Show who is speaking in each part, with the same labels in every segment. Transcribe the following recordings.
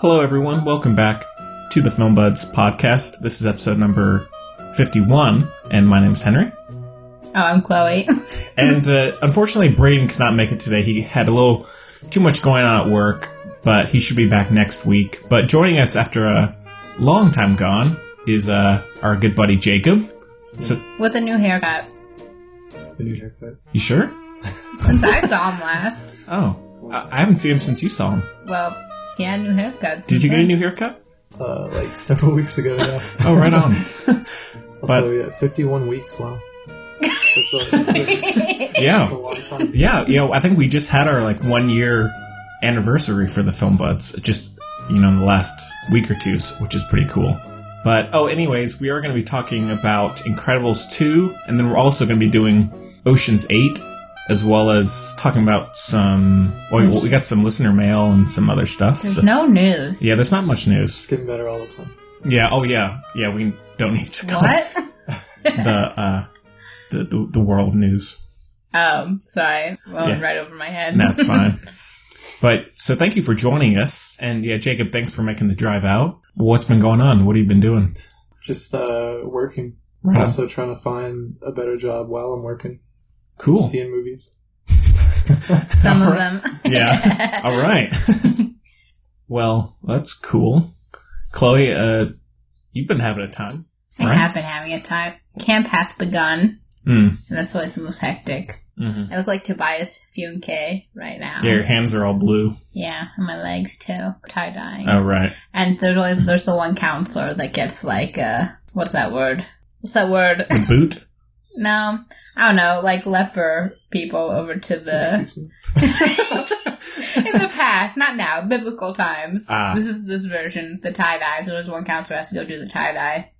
Speaker 1: Hello, everyone. Welcome back to the Film Buds podcast. This is episode number 51, and my name is Henry.
Speaker 2: Oh, I'm Chloe.
Speaker 1: And uh, unfortunately, Braden could not make it today. He had a little too much going on at work, but he should be back next week. But joining us after a long time gone is uh, our good buddy Jacob.
Speaker 2: With a new haircut.
Speaker 3: The new haircut.
Speaker 1: You sure?
Speaker 2: Since I saw him last.
Speaker 1: Oh, I I haven't seen him since you saw him.
Speaker 2: Well, he had a new haircut.
Speaker 1: Did you get a new haircut?
Speaker 3: Uh, like several weeks ago now.
Speaker 1: Oh, right on.
Speaker 3: Also, yeah, 51 weeks. Wow. That's a, that's a, that's a
Speaker 1: Yeah.
Speaker 3: long time.
Speaker 1: Yeah, you know, I think we just had our like one year anniversary for the film buds, just you know, in the last week or two, s- which is pretty cool. But oh, anyways, we are going to be talking about Incredibles two, and then we're also going to be doing Ocean's eight, as well as talking about some. oh, Well, we got some listener mail and some other stuff.
Speaker 2: There's
Speaker 1: So,
Speaker 2: no news.
Speaker 1: yeah, there's not much
Speaker 3: It's
Speaker 1: news.
Speaker 3: getting better all the time.
Speaker 1: Yeah. Oh, yeah. Yeah. We don't need to go
Speaker 2: What?
Speaker 1: the uh, the, the the world news.
Speaker 2: Um, sorry. Well,
Speaker 1: Yeah.
Speaker 2: right over my head.
Speaker 1: That's fine. but so thank you for joining us. And yeah, Jacob, thanks for making the drive out. What's been going on? What have you been doing?
Speaker 3: Just uh, working.
Speaker 1: Right. on.
Speaker 3: Also trying to find a better job while I'm working.
Speaker 1: Cool.
Speaker 3: Seeing movies.
Speaker 2: Some
Speaker 1: All
Speaker 2: of
Speaker 1: right.
Speaker 2: them.
Speaker 1: Yeah. All right. well, that's cool. Chloe, uh, you've been having a time.
Speaker 2: I
Speaker 1: Right.
Speaker 2: have been having a time. Camp hath begun,
Speaker 1: Mm.
Speaker 2: and that's why it's the most hectic.
Speaker 1: hmm
Speaker 2: I look like Tobias Funke right now.
Speaker 1: Yeah, your hands are all blue.
Speaker 2: Yeah, and my legs too. Tie dyeing.
Speaker 1: All Oh, right.
Speaker 2: And there's always there's the one counselor that gets like uh what's that word? What's that word?
Speaker 1: The boot.
Speaker 2: No, I don't know, like leper people over to the
Speaker 3: Excuse me.
Speaker 2: in the past, not now, biblical times.
Speaker 1: Ah.
Speaker 2: This is this version, the tie dye. There was one counselor who has to go do the tie dye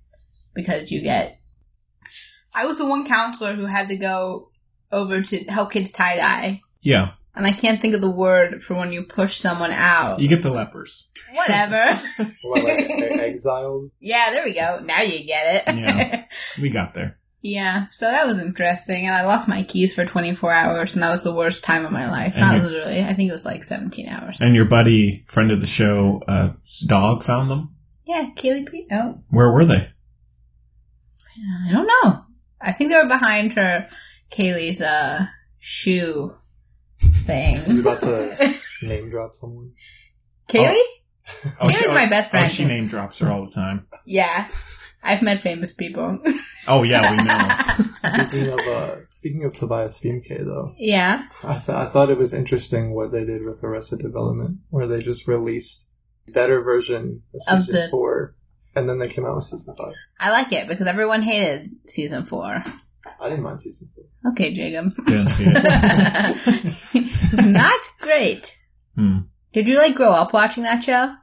Speaker 2: because you get. I was the one counselor who had to go over to help kids tie dye,
Speaker 1: Yeah,
Speaker 2: and I can't think of the word for when you push someone out.
Speaker 1: you get the lepers.
Speaker 2: Whatever.
Speaker 3: Well, like, e- exiled.
Speaker 2: yeah, there we go. Now you get it.
Speaker 1: Yeah. We got there.
Speaker 2: Yeah, so that was interesting, and I lost my keys for 24 hours, and that was the worst time of my life.
Speaker 1: And
Speaker 2: Not
Speaker 1: you-
Speaker 2: literally, I think it was like 17 hours.
Speaker 1: And your buddy, friend of the show, uh, dog found them.
Speaker 2: yeah, Kaylee P. Oh,
Speaker 1: Where were they?
Speaker 2: I don't know. I think they were behind her, Kaylee's, uh, shoe thing.
Speaker 3: You're about to name drop someone.
Speaker 2: Kaylee? Kaylee's
Speaker 1: she-
Speaker 2: my best friend.
Speaker 1: Oh, she name drops her all the time.
Speaker 2: yeah. I've met famous people.
Speaker 1: Oh yeah, we know.
Speaker 3: Speaking of uh, speaking of Tobias Fumke, though,
Speaker 2: yeah.
Speaker 3: I, th- I thought it was interesting what they did with Arrested Development, where they just released a better version of
Speaker 2: Of
Speaker 3: season
Speaker 2: this.
Speaker 3: four, and then they came out with season five.
Speaker 2: I like it because everyone hated season four.
Speaker 3: I didn't mind season four.
Speaker 2: Okay, Jacob.
Speaker 1: Didn't see it.
Speaker 2: Not great.
Speaker 1: Hmm.
Speaker 2: Did you like grow up watching that show?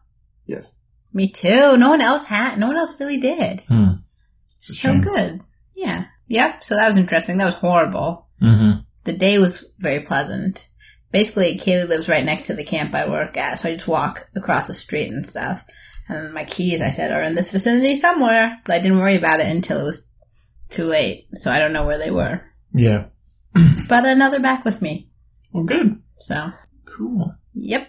Speaker 3: Yes,
Speaker 2: Me too. No one else had. No one else really did.
Speaker 1: It's a
Speaker 2: So
Speaker 1: Hmm. shame.
Speaker 2: good. Yeah. Yep. So that was interesting. That was horrible.
Speaker 1: Mm-hmm.
Speaker 2: The day was very pleasant. Basically, Kaylee lives right next to the camp I work at, so I just walk across the street and stuff. And my keys, I said, are in this vicinity somewhere, but I didn't worry about it until it was too late. So I don't know where they were.
Speaker 1: Yeah.
Speaker 2: But another back with me.
Speaker 1: Well, good.
Speaker 2: So,
Speaker 1: Cool.
Speaker 2: yep.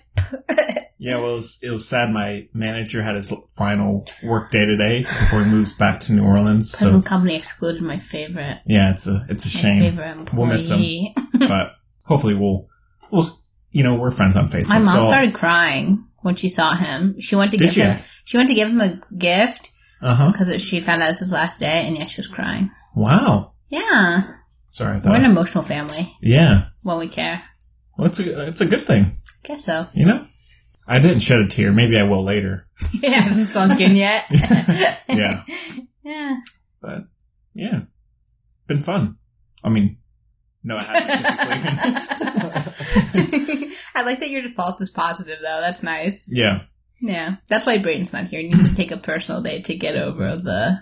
Speaker 1: Yeah. Well, it was, it was sad. My manager had his l- final work day today before he moves back to New Orleans. So
Speaker 2: Present company excluded my favorite.
Speaker 1: yeah, it's a it's a
Speaker 2: My
Speaker 1: shame.
Speaker 2: favorite employee.
Speaker 1: We'll miss him. But hopefully we'll we'll you know we're friends on Facebook.
Speaker 2: My
Speaker 1: so
Speaker 2: mom started crying when she saw him. She went to
Speaker 1: Did
Speaker 2: give
Speaker 1: she?
Speaker 2: him. She went to give him a gift
Speaker 1: Uh huh.
Speaker 2: because she found out it was his last day, and yeah, she was crying.
Speaker 1: Wow.
Speaker 2: Yeah,
Speaker 1: Sorry. I
Speaker 2: we're
Speaker 1: thought.
Speaker 2: an emotional family
Speaker 1: yeah.
Speaker 2: when we care.
Speaker 1: Well, it's a it's a good thing.
Speaker 2: Guess so.
Speaker 1: You know. I didn't shed a tear. Maybe I will later.
Speaker 2: It hasn't sunk in yet.
Speaker 1: Yeah.
Speaker 2: Yeah.
Speaker 1: But yeah, been fun. I mean, no, it hasn't. 'cause he's leaving.
Speaker 2: I like that your default is positive though. That's nice.
Speaker 1: Yeah.
Speaker 2: Yeah, that's why Brayden's not here. You need to take a personal day to get over the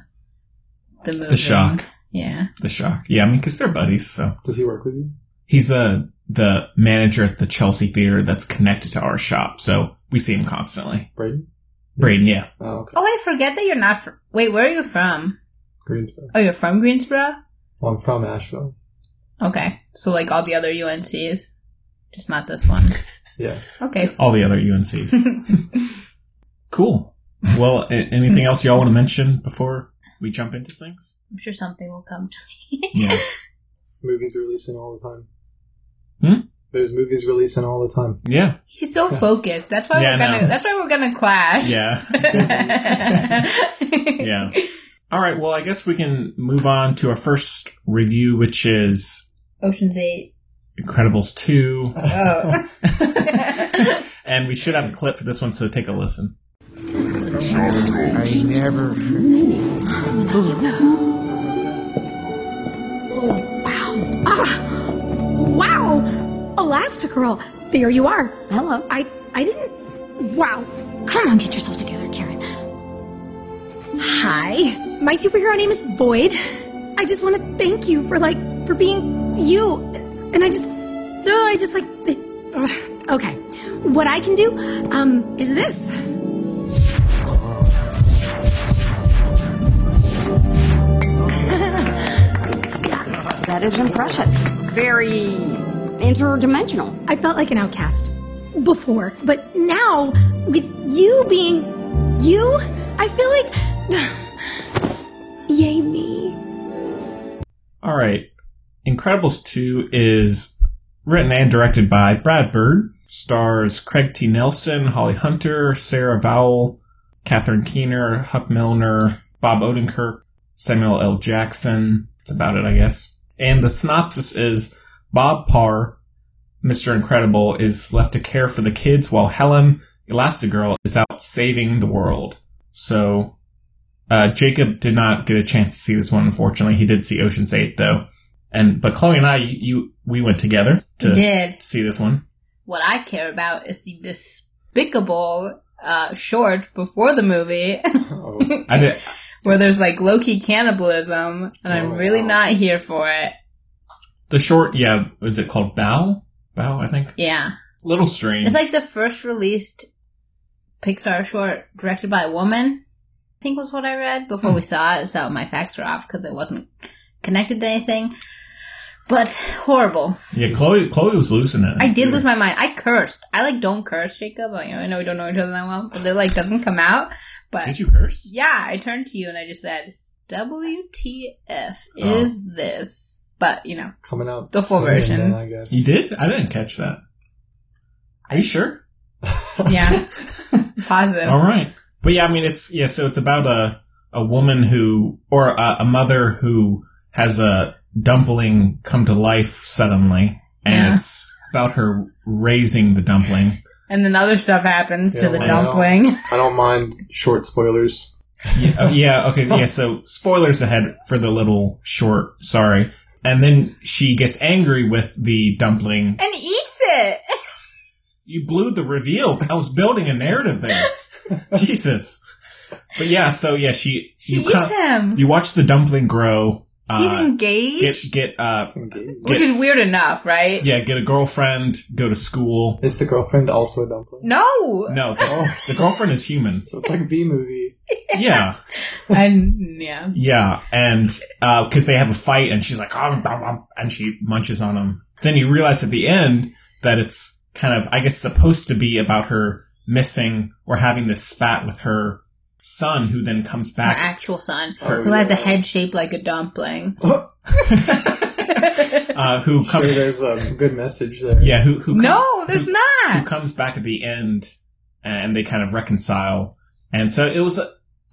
Speaker 2: the moving.
Speaker 1: The shock.
Speaker 2: Yeah.
Speaker 1: The shock. Yeah, I mean, because they're buddies, so.
Speaker 3: does he work with you?
Speaker 1: He's the, the manager at the Chelsea Theater that's connected to our shop, so we see him constantly.
Speaker 3: Braden?
Speaker 1: Braden, yeah.
Speaker 3: Oh, okay.
Speaker 2: Oh, I forget that you're not. Fr- Wait, where are you from?
Speaker 3: Greensboro.
Speaker 2: Oh, you're from Greensboro.
Speaker 3: Well, I'm from Asheville.
Speaker 2: Okay, so like all the other UNCs, just not this one.
Speaker 3: Yeah.
Speaker 2: Okay.
Speaker 1: All the other UNCs. Cool. Well, a- anything else y'all want to mention before we jump into things?
Speaker 2: I'm sure something will come to
Speaker 1: Yeah.
Speaker 3: Movies releasing all the time.
Speaker 1: Hmm?
Speaker 3: There's movies releasing all the time.
Speaker 1: Yeah.
Speaker 2: He's so focused. That's why
Speaker 1: Yeah,
Speaker 2: we're
Speaker 1: I know.
Speaker 2: gonna that's why we're gonna clash.
Speaker 1: Yeah. Yeah.
Speaker 2: yeah.
Speaker 1: All right. Well, I guess we can move on to our first review, which is
Speaker 2: Ocean's Eight.
Speaker 1: Incredibles 2.
Speaker 2: Oh.
Speaker 1: And we should have a clip for this one, so take a listen.
Speaker 4: I never.
Speaker 5: Ah. Wow! Elastigirl! There you are. Hello. I I didn't Wow. Come on, get yourself together, Karen. Hi. My superhero name is Boyd. I just want to thank you for like for being you. And I just no, I just like ugh. okay. What I can do um is this.
Speaker 6: That is impressive. Very interdimensional.
Speaker 5: I felt like an outcast before, but now with you being you, I feel like yay me.
Speaker 1: All right. Incredibles 2 is written and directed by Brad Bird, stars Craig T. Nelson, Holly Hunter, Sarah Vowell, Katherine Keener, Huck Milner, Bob Odenkirk, Samuel L. Jackson. That's about it, I guess. And the synopsis is Bob Parr, Mr. Incredible, is left to care for the kids while Helen, Elastigirl, is out saving the world. So uh, Jacob did not get a chance to see this one, unfortunately. He did see Ocean's Eight though, and but Chloe and I, you, you we went together
Speaker 2: He
Speaker 1: to
Speaker 2: did.
Speaker 1: see this one.
Speaker 2: What I care about is the despicable uh, short before the movie
Speaker 3: Oh,
Speaker 1: I did.
Speaker 2: where there's like low key cannibalism, and I'm
Speaker 3: Oh,
Speaker 2: really
Speaker 3: wow.
Speaker 2: not here for it.
Speaker 1: The short, yeah, was it called Bow? Bow, I think.
Speaker 2: Yeah.
Speaker 1: Little strange.
Speaker 2: It's like the first released Pixar short directed by a woman, I think was what I read before
Speaker 1: Hmm.
Speaker 2: we saw it, so my facts were off because it wasn't connected to anything. But horrible.
Speaker 1: yeah, Chloe. Chloe was losing it.
Speaker 2: I did lose my mind. I cursed. I like don't curse, Jacob. I I know we don't know each other that well, but it like doesn't come out. But
Speaker 1: Did you curse?
Speaker 2: yeah, I turned to you and I just said, "WTF
Speaker 1: Oh.
Speaker 2: is this?" But you know,
Speaker 3: coming out
Speaker 2: The full
Speaker 3: soon
Speaker 2: version.
Speaker 3: then, I guess.
Speaker 1: You did? I didn't catch that. Are you sure?
Speaker 2: yeah, positive.
Speaker 1: All right. But yeah, I mean, it's, yeah, so it's about a, a woman who, or a, a mother who has a dumpling come to life suddenly. And
Speaker 2: Yeah.
Speaker 1: it's about her raising the dumpling.
Speaker 2: And then other stuff happens to
Speaker 3: Yeah,
Speaker 2: the
Speaker 3: why not?
Speaker 2: dumpling.
Speaker 3: I don't mind short spoilers.
Speaker 1: yeah, oh, yeah. Okay. Yeah. So spoilers ahead for the little short. Sorry. And then she gets angry with the dumpling.
Speaker 2: and eats it.
Speaker 1: You blew the reveal. I was building a narrative there. Jesus. But yeah, so yeah, she,
Speaker 2: She
Speaker 1: you,
Speaker 2: eats
Speaker 1: cut-
Speaker 2: him.
Speaker 1: you watch the dumpling grow.
Speaker 2: He's
Speaker 1: Uh,
Speaker 2: engaged,
Speaker 1: get, get, uh,
Speaker 3: Engaged.
Speaker 2: which is weird enough, right?
Speaker 1: Yeah, get a girlfriend, go to school.
Speaker 3: Is the girlfriend also a dumpling?
Speaker 2: No,
Speaker 1: No, the, the girlfriend is human.
Speaker 3: So it's like a B movie.
Speaker 1: Yeah,
Speaker 2: and yeah,
Speaker 1: yeah, and because they have a fight, and she's like, "Um, um, um," and she munches on him. Then you realize at the end that it's kind of, I guess, supposed to be about her missing or having this spat with her son, who then comes
Speaker 2: her
Speaker 1: back.
Speaker 2: actual son
Speaker 3: Oh,
Speaker 2: who has a
Speaker 3: yeah.
Speaker 2: head shaped like a dumpling.
Speaker 1: uh, who
Speaker 3: Sure,
Speaker 1: comes?
Speaker 3: there's a good message there.
Speaker 1: Yeah, who who? Comes,
Speaker 2: no, there's
Speaker 1: who
Speaker 2: not.
Speaker 1: comes back at the end and they kind of reconcile. And so it was,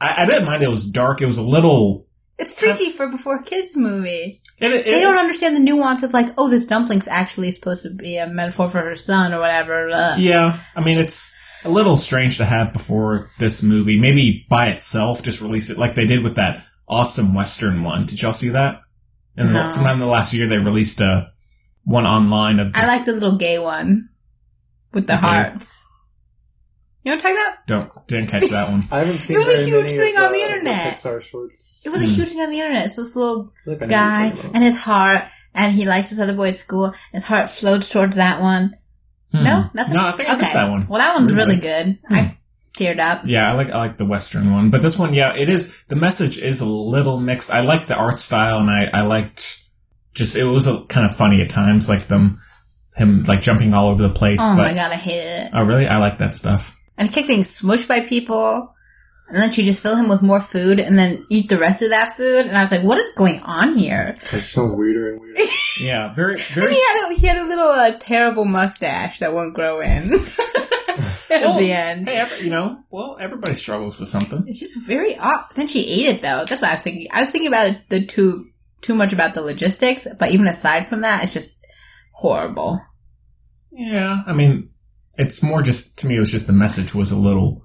Speaker 1: I, I didn't mind it was dark. It was a little.
Speaker 2: It's freaky for before kids movie.
Speaker 1: It, it,
Speaker 2: They don't
Speaker 1: it's-
Speaker 2: understand the nuance of like, oh, this dumpling's actually supposed to be a metaphor for her son or whatever. Ugh.
Speaker 1: Yeah. I mean, it's a little strange to have before this movie. Maybe by itself, just release it like they did with that awesome Western one. Did y'all see that? And
Speaker 2: No.
Speaker 1: sometime in the last year, they released a one online of
Speaker 2: I
Speaker 1: just,
Speaker 2: like the little gay one with the
Speaker 1: Okay.
Speaker 2: hearts. You know what I'm talking about?
Speaker 1: don't, didn't catch that one.
Speaker 3: I haven't seen
Speaker 2: It was a
Speaker 3: very
Speaker 2: huge
Speaker 3: many of
Speaker 2: thing on the
Speaker 3: the
Speaker 2: internet.
Speaker 3: Pixar shorts.
Speaker 2: It was a
Speaker 1: Hmm.
Speaker 2: huge thing on the internet. It's this little
Speaker 3: I feel like I know
Speaker 2: guy
Speaker 3: what you're talking
Speaker 2: and his heart, and he likes this other boy at school. His heart floats towards that one. No,
Speaker 1: Hmm.
Speaker 2: nothing.
Speaker 1: No, I think I missed that one.
Speaker 2: Well, that one's
Speaker 1: Really? Hmm.
Speaker 2: really good. I teared up.
Speaker 1: Yeah, I like I like the Western one, but this one, yeah, it is the message is a little mixed. I like the art style, and I I liked just it was a, kind of funny at times, like them him like jumping all over the place.
Speaker 2: Oh
Speaker 1: but
Speaker 2: my god, I hated it.
Speaker 1: oh really, I like that stuff.
Speaker 2: and kick getting smushed by people. And then she just fill him with more food and then eat the rest of that food. And I was like, what is going on here?
Speaker 3: That sounds weirder and weirder.
Speaker 1: Yeah, very,
Speaker 2: And
Speaker 1: very.
Speaker 2: he had a, he had a little uh, terrible mustache that won't grow in at the end.
Speaker 1: Oh, Hey, every, you know, well, everybody struggles with something.
Speaker 2: It's just very odd. Then she ate it though. That's what I was thinking. I was thinking about it, the too too much about the logistics, but even aside from that, it's just horrible.
Speaker 1: Yeah, I mean, it's more just to me. It was just the message was a little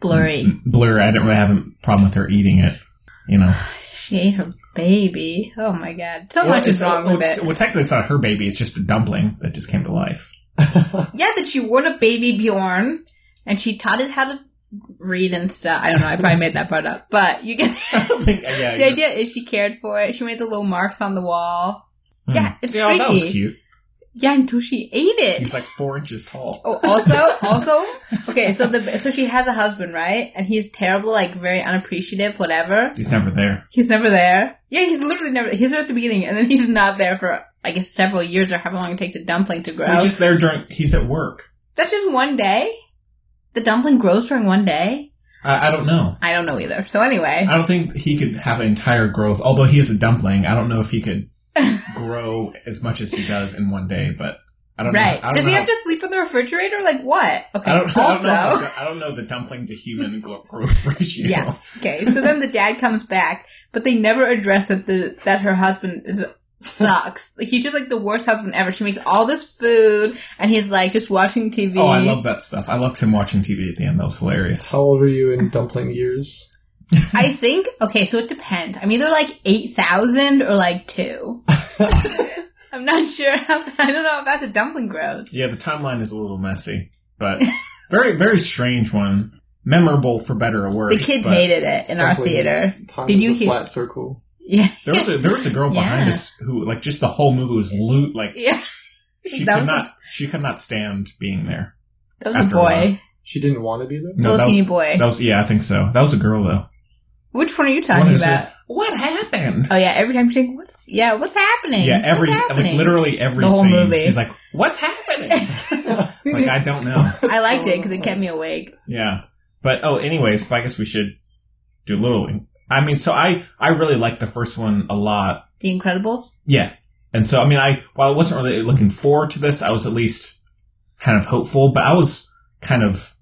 Speaker 2: Blurry.
Speaker 1: blur. I didn't really have a problem with her eating it. You know,
Speaker 2: She ate her baby. Oh my god, so
Speaker 1: Well,
Speaker 2: much is
Speaker 1: it's-
Speaker 2: wrong with
Speaker 1: well,
Speaker 2: it.
Speaker 1: Well, technically, it's not her baby. It's just a dumpling that just came to life.
Speaker 2: Yeah, that she wore a baby Bjorn, and she taught it how to read and stuff. I don't know. I probably made that part up, but you get
Speaker 1: I don't think. Yeah,
Speaker 2: the idea. Is she cared for it? She made the little marks on the wall.
Speaker 1: Mm.
Speaker 2: Yeah, it's
Speaker 1: yeah, that was
Speaker 2: freaky.
Speaker 1: cute.
Speaker 2: Yeah, until she ate it.
Speaker 1: He's like four inches tall.
Speaker 2: Oh, also, also, okay. So the so she has a husband, right? And he's terrible, like very unappreciative, whatever.
Speaker 1: He's never there.
Speaker 2: He's never there. Yeah, he's literally never. He's there at the beginning, and then he's not there for I guess several years or however long it takes a dumpling to grow.
Speaker 1: He's just there during. He's at work.
Speaker 2: That's just one day. The dumpling grows during one day.
Speaker 1: I, I don't know.
Speaker 2: I don't know either. So anyway,
Speaker 1: I don't think he could have an entire growth. Although he is a dumpling, I don't know if he could grow as much as he does in one day. But I don't
Speaker 2: right?
Speaker 1: know. I don't
Speaker 2: Does
Speaker 1: know
Speaker 2: he
Speaker 1: how-
Speaker 2: have to sleep in the refrigerator? Like what? Okay.
Speaker 1: I don't,
Speaker 2: also,
Speaker 1: I don't know. how- I don't know the dumpling to human gro- growth ratio.
Speaker 2: Yeah. Okay. So then the dad comes back, but they never address that the that her husband is sucks. Like, he's just like the worst husband ever. She makes all this food, and he's like just watching TV.
Speaker 1: Oh, I love that stuff. I loved him watching TV at the end. That was hilarious.
Speaker 3: How old are you in dumpling years?
Speaker 2: I think okay. So it depends. I'm either like eight thousand or like two. I'm not sure. How, I don't know how fast a dumpling grows.
Speaker 1: Yeah, the timeline is a little messy, but very, very strange one. Memorable for better or worse.
Speaker 2: The kids
Speaker 1: but
Speaker 2: hated it in our
Speaker 3: Dumplings,
Speaker 2: theater.
Speaker 3: Time
Speaker 2: Did
Speaker 3: is
Speaker 2: you
Speaker 3: a
Speaker 2: hear-
Speaker 3: flat circle?
Speaker 2: Yeah.
Speaker 1: There was a there was a girl behind
Speaker 2: Yeah.
Speaker 1: us who like just the whole movie was loot. Like
Speaker 2: Yeah.
Speaker 1: she could
Speaker 2: That was
Speaker 1: not she could not stand being there.
Speaker 2: That was
Speaker 1: After
Speaker 2: a
Speaker 1: a
Speaker 2: boy.
Speaker 3: She didn't want to be there.
Speaker 1: that
Speaker 2: Little
Speaker 1: was,
Speaker 2: teeny boy.
Speaker 1: That was yeah, I think so. That was a girl though.
Speaker 2: Which one are you
Speaker 1: One
Speaker 2: talking
Speaker 1: is
Speaker 2: about?
Speaker 1: a- what happened?
Speaker 2: Oh yeah, every time she's like, "What's yeah, what's happening?"
Speaker 1: Yeah, every
Speaker 2: What's happening?
Speaker 1: like literally every
Speaker 2: The whole
Speaker 1: scene.
Speaker 2: movie.
Speaker 1: She's like, "What's happening?" like I don't know.
Speaker 2: I liked it because it kept me awake.
Speaker 1: Yeah. But oh, anyways, but I guess we should do a little. I mean, so I I really liked the first one a lot.
Speaker 2: The Incredibles.
Speaker 1: Yeah. And so I mean, I while I wasn't really looking forward to this, I was at least kind of hopeful. But I was kind of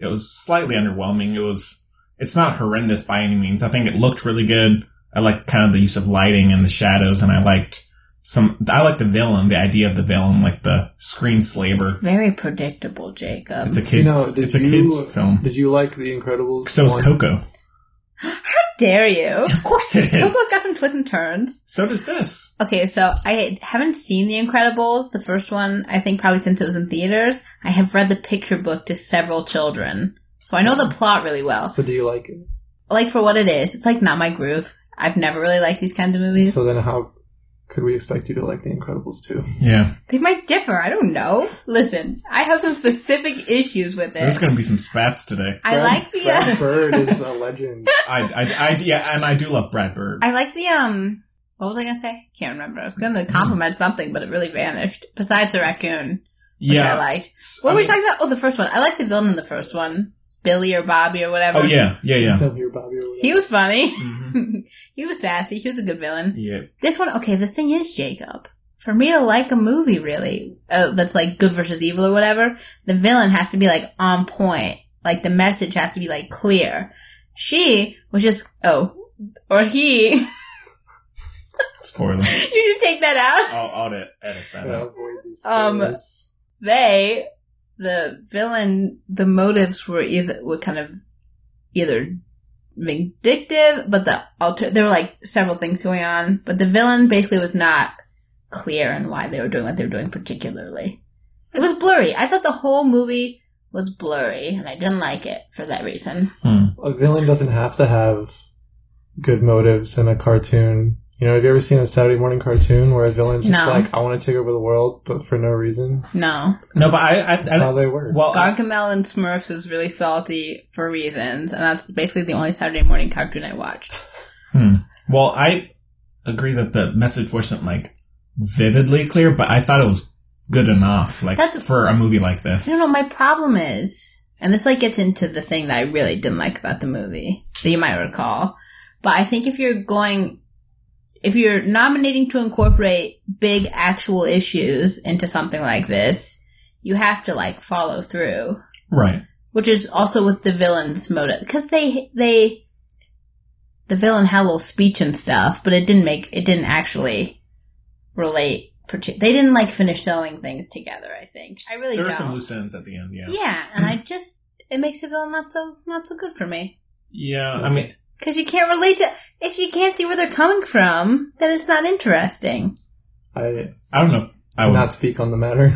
Speaker 1: it was slightly underwhelming. It was it's not horrendous by any means. I think it looked really good. I liked kind of the use of lighting and the shadows, and I liked some. I liked the villain, the idea of the villain, like the screen slaver.
Speaker 2: It's very predictable, Jacob.
Speaker 1: It's a kids.
Speaker 3: um, You know, did
Speaker 1: it's a
Speaker 3: you-
Speaker 1: kids film.
Speaker 3: Did you like The Incredibles?
Speaker 1: So is
Speaker 3: one?
Speaker 1: Coco.
Speaker 2: Dare you?
Speaker 1: Of course it is.
Speaker 2: Coco's got some twists and turns.
Speaker 1: So does this.
Speaker 2: Okay, so I haven't seen The Incredibles, the first one. I think probably since it was in theaters. I have read the picture book to several children, so I know the plot really well.
Speaker 3: So do you like it?
Speaker 2: Like for what it is, it's like not my groove. I've never really liked these kinds of movies.
Speaker 3: So then, how could we expect you to like The Incredibles too?
Speaker 1: Yeah.
Speaker 2: They might differ. I don't know. Listen, I have some specific issues with
Speaker 1: There's
Speaker 2: it.
Speaker 1: going to be some spats today.
Speaker 2: I like the
Speaker 3: Fred
Speaker 2: uh,
Speaker 3: Bird is a legend.
Speaker 1: I, I, I, yeah, and I do love Brad Bird.
Speaker 2: I like the um. What was I gonna say? Can't remember. I was gonna compliment something, but it really vanished. Besides the raccoon, which I
Speaker 1: yeah.
Speaker 2: liked.
Speaker 1: S-
Speaker 2: What
Speaker 1: I
Speaker 2: were we
Speaker 1: mean-
Speaker 2: talking about? Oh, the first one. I liked the villain in the first one, Billy or Bobby or whatever.
Speaker 1: Oh yeah, yeah, yeah.
Speaker 3: Love your Bobby or
Speaker 2: he was funny.
Speaker 1: Mhm.
Speaker 2: he was sassy. He was a good villain.
Speaker 1: Yeah.
Speaker 2: This one, okay, the thing is, Jacob, for me to like a movie really uh, that's like good versus evil or whatever, the villain has to be like on point. Like the message has to be like clear. She was just, oh, or he. you
Speaker 1: Spoiler.
Speaker 2: should take that out.
Speaker 1: I'll, I'll edit, edit that
Speaker 3: whatever.
Speaker 1: out.
Speaker 3: Yeah, avoid these
Speaker 2: Um,
Speaker 3: spoilers.
Speaker 2: They, the villain, the motives were either, were kind of either vindictive, but the alter, there were like several things going on, but the villain basically was not clear in why they were doing what they were doing particularly. It was blurry. I thought the whole movie was blurry, and I didn't like it for that reason.
Speaker 3: a villain doesn't have to have good motives in a cartoon. You know, have you ever seen a Saturday morning cartoon where a villain's just
Speaker 2: No.
Speaker 3: like, I want to take over the world, but for no reason?
Speaker 2: No.
Speaker 1: No, but I, I,
Speaker 3: That's how
Speaker 1: I
Speaker 3: they work.
Speaker 1: well,
Speaker 2: Gargamel and Smurfs is really salty for reasons, and that's basically the only Saturday morning cartoon I watched.
Speaker 1: well, I agree that the message wasn't like vividly clear, but I thought it was good enough, like
Speaker 2: That's-
Speaker 1: for a movie like this.
Speaker 2: No, no, my problem is And this like gets into the thing that I really didn't like about the movie that you might recall. But I think if you're going, if you're nominating to incorporate big actual issues into something like this, you have to like follow through,
Speaker 1: Right.
Speaker 2: which is also with the villain's motive because they they the villain had a little speech and stuff, but it didn't make it didn't actually relate. Partic- they didn't like finish sewing things together. I think I really
Speaker 1: There are
Speaker 2: don't.
Speaker 1: some loose ends at the end, yeah.
Speaker 2: Yeah, and I just it makes it feel not so not so good for me
Speaker 1: Yeah, I mean,
Speaker 2: because you can't relate to if you can't see where they're coming from, then it's not interesting.
Speaker 3: I
Speaker 1: I don't know if I would.
Speaker 3: not speak on the matter.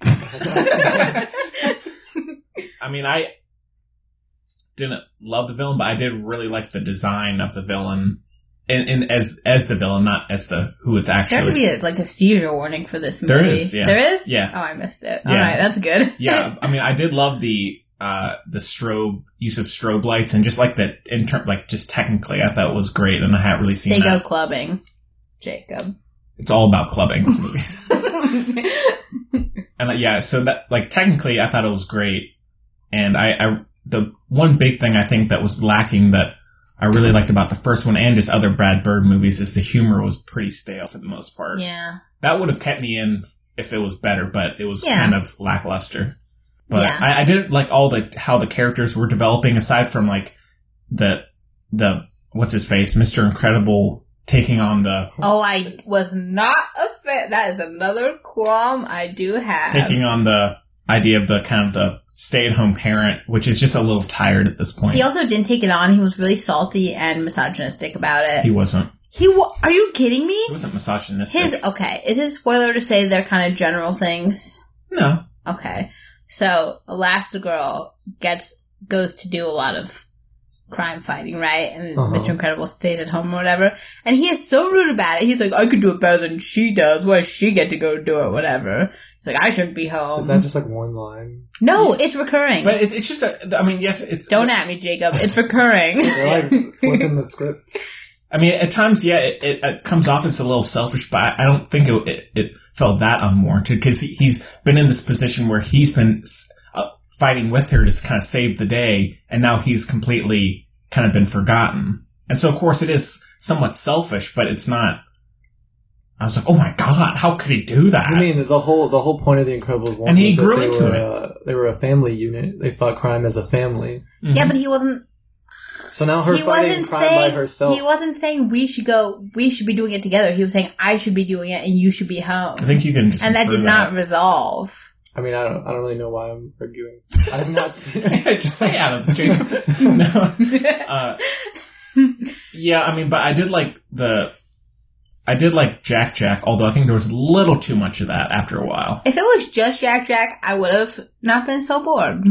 Speaker 1: I mean, I didn't love the villain, but I did really like the design of the villain. And, and as as the villain, not as the who it's
Speaker 2: There
Speaker 1: actually.
Speaker 2: could be a, like a seizure warning for this movie.
Speaker 1: There is, yeah.
Speaker 2: There is.
Speaker 1: Yeah.
Speaker 2: Oh, I missed it.
Speaker 1: Yeah.
Speaker 2: All right, that's good.
Speaker 1: yeah, I mean, I did love the uh the strobe use of strobe lights and just like that in term like just technically, I thought it was great, and I hadn't really seen
Speaker 2: they
Speaker 1: that.
Speaker 2: go clubbing, Jacob.
Speaker 1: It's all about clubbing this movie, and like, yeah, so that like technically, I thought it was great, and I, I the one big thing I think that was lacking that I really liked about the first one and his other Brad Bird movies is the humor was pretty stale for the most part.
Speaker 2: yeah.
Speaker 1: that would have kept me in if it was better, but it was
Speaker 2: Yeah.
Speaker 1: kind of lackluster. But
Speaker 2: Yeah.
Speaker 1: I, I did like all the how the characters were developing, aside from like the the what's his face, Mister Incredible taking on the
Speaker 2: Oh, I was not a fan. That is another qualm I do have.
Speaker 1: taking on the idea of the kind of the stay at home parent, which is just a little tired at this point.
Speaker 2: He also didn't take it on. He was really salty and misogynistic about it.
Speaker 1: He wasn't.
Speaker 2: He wa- are you kidding me?
Speaker 1: He wasn't misogynistic.
Speaker 2: His okay. Is it a spoiler to say they're kind of general things?
Speaker 1: no,
Speaker 2: Okay. So Elastigirl gets goes to do a lot of crime fighting, right? And
Speaker 3: Uh-huh.
Speaker 2: Mr. Incredible stays at home or whatever. And he is so rude about it. He's like, I could do it better than she does. Why does she get to go do it? Whatever. He's like, I shouldn't be home.
Speaker 3: Isn't that just like one line?
Speaker 2: no, it's recurring.
Speaker 1: but it, it's just. A, I mean, yes, it's
Speaker 2: Don't at me, Jacob. It's recurring.
Speaker 3: They're like flipping the script.
Speaker 1: I mean, at times, yeah, it, it, it comes off as a little selfish, but I I don't think it, it, it felt that unwarranted because he, he's been in this position where he's been s- uh, fighting with her to kind of save the day, and now he's completely kind of been forgotten. And so, of course, it is somewhat selfish, but it's not. I was like, oh my god, how could he do that?
Speaker 3: I mean, the whole the whole point of the Incredibles one
Speaker 1: And he
Speaker 3: was that
Speaker 1: grew
Speaker 3: they
Speaker 1: into
Speaker 3: were
Speaker 1: it.
Speaker 3: uh, they were a family unit. They fought crime as a family.
Speaker 1: Mhm.
Speaker 2: yeah, but he wasn't
Speaker 3: So now her
Speaker 2: he
Speaker 3: fighting crime
Speaker 2: wasn't
Speaker 3: by
Speaker 2: saying
Speaker 3: herself.
Speaker 2: he wasn't saying we should go we should be doing it together he was saying i should be doing it and you should be home
Speaker 1: I think you can just.
Speaker 2: and that
Speaker 1: infer
Speaker 2: did not resolve
Speaker 3: I mean, I don't I don't really know why I'm arguing. I've not seen.
Speaker 1: just stay out of this, Jacob. no. Uh, yeah, I mean, but I did like the. I did like Jack Jack, although I think there was a little too much of that after a while.
Speaker 2: if it was just jack jack i would have not been so bored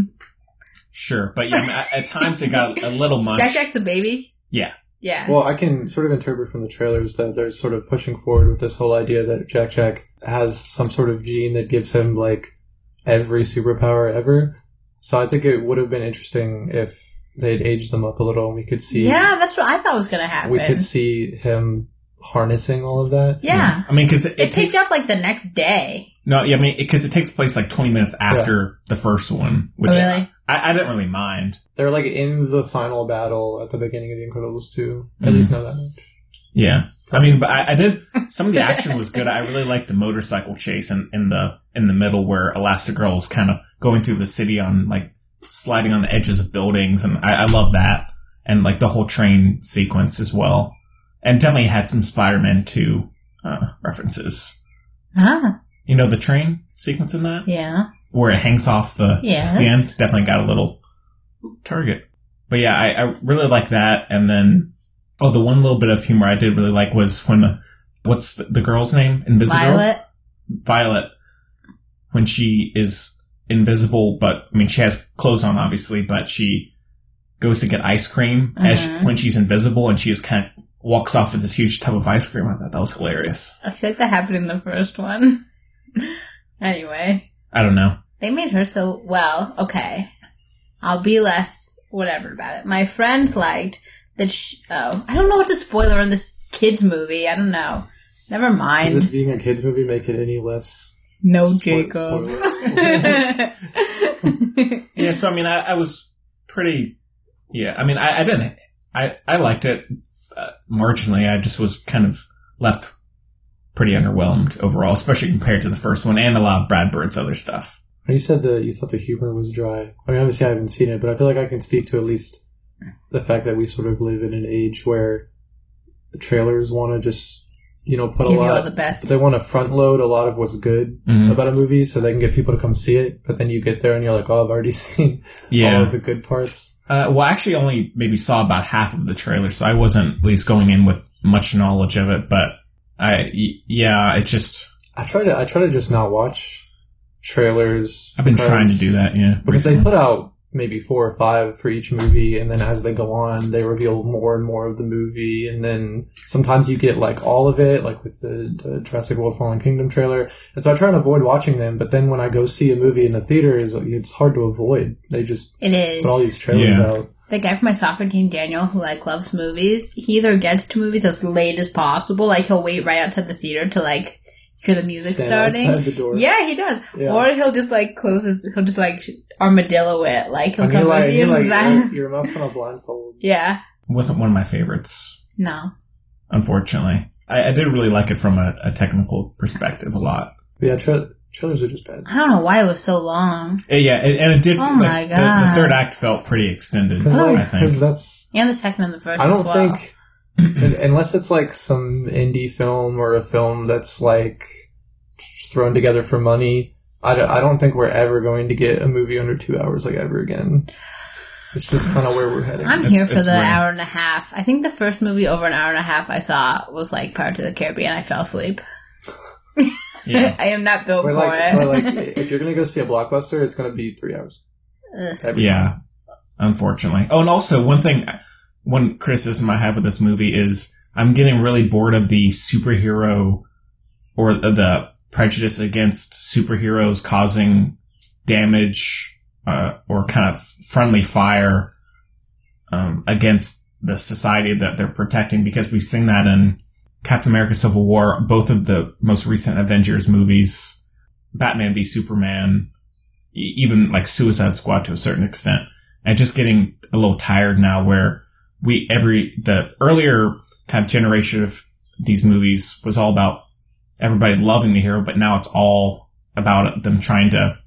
Speaker 1: Sure, but yeah, I mean, at- at times it got a little much.
Speaker 2: jack jack's a baby
Speaker 1: Yeah.
Speaker 2: yeah
Speaker 3: Well, I can sort of interpret from the trailers that they're sort of pushing forward with this whole idea that Jack Jack has some sort of gene that gives him like every superpower ever. So I think it would have been interesting if they'd aged them up a little and we could see
Speaker 2: yeah that's what i thought was gonna happen
Speaker 3: we could see him harnessing all of that.
Speaker 2: yeah
Speaker 1: I mean, because it,
Speaker 2: it,
Speaker 1: it
Speaker 2: picked
Speaker 1: takes
Speaker 2: up like the next day
Speaker 1: no, yeah, I mean, because it, takes place like twenty minutes after the first one, which
Speaker 2: Oh, really?
Speaker 1: I, I didn't really mind.
Speaker 3: They're like in the final battle at the beginning of the Incredibles 2. At
Speaker 1: Mhm.
Speaker 3: least know that much.
Speaker 1: Yeah, I mean, but I, I did. Some of the action was good. I really liked the motorcycle chase in, in the in the middle where Elastigirl was kind of going through the city on like sliding on the edges of buildings, and I, I love that. And like the whole train sequence as well, and definitely had some Spider-Man two uh, references.
Speaker 2: ah
Speaker 1: You know the train sequence in that
Speaker 2: yeah
Speaker 1: where it hangs off the
Speaker 2: Yes.
Speaker 1: the end. Definitely got a little target. But yeah, I, I really like that. And then, oh, the one little bit of humor I did really like was when the, what's the, the girl's name? Invisible?
Speaker 2: violet
Speaker 1: Violet. When she is invisible, but, I mean, she has clothes on, obviously, but she goes to get ice cream as
Speaker 2: Mhm.
Speaker 1: when she's invisible and she just kind of walks off with this huge tub of ice cream. I thought that was hilarious.
Speaker 2: i feel like that happened in the first one anyway
Speaker 1: I don't know.
Speaker 2: They made her so well. Okay, I'll be less whatever about it. My friends liked that. She, oh, I don't know what's a spoiler in this kids movie. I don't know. Never mind.
Speaker 3: Does it being a kids movie
Speaker 2: Oh,
Speaker 3: make it any less
Speaker 2: no,
Speaker 3: spo-
Speaker 2: Jacob.
Speaker 3: spoiler?
Speaker 1: yeah, so I mean, I, I was pretty. Yeah, I mean, I, I didn't. I I liked it uh, marginally. I just was kind of left pretty underwhelmed overall, especially compared to the first one and a lot of Brad Bird's other stuff.
Speaker 3: You said that you thought the humor was dry. I mean, obviously, I haven't seen it, but I feel like I can speak to at least the fact that we sort of live in an age where the trailers want to just, you know,
Speaker 2: Give
Speaker 3: put a
Speaker 2: you
Speaker 3: lot.
Speaker 2: all the best.
Speaker 3: They want to front load a lot of what's good
Speaker 1: Mhm.
Speaker 3: about a movie so they can get people to come see it. But then you get there and you're like, oh, I've already seen all
Speaker 1: Yeah.
Speaker 3: of the good parts.
Speaker 1: Uh, well, I actually only maybe saw about half of the trailer, so I wasn't at least going in with much knowledge of it. But I, y- yeah, it just
Speaker 3: I try to, I try to just not watch trailers.
Speaker 1: I've been trying to
Speaker 3: because-
Speaker 1: do that. Yeah,
Speaker 3: because they
Speaker 1: recently.
Speaker 3: put out maybe four or five for each movie and then as they go on they reveal more and more of the movie and then sometimes you get like all of it like with the, the jurassic world fallen kingdom trailer and so i try and avoid watching them but then when i go see a movie in the theaters it's hard to avoid they just
Speaker 2: It is.
Speaker 3: put all these trailers
Speaker 1: Yeah.
Speaker 3: out
Speaker 2: the guy from my soccer team, Daniel, who like loves movies, he either gets to movies as late as possible, like he'll wait right outside the theater to like hear the music
Speaker 3: Stand
Speaker 2: starting.
Speaker 3: outside the door.
Speaker 2: Yeah, he does.
Speaker 3: Yeah.
Speaker 2: Or he'll just like close his, he'll just like armadillo it, like he'll
Speaker 3: and you're
Speaker 2: come
Speaker 3: like,
Speaker 2: see
Speaker 3: you're
Speaker 2: his
Speaker 3: like
Speaker 2: eyes.
Speaker 3: your mouth's on a blindfold
Speaker 2: Yeah,
Speaker 1: wasn't one of my favorites,
Speaker 2: no,
Speaker 1: unfortunately. I, I did really like it from a, a technical perspective a lot.
Speaker 3: but yeah tra- trailers are just bad
Speaker 2: I don't know why it was so long.
Speaker 1: Uh, Yeah, and and it did.
Speaker 2: Oh
Speaker 1: like,
Speaker 2: my
Speaker 1: the- The,
Speaker 2: God.
Speaker 1: third act felt pretty extended.
Speaker 3: because
Speaker 1: I think.
Speaker 3: that's
Speaker 2: And the second and the first.
Speaker 3: I
Speaker 2: as
Speaker 3: don't
Speaker 2: well.
Speaker 3: think, un- unless it's like some indie film or a film that's like thrown together for money, I, don't- I don't think we're ever going to get a movie under two hours like ever again. It's just kind of where we're heading.
Speaker 2: I'm
Speaker 1: It's-
Speaker 2: here for
Speaker 1: it's
Speaker 2: the
Speaker 1: rare.
Speaker 2: hour and a half. I think the first movie over an hour and a half I saw was like Pirates of the Caribbean. I fell asleep.
Speaker 1: Yeah.
Speaker 2: I am not built
Speaker 3: We're
Speaker 2: for
Speaker 3: like,
Speaker 2: it.
Speaker 3: we're like, if you're gonna go see a blockbuster, it's gonna be three hours.
Speaker 2: Ugh.
Speaker 3: Every
Speaker 1: Yeah, unfortunately. Oh, and also one thing, one criticism I have with this movie is I'm getting really bored of the superhero or the prejudice against superheroes causing damage uh, or kind of friendly fire um, against the society that they're protecting because we've seen that in Captain America: Civil War, both of the most recent Avengers movies, Batman v Superman, e- even like Suicide Squad to a certain extent. And just getting a little tired now where we every the earlier kind of generation of these movies was all about everybody loving the hero, but now it's all about them trying to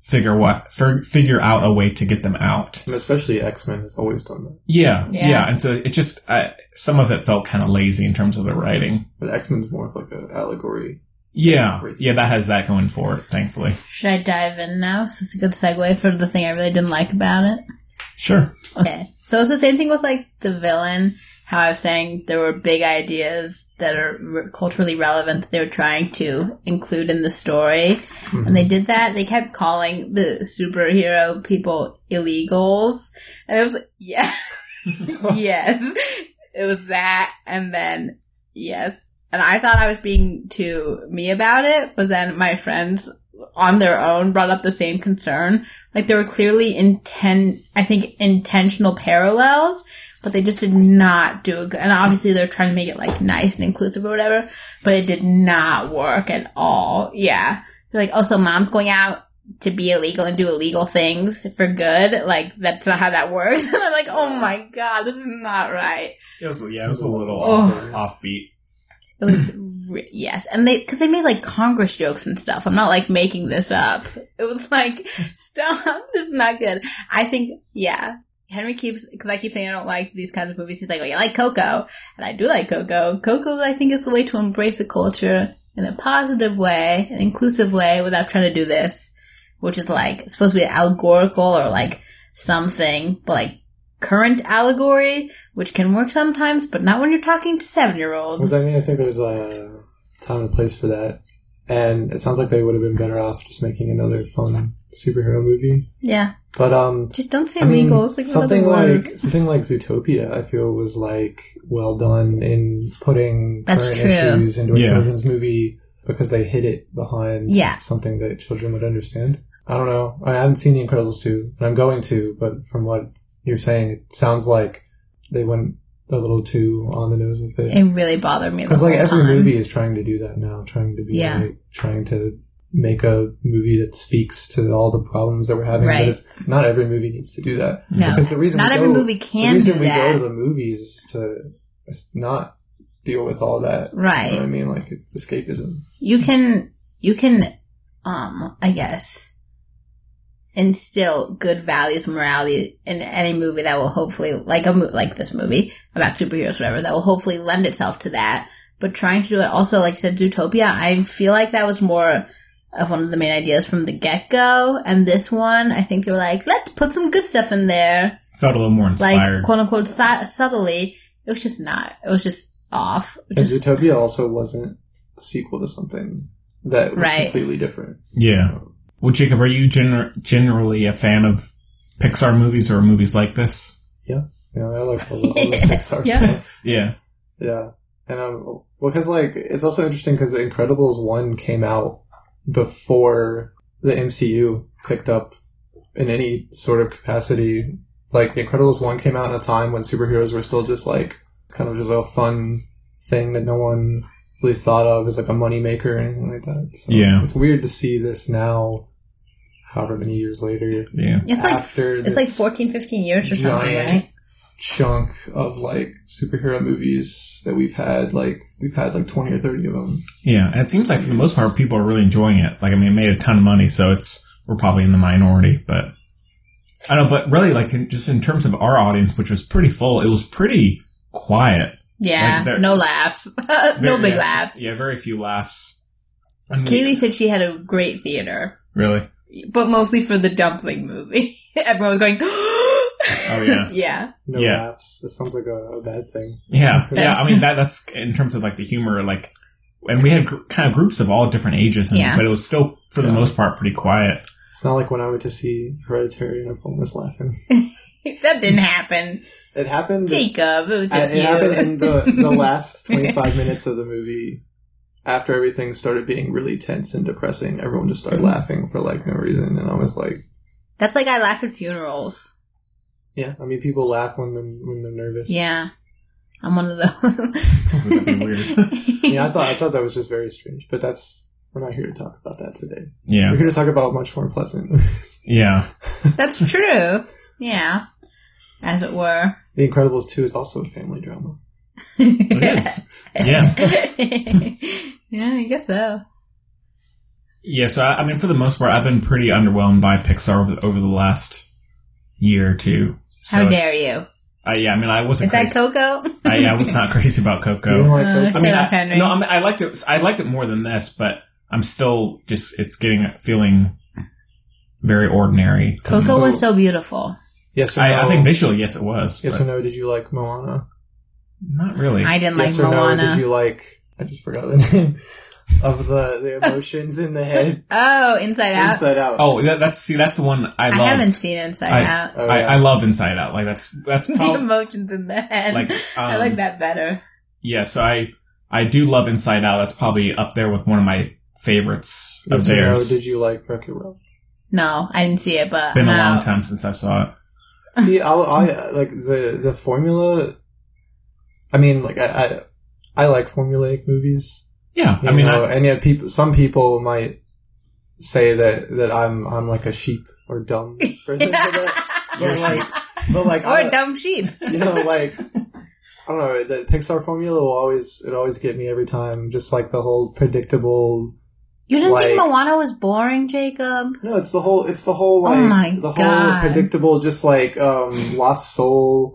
Speaker 1: figure what fig- figure out a way to get them out.
Speaker 3: And especially X Men has always done that.
Speaker 1: Yeah, yeah,
Speaker 2: Yeah.
Speaker 1: and so it just I, some of it felt kind of lazy in terms of the writing.
Speaker 3: But X Men's more of like an allegory.
Speaker 1: Yeah, yeah, that has that going for it, thankfully.
Speaker 2: Should I dive in now? Is this a good segue for the thing I really didn't like about it?
Speaker 1: Sure.
Speaker 2: Okay. So it's the same thing with like the villain. How I was saying there were big ideas that are re- culturally relevant that they were trying to include in the story,
Speaker 3: Mm-hmm.
Speaker 2: and they did that. They kept calling the superhero people illegals, and it was like, yeah, yes, it was that, and then yes, and I thought I was being too me about it, but then my friends on their own brought up the same concern. Like there were clearly intent, I think intentional parallels, but they just did not do a good. And obviously they're trying to make it like nice and inclusive or whatever, but it did not work at all. Yeah, They're like oh, so mom's going out to be illegal and do illegal things for good. Like that's not how that works. And I'm like, oh my god, this is not right.
Speaker 1: It was yeah, it was a little
Speaker 2: off-
Speaker 1: offbeat.
Speaker 2: It was re- yes, and they because they made like Congress jokes and stuff. I'm not like making this up. It was like stop, this is not good. I think yeah. Henry keeps because I keep saying I don't like these kinds of movies. He's like, oh, you like Coco, and I do like Coco. Coco, I think, is the way to embrace a culture in a positive way, an inclusive way, without trying to do this, which is like supposed to be allegorical or like something, but like current allegory, which can work sometimes, but not when you're talking to seven year olds.
Speaker 3: Because I mean, I think there's a time and place for that. And it sounds like they would have been better off just making another fun superhero movie.
Speaker 2: Yeah,
Speaker 3: But um,
Speaker 2: just don't say
Speaker 3: I mean,
Speaker 2: illegals. Like
Speaker 3: something
Speaker 2: another word.
Speaker 3: like something like Zootopia, I feel was like well done in putting
Speaker 2: That's
Speaker 3: current
Speaker 2: true.
Speaker 3: issues into a
Speaker 1: Yeah.
Speaker 3: children's movie because they hid it behind
Speaker 2: Yeah.
Speaker 3: something that children would understand. I don't know. I haven't seen The Incredibles two, and I'm going to. But from what you're saying, it sounds like they went a little too on the nose with it.
Speaker 2: it really bothered me. the
Speaker 3: Because like
Speaker 2: whole
Speaker 3: every
Speaker 2: time.
Speaker 3: movie is trying to do that now, trying to be
Speaker 2: Yeah.
Speaker 3: like, trying to make a movie that speaks to all the problems that we're having.
Speaker 2: Right.
Speaker 3: But it's not every movie needs to do that.
Speaker 2: No.
Speaker 3: Because the reason
Speaker 2: Not
Speaker 3: we
Speaker 2: every
Speaker 3: go-
Speaker 2: movie can
Speaker 3: the reason
Speaker 2: do
Speaker 3: we
Speaker 2: that.
Speaker 3: go to the movies is to is not deal with all that. You know what I
Speaker 2: Right.
Speaker 3: mean, like it's escapism.
Speaker 2: You can you can um I guess instill good values and morality in any movie that will hopefully like a mo- like this movie about superheroes whatever that will hopefully lend itself to that. But trying to do it also like you said Zootopia, I feel like that was more of one of the main ideas from the get go, and this one I think they were like, let's put some good stuff in there.
Speaker 1: Felt a little more inspired.
Speaker 2: like quote unquote su- subtly. It was just not. It was just off. It
Speaker 3: And
Speaker 2: was just
Speaker 3: Zootopia also wasn't a sequel to something that was
Speaker 2: Right.
Speaker 3: completely different.
Speaker 1: yeah. Well, Jacob, are you gener- generally a fan of Pixar movies or movies like this?
Speaker 3: Yeah, yeah, I like all the, all the Pixar
Speaker 2: Yeah.
Speaker 3: stuff.
Speaker 1: Yeah.
Speaker 3: Yeah, and um, well, because like it's also interesting because The Incredibles one came out before the MCU picked up in any sort of capacity. Like The Incredibles one came out in a time when superheroes were still just like kind of just a fun thing that no one really thought of as like a moneymaker or anything like that. So
Speaker 1: Yeah.
Speaker 3: it's weird to see this now, however many years later.
Speaker 1: Yeah.
Speaker 2: it's like
Speaker 3: after
Speaker 2: it's like
Speaker 3: this
Speaker 2: 14, 15 years or something,
Speaker 3: giant-
Speaker 2: right?
Speaker 3: chunk of like superhero movies that we've had. Like we've had like twenty or thirty of them.
Speaker 1: Yeah. And it seems like for the most part, people are really enjoying it. Like, I mean, it made a ton of money, so it's, we're probably in the minority, but I don't know. But really, like, in, just in terms of our audience, which was pretty full, it was pretty quiet.
Speaker 2: Yeah,
Speaker 1: Like, they're-
Speaker 2: no laughs, no
Speaker 1: Very-
Speaker 2: big
Speaker 1: yeah,
Speaker 2: laughs.
Speaker 1: Yeah, very few laughs. I mean,
Speaker 2: Kaylee said she had a great theater,
Speaker 1: Really?
Speaker 2: but mostly for the dumpling movie. Everyone was going. oh
Speaker 1: yeah.
Speaker 2: yeah.
Speaker 3: No
Speaker 1: Yeah.
Speaker 3: laughs. That sounds like a, a bad thing.
Speaker 1: Yeah, yeah.
Speaker 2: That's-
Speaker 1: I mean, that that's in terms of like the humor, like, and we had gr- kind of groups of all different ages, and,
Speaker 2: Yeah.
Speaker 1: but it was still for the
Speaker 3: Yeah.
Speaker 1: most part pretty quiet.
Speaker 3: It's not like when I went to see Hereditary and everyone was laughing.
Speaker 2: That didn't happen,
Speaker 3: It happened.
Speaker 2: Jacob. It was
Speaker 3: it
Speaker 2: just
Speaker 3: it happened in
Speaker 2: you.
Speaker 3: the, the last twenty five minutes of the movie. After everything started being really tense and depressing, everyone just
Speaker 1: Mm-hmm.
Speaker 3: started laughing for like no reason, and I was like,
Speaker 2: That's like I laugh at funerals.
Speaker 3: "Yeah, I mean, people laugh when they're when they're nervous."
Speaker 2: Yeah, I'm one of those.
Speaker 1: Would that be weird?
Speaker 3: yeah. I thought I thought that was just very strange, but that's we're not here to talk about that today. We're
Speaker 1: Yeah,
Speaker 3: here to talk about much more pleasant movies.
Speaker 1: yeah.
Speaker 2: That's true. Yeah. As it were.
Speaker 3: The Incredibles 2 is also a family drama.
Speaker 1: It is. Yeah,
Speaker 2: yeah, I guess so.
Speaker 1: yeah. So I, I mean, for the most part, I've been pretty underwhelmed by Pixar over, over the last year or two. So
Speaker 2: How
Speaker 1: it's-
Speaker 2: dare you?
Speaker 1: I, yeah, I mean, I wasn't.
Speaker 2: Is that
Speaker 1: Crazy.
Speaker 2: Coco?
Speaker 1: I, I was not crazy about Coco.
Speaker 3: You don't like
Speaker 2: Uh,
Speaker 3: those?
Speaker 1: I mean,
Speaker 2: Shut up,
Speaker 1: I-
Speaker 2: Henry.
Speaker 1: no, I, mean, I liked it. I liked it more than this, but I'm still just it's getting feeling very ordinary. to me.
Speaker 2: Coco was so beautiful.
Speaker 3: yes or no?
Speaker 1: I, I think visually, yes, it was.
Speaker 3: yes
Speaker 1: but
Speaker 3: or no? Did you like Moana?
Speaker 1: Not really.
Speaker 2: I didn't
Speaker 3: yes
Speaker 2: like
Speaker 3: or
Speaker 2: Moana.
Speaker 3: no? Did you like? I just forgot the name of the the emotions in the head.
Speaker 2: oh, Inside Out.
Speaker 3: Inside Out.
Speaker 1: oh, that, that's see, that's the one I
Speaker 2: I
Speaker 1: love.
Speaker 2: haven't seen Inside
Speaker 1: I-
Speaker 2: Out.
Speaker 3: Oh,
Speaker 1: I,
Speaker 3: yeah.
Speaker 1: I love Inside Out. Like that's that's
Speaker 2: the
Speaker 1: probably
Speaker 2: emotions in the head.
Speaker 1: like
Speaker 2: I
Speaker 1: um,
Speaker 2: like that better.
Speaker 1: Yeah, so I I do love Inside Out. That's probably up there with one of my favorites of
Speaker 3: yes or no?
Speaker 1: theirs.
Speaker 3: Did you like Wreck-It Ralph?
Speaker 2: No, I didn't see it, but
Speaker 1: Been a
Speaker 2: how-
Speaker 1: long time since I saw it.
Speaker 3: See, I, I like the the formula. I mean, like I I, I like formulaic movies.
Speaker 1: Yeah,
Speaker 3: You
Speaker 1: I mean,
Speaker 3: know,
Speaker 1: I,
Speaker 3: and yet people, some people might say that that I'm I'm like a sheep or dumb person. for that.
Speaker 1: You're a
Speaker 3: But like,
Speaker 1: sheep.
Speaker 3: but like, I
Speaker 2: Or
Speaker 3: don't-
Speaker 2: Dumb Sheep.
Speaker 3: you know, like I don't know. The Pixar formula will always it always get me every time. Just like the whole predictable.
Speaker 2: You didn't think
Speaker 3: Like-
Speaker 2: Moana was boring, Jacob?
Speaker 3: No, it's the whole. It's the whole like
Speaker 2: Oh my
Speaker 3: the whole
Speaker 2: God.
Speaker 3: predictable. Just like um, lost soul.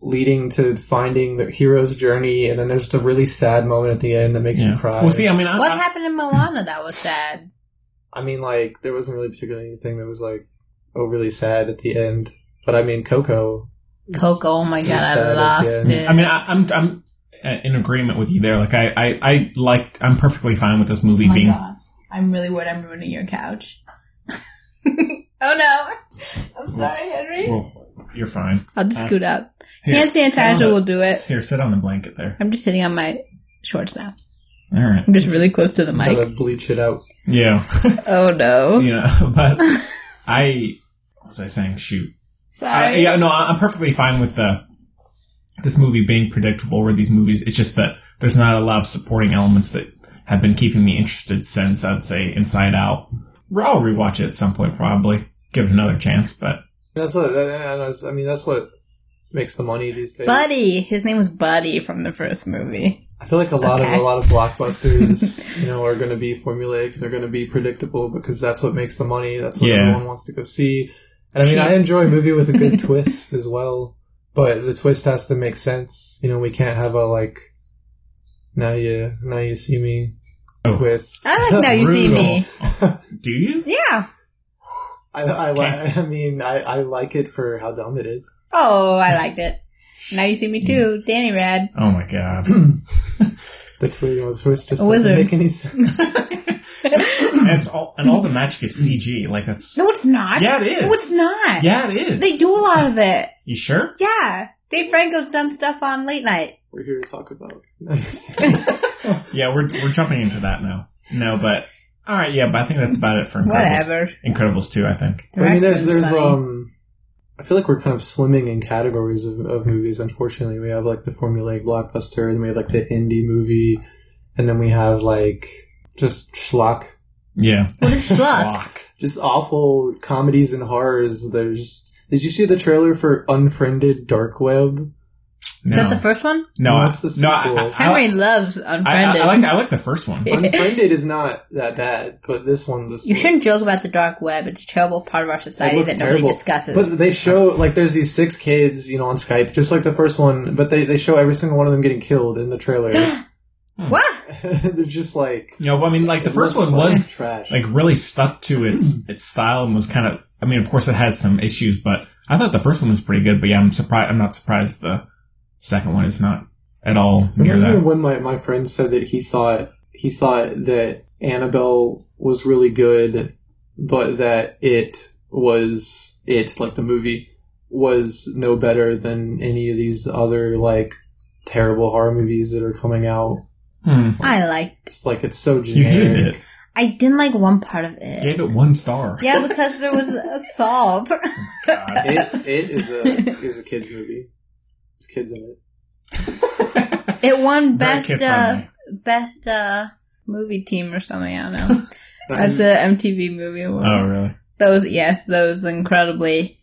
Speaker 3: Leading to finding the hero's journey, and then there's just a really sad moment at the end that makes
Speaker 1: yeah.
Speaker 3: you cry.
Speaker 1: Well, see, I mean, I,
Speaker 2: What
Speaker 1: I-
Speaker 2: happened in Moana that was sad?
Speaker 3: I mean, like there wasn't really particularly anything that was like overly sad at the end. But I mean, Coco. is-
Speaker 2: Coco, oh my god, I
Speaker 3: Sad
Speaker 2: lost
Speaker 3: again.
Speaker 2: it.
Speaker 1: I mean, I, I'm I'm uh, in agreement with you there. Like, I I, I like I'm perfectly fine with this movie
Speaker 2: Oh my
Speaker 1: being.
Speaker 2: god. I'm really worried I'm ruining your couch. oh no. I'm sorry, Henry.
Speaker 1: Well, you're fine.
Speaker 2: I'll just
Speaker 1: Uh,
Speaker 2: scoot up.
Speaker 1: Here,
Speaker 2: Hand
Speaker 1: sit on
Speaker 2: sanitizer
Speaker 1: the-
Speaker 2: will do it.
Speaker 1: Here, sit on the blanket there.
Speaker 2: I'm just sitting on my shorts now.
Speaker 1: All right.
Speaker 2: I'm just really close to the
Speaker 3: Gotta
Speaker 2: mic.
Speaker 3: bleach it out.
Speaker 1: Yeah.
Speaker 2: Oh no.
Speaker 1: you know, but I what was I saying? Shoot. I,
Speaker 2: Sorry.
Speaker 1: Uh, yeah, no, I- I'm perfectly fine with uh, the this movie being predictable. Where these movies, it's just that there's not a lot of supporting elements that have been keeping me interested since, I'd say, Inside Out. I'll rewatch it at some point, probably. Give it another chance, but
Speaker 3: That's what I- I, I was- I mean. That's what makes the money these days.
Speaker 2: Buddy. His name was Buddy from the first movie.
Speaker 3: I feel like a lot
Speaker 2: Okay.
Speaker 3: of a lot of blockbusters, you know, are going to be formulaic. They're going to be predictable because that's what makes the money. That's what
Speaker 1: Yeah.
Speaker 3: everyone wants to go see. And I mean, I enjoy a movie with a good twist as well, but the twist has to make sense. You know, we can't have a like, now you now you see me
Speaker 1: Oh.
Speaker 3: twist.
Speaker 2: I like Now You See Me.
Speaker 1: do you?
Speaker 2: Yeah.
Speaker 3: I, I, li- I mean, I, I like it for how dumb it is.
Speaker 2: Oh, I liked it. Now You See Me Too. Danny Rad.
Speaker 1: Oh my god.
Speaker 3: The twist, the twist just
Speaker 2: A
Speaker 3: doesn't
Speaker 2: wizard.
Speaker 3: make any sense.
Speaker 1: and it's all and all the magic is CG. Like that's
Speaker 2: No, it's not.
Speaker 1: Yeah, it is.
Speaker 2: No, it's not.
Speaker 1: Yeah, it is.
Speaker 2: They do a lot of it.
Speaker 1: You sure?
Speaker 2: Yeah. Dave Franco's done stuff on late night.
Speaker 3: We're here to talk about. Now You See Me.
Speaker 1: Yeah, we're we're jumping into that now. No, but all right, yeah, but I think that's about it for Incredibles.
Speaker 2: Whatever.
Speaker 1: Incredibles 2, I think.
Speaker 3: I mean, there's
Speaker 2: Direction's
Speaker 3: there's
Speaker 2: funny.
Speaker 3: um. I feel like we're kind of slimming in categories of, of movies. Unfortunately, we have like the formulaic blockbuster, and we have like the indie movie, and then we have like just schlock,
Speaker 1: Yeah.
Speaker 2: What is schlock?
Speaker 1: Fuck.
Speaker 3: just awful comedies and horrors. They're just. Did you see the trailer for Unfriended Dark Web?
Speaker 1: No.
Speaker 2: Is that the first one?
Speaker 1: no,
Speaker 3: No,
Speaker 1: I-
Speaker 3: that's the
Speaker 1: no, I-
Speaker 3: sequel.
Speaker 1: I- I-
Speaker 2: Henry loves
Speaker 1: I, I,
Speaker 2: Unfriended.
Speaker 1: I like I like the first one.
Speaker 3: Unfriended is not that bad, but this one just
Speaker 2: you shouldn't joke
Speaker 3: looks-
Speaker 2: about the dark web. It's a terrible part of our society
Speaker 3: looks
Speaker 2: that nobody
Speaker 3: terrible.
Speaker 2: discusses.
Speaker 3: But they show like there's these six kids, you know, on Skype, just like the first one. But they, they show every single one of them getting killed in the trailer.
Speaker 2: what?
Speaker 3: They're just like
Speaker 1: You know, I mean like the
Speaker 3: it
Speaker 1: first
Speaker 3: looks
Speaker 1: one
Speaker 3: like
Speaker 1: was
Speaker 3: trash.
Speaker 1: like really stuck to its its style and was kind of I mean, of course it has some issues, but I thought the first one was pretty good, but yeah, I'm surprised I'm not surprised the second one is not at all near
Speaker 3: remember
Speaker 1: that.
Speaker 3: when my, my friend said that he thought he thought that Annabelle was really good, but that it was it like the movie was no better than any of these other like terrible horror movies that are coming out.
Speaker 1: Hmm.
Speaker 2: I liked.
Speaker 3: It's like it's so
Speaker 1: You
Speaker 3: generic.
Speaker 1: hated it.
Speaker 2: I didn't like one part of it.
Speaker 1: Gave it one star.
Speaker 2: Yeah, because there was assault.
Speaker 1: God.
Speaker 3: it, it is a is a kids movie. There's kids in it.
Speaker 2: It
Speaker 1: Very
Speaker 2: won best uh,
Speaker 1: kid-friendly.
Speaker 2: best uh, movie team or something. I don't know at
Speaker 3: I,
Speaker 2: the MTV Movie Awards.
Speaker 1: Oh, really?
Speaker 2: Those yes, those incredibly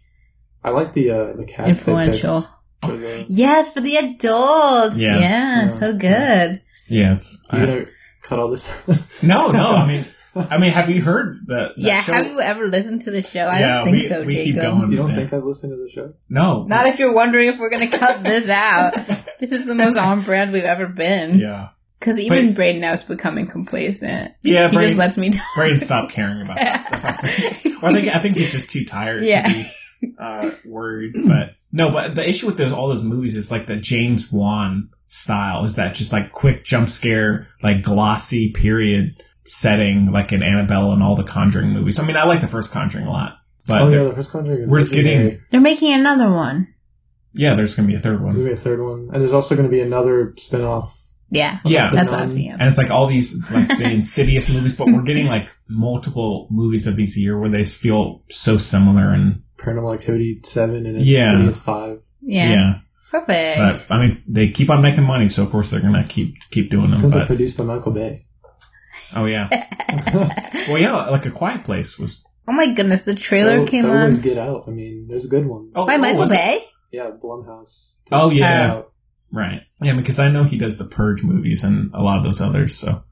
Speaker 3: I like the uh, the cast. they picked
Speaker 2: Influential.
Speaker 3: for the-
Speaker 2: yes for the adults.
Speaker 1: Yeah.
Speaker 2: Yeah,
Speaker 3: Yeah.
Speaker 2: so good.
Speaker 1: Yeah. It's,
Speaker 3: You're
Speaker 1: I-
Speaker 3: gonna cut all this.
Speaker 1: no, no. I mean, I mean, have you heard that? that
Speaker 2: Yeah,
Speaker 1: show?
Speaker 2: have you ever listened to the show? I
Speaker 1: Yeah,
Speaker 2: don't think
Speaker 1: we-
Speaker 2: so,
Speaker 1: we
Speaker 2: Jacob.
Speaker 1: keep going.
Speaker 3: you don't
Speaker 1: Yeah.
Speaker 3: think I've listened to the show?
Speaker 1: No.
Speaker 2: Not if you're wondering if we're gonna cut this out. This is the most on brand we've ever been.
Speaker 1: yeah.
Speaker 2: Because even
Speaker 1: But-
Speaker 2: Braden now is becoming complacent.
Speaker 1: Yeah,
Speaker 2: he just
Speaker 1: Braden,
Speaker 2: lets me. Talk.
Speaker 1: Braden stopped caring about that stuff. I think. Or I think I think he's just too tired
Speaker 2: Yeah.
Speaker 1: to be uh, worried. But no, but the issue with those, all those movies is like the James Wan style is that just like quick jump scare, like glossy period setting, like in Annabelle and all the Conjuring movies. I mean, I like the first Conjuring a lot, but
Speaker 3: oh
Speaker 1: there-
Speaker 3: yeah, the first Conjuring. Is
Speaker 1: we're just
Speaker 3: legendary.
Speaker 1: getting-
Speaker 2: They're making another one.
Speaker 1: yeah, there's gonna be a third one.
Speaker 3: There's gonna be a third one, and there's also gonna be another spin-off.
Speaker 2: Yeah,
Speaker 1: Yeah,
Speaker 2: that's what
Speaker 3: nun.
Speaker 2: I'm seeing.
Speaker 1: And it's like all these like the insidious movies, but we're getting like multiple movies of these a year where they feel so similar and
Speaker 3: Paranormal Activity Seven and
Speaker 1: Yeah.
Speaker 3: Insidious Five.
Speaker 2: Yeah,
Speaker 1: yeah.
Speaker 2: perfect.
Speaker 1: But I mean they keep on making money, so of course they're gonna keep keep doing them.
Speaker 3: Because they're
Speaker 1: But,
Speaker 3: produced by Michael Bay.
Speaker 1: oh yeah. well yeah, like a quiet place was
Speaker 2: oh my goodness, the trailer
Speaker 3: so,
Speaker 2: came
Speaker 3: so
Speaker 2: on
Speaker 3: was Get Out. I mean, there's good ones.
Speaker 1: Oh.
Speaker 2: by Michael
Speaker 1: was it?
Speaker 2: Bay.
Speaker 3: Yeah, Blumhouse.
Speaker 1: Oh, yeah.
Speaker 3: Get Out.
Speaker 1: right. Yeah, because I know he does the purge movies and a lot of those others, so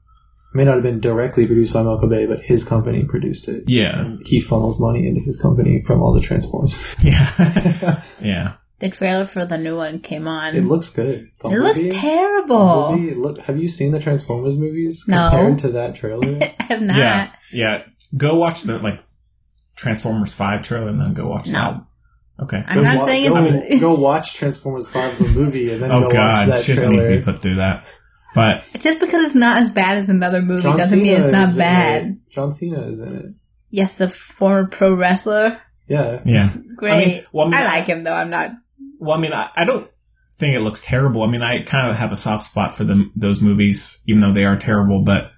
Speaker 3: May not have been directly produced by Michael Bay, but his company produced it.
Speaker 1: yeah.
Speaker 3: he funnels money into his company from all the transforms.
Speaker 1: Yeah.
Speaker 3: it
Speaker 1: yeah.
Speaker 2: The trailer for the new one came on.
Speaker 3: looks good.
Speaker 2: Um, It looks
Speaker 3: Bumblebee-
Speaker 2: terrible.
Speaker 3: Bumblebee, look, have you seen the Transformers movies
Speaker 2: No.
Speaker 3: compared to that trailer?
Speaker 2: I have not.
Speaker 1: Yeah. Yeah. Go watch the like Transformers five trailer and then go watch
Speaker 2: No.
Speaker 1: that. Okay.
Speaker 2: I'm
Speaker 3: Go
Speaker 2: not
Speaker 3: wa-
Speaker 2: saying it's.
Speaker 3: go, go watch Transformers Five the movie and then
Speaker 1: Oh
Speaker 3: go
Speaker 1: god,
Speaker 3: watch
Speaker 1: she
Speaker 3: that
Speaker 1: doesn't need to be
Speaker 3: trailer.
Speaker 1: put through that. But
Speaker 2: Just because it's not as bad as another movie doesn't mean it's not
Speaker 3: is in
Speaker 2: bad.
Speaker 3: it. John Cena is in it.
Speaker 2: Yes, the former pro wrestler.
Speaker 3: Yeah,
Speaker 1: yeah.
Speaker 2: Great. I,
Speaker 1: well, I mean,
Speaker 2: like him though. I'm not.
Speaker 1: Well, I mean, I, I don't think it looks terrible. I mean, I kind of have a soft spot for them those movies, even though they are terrible. But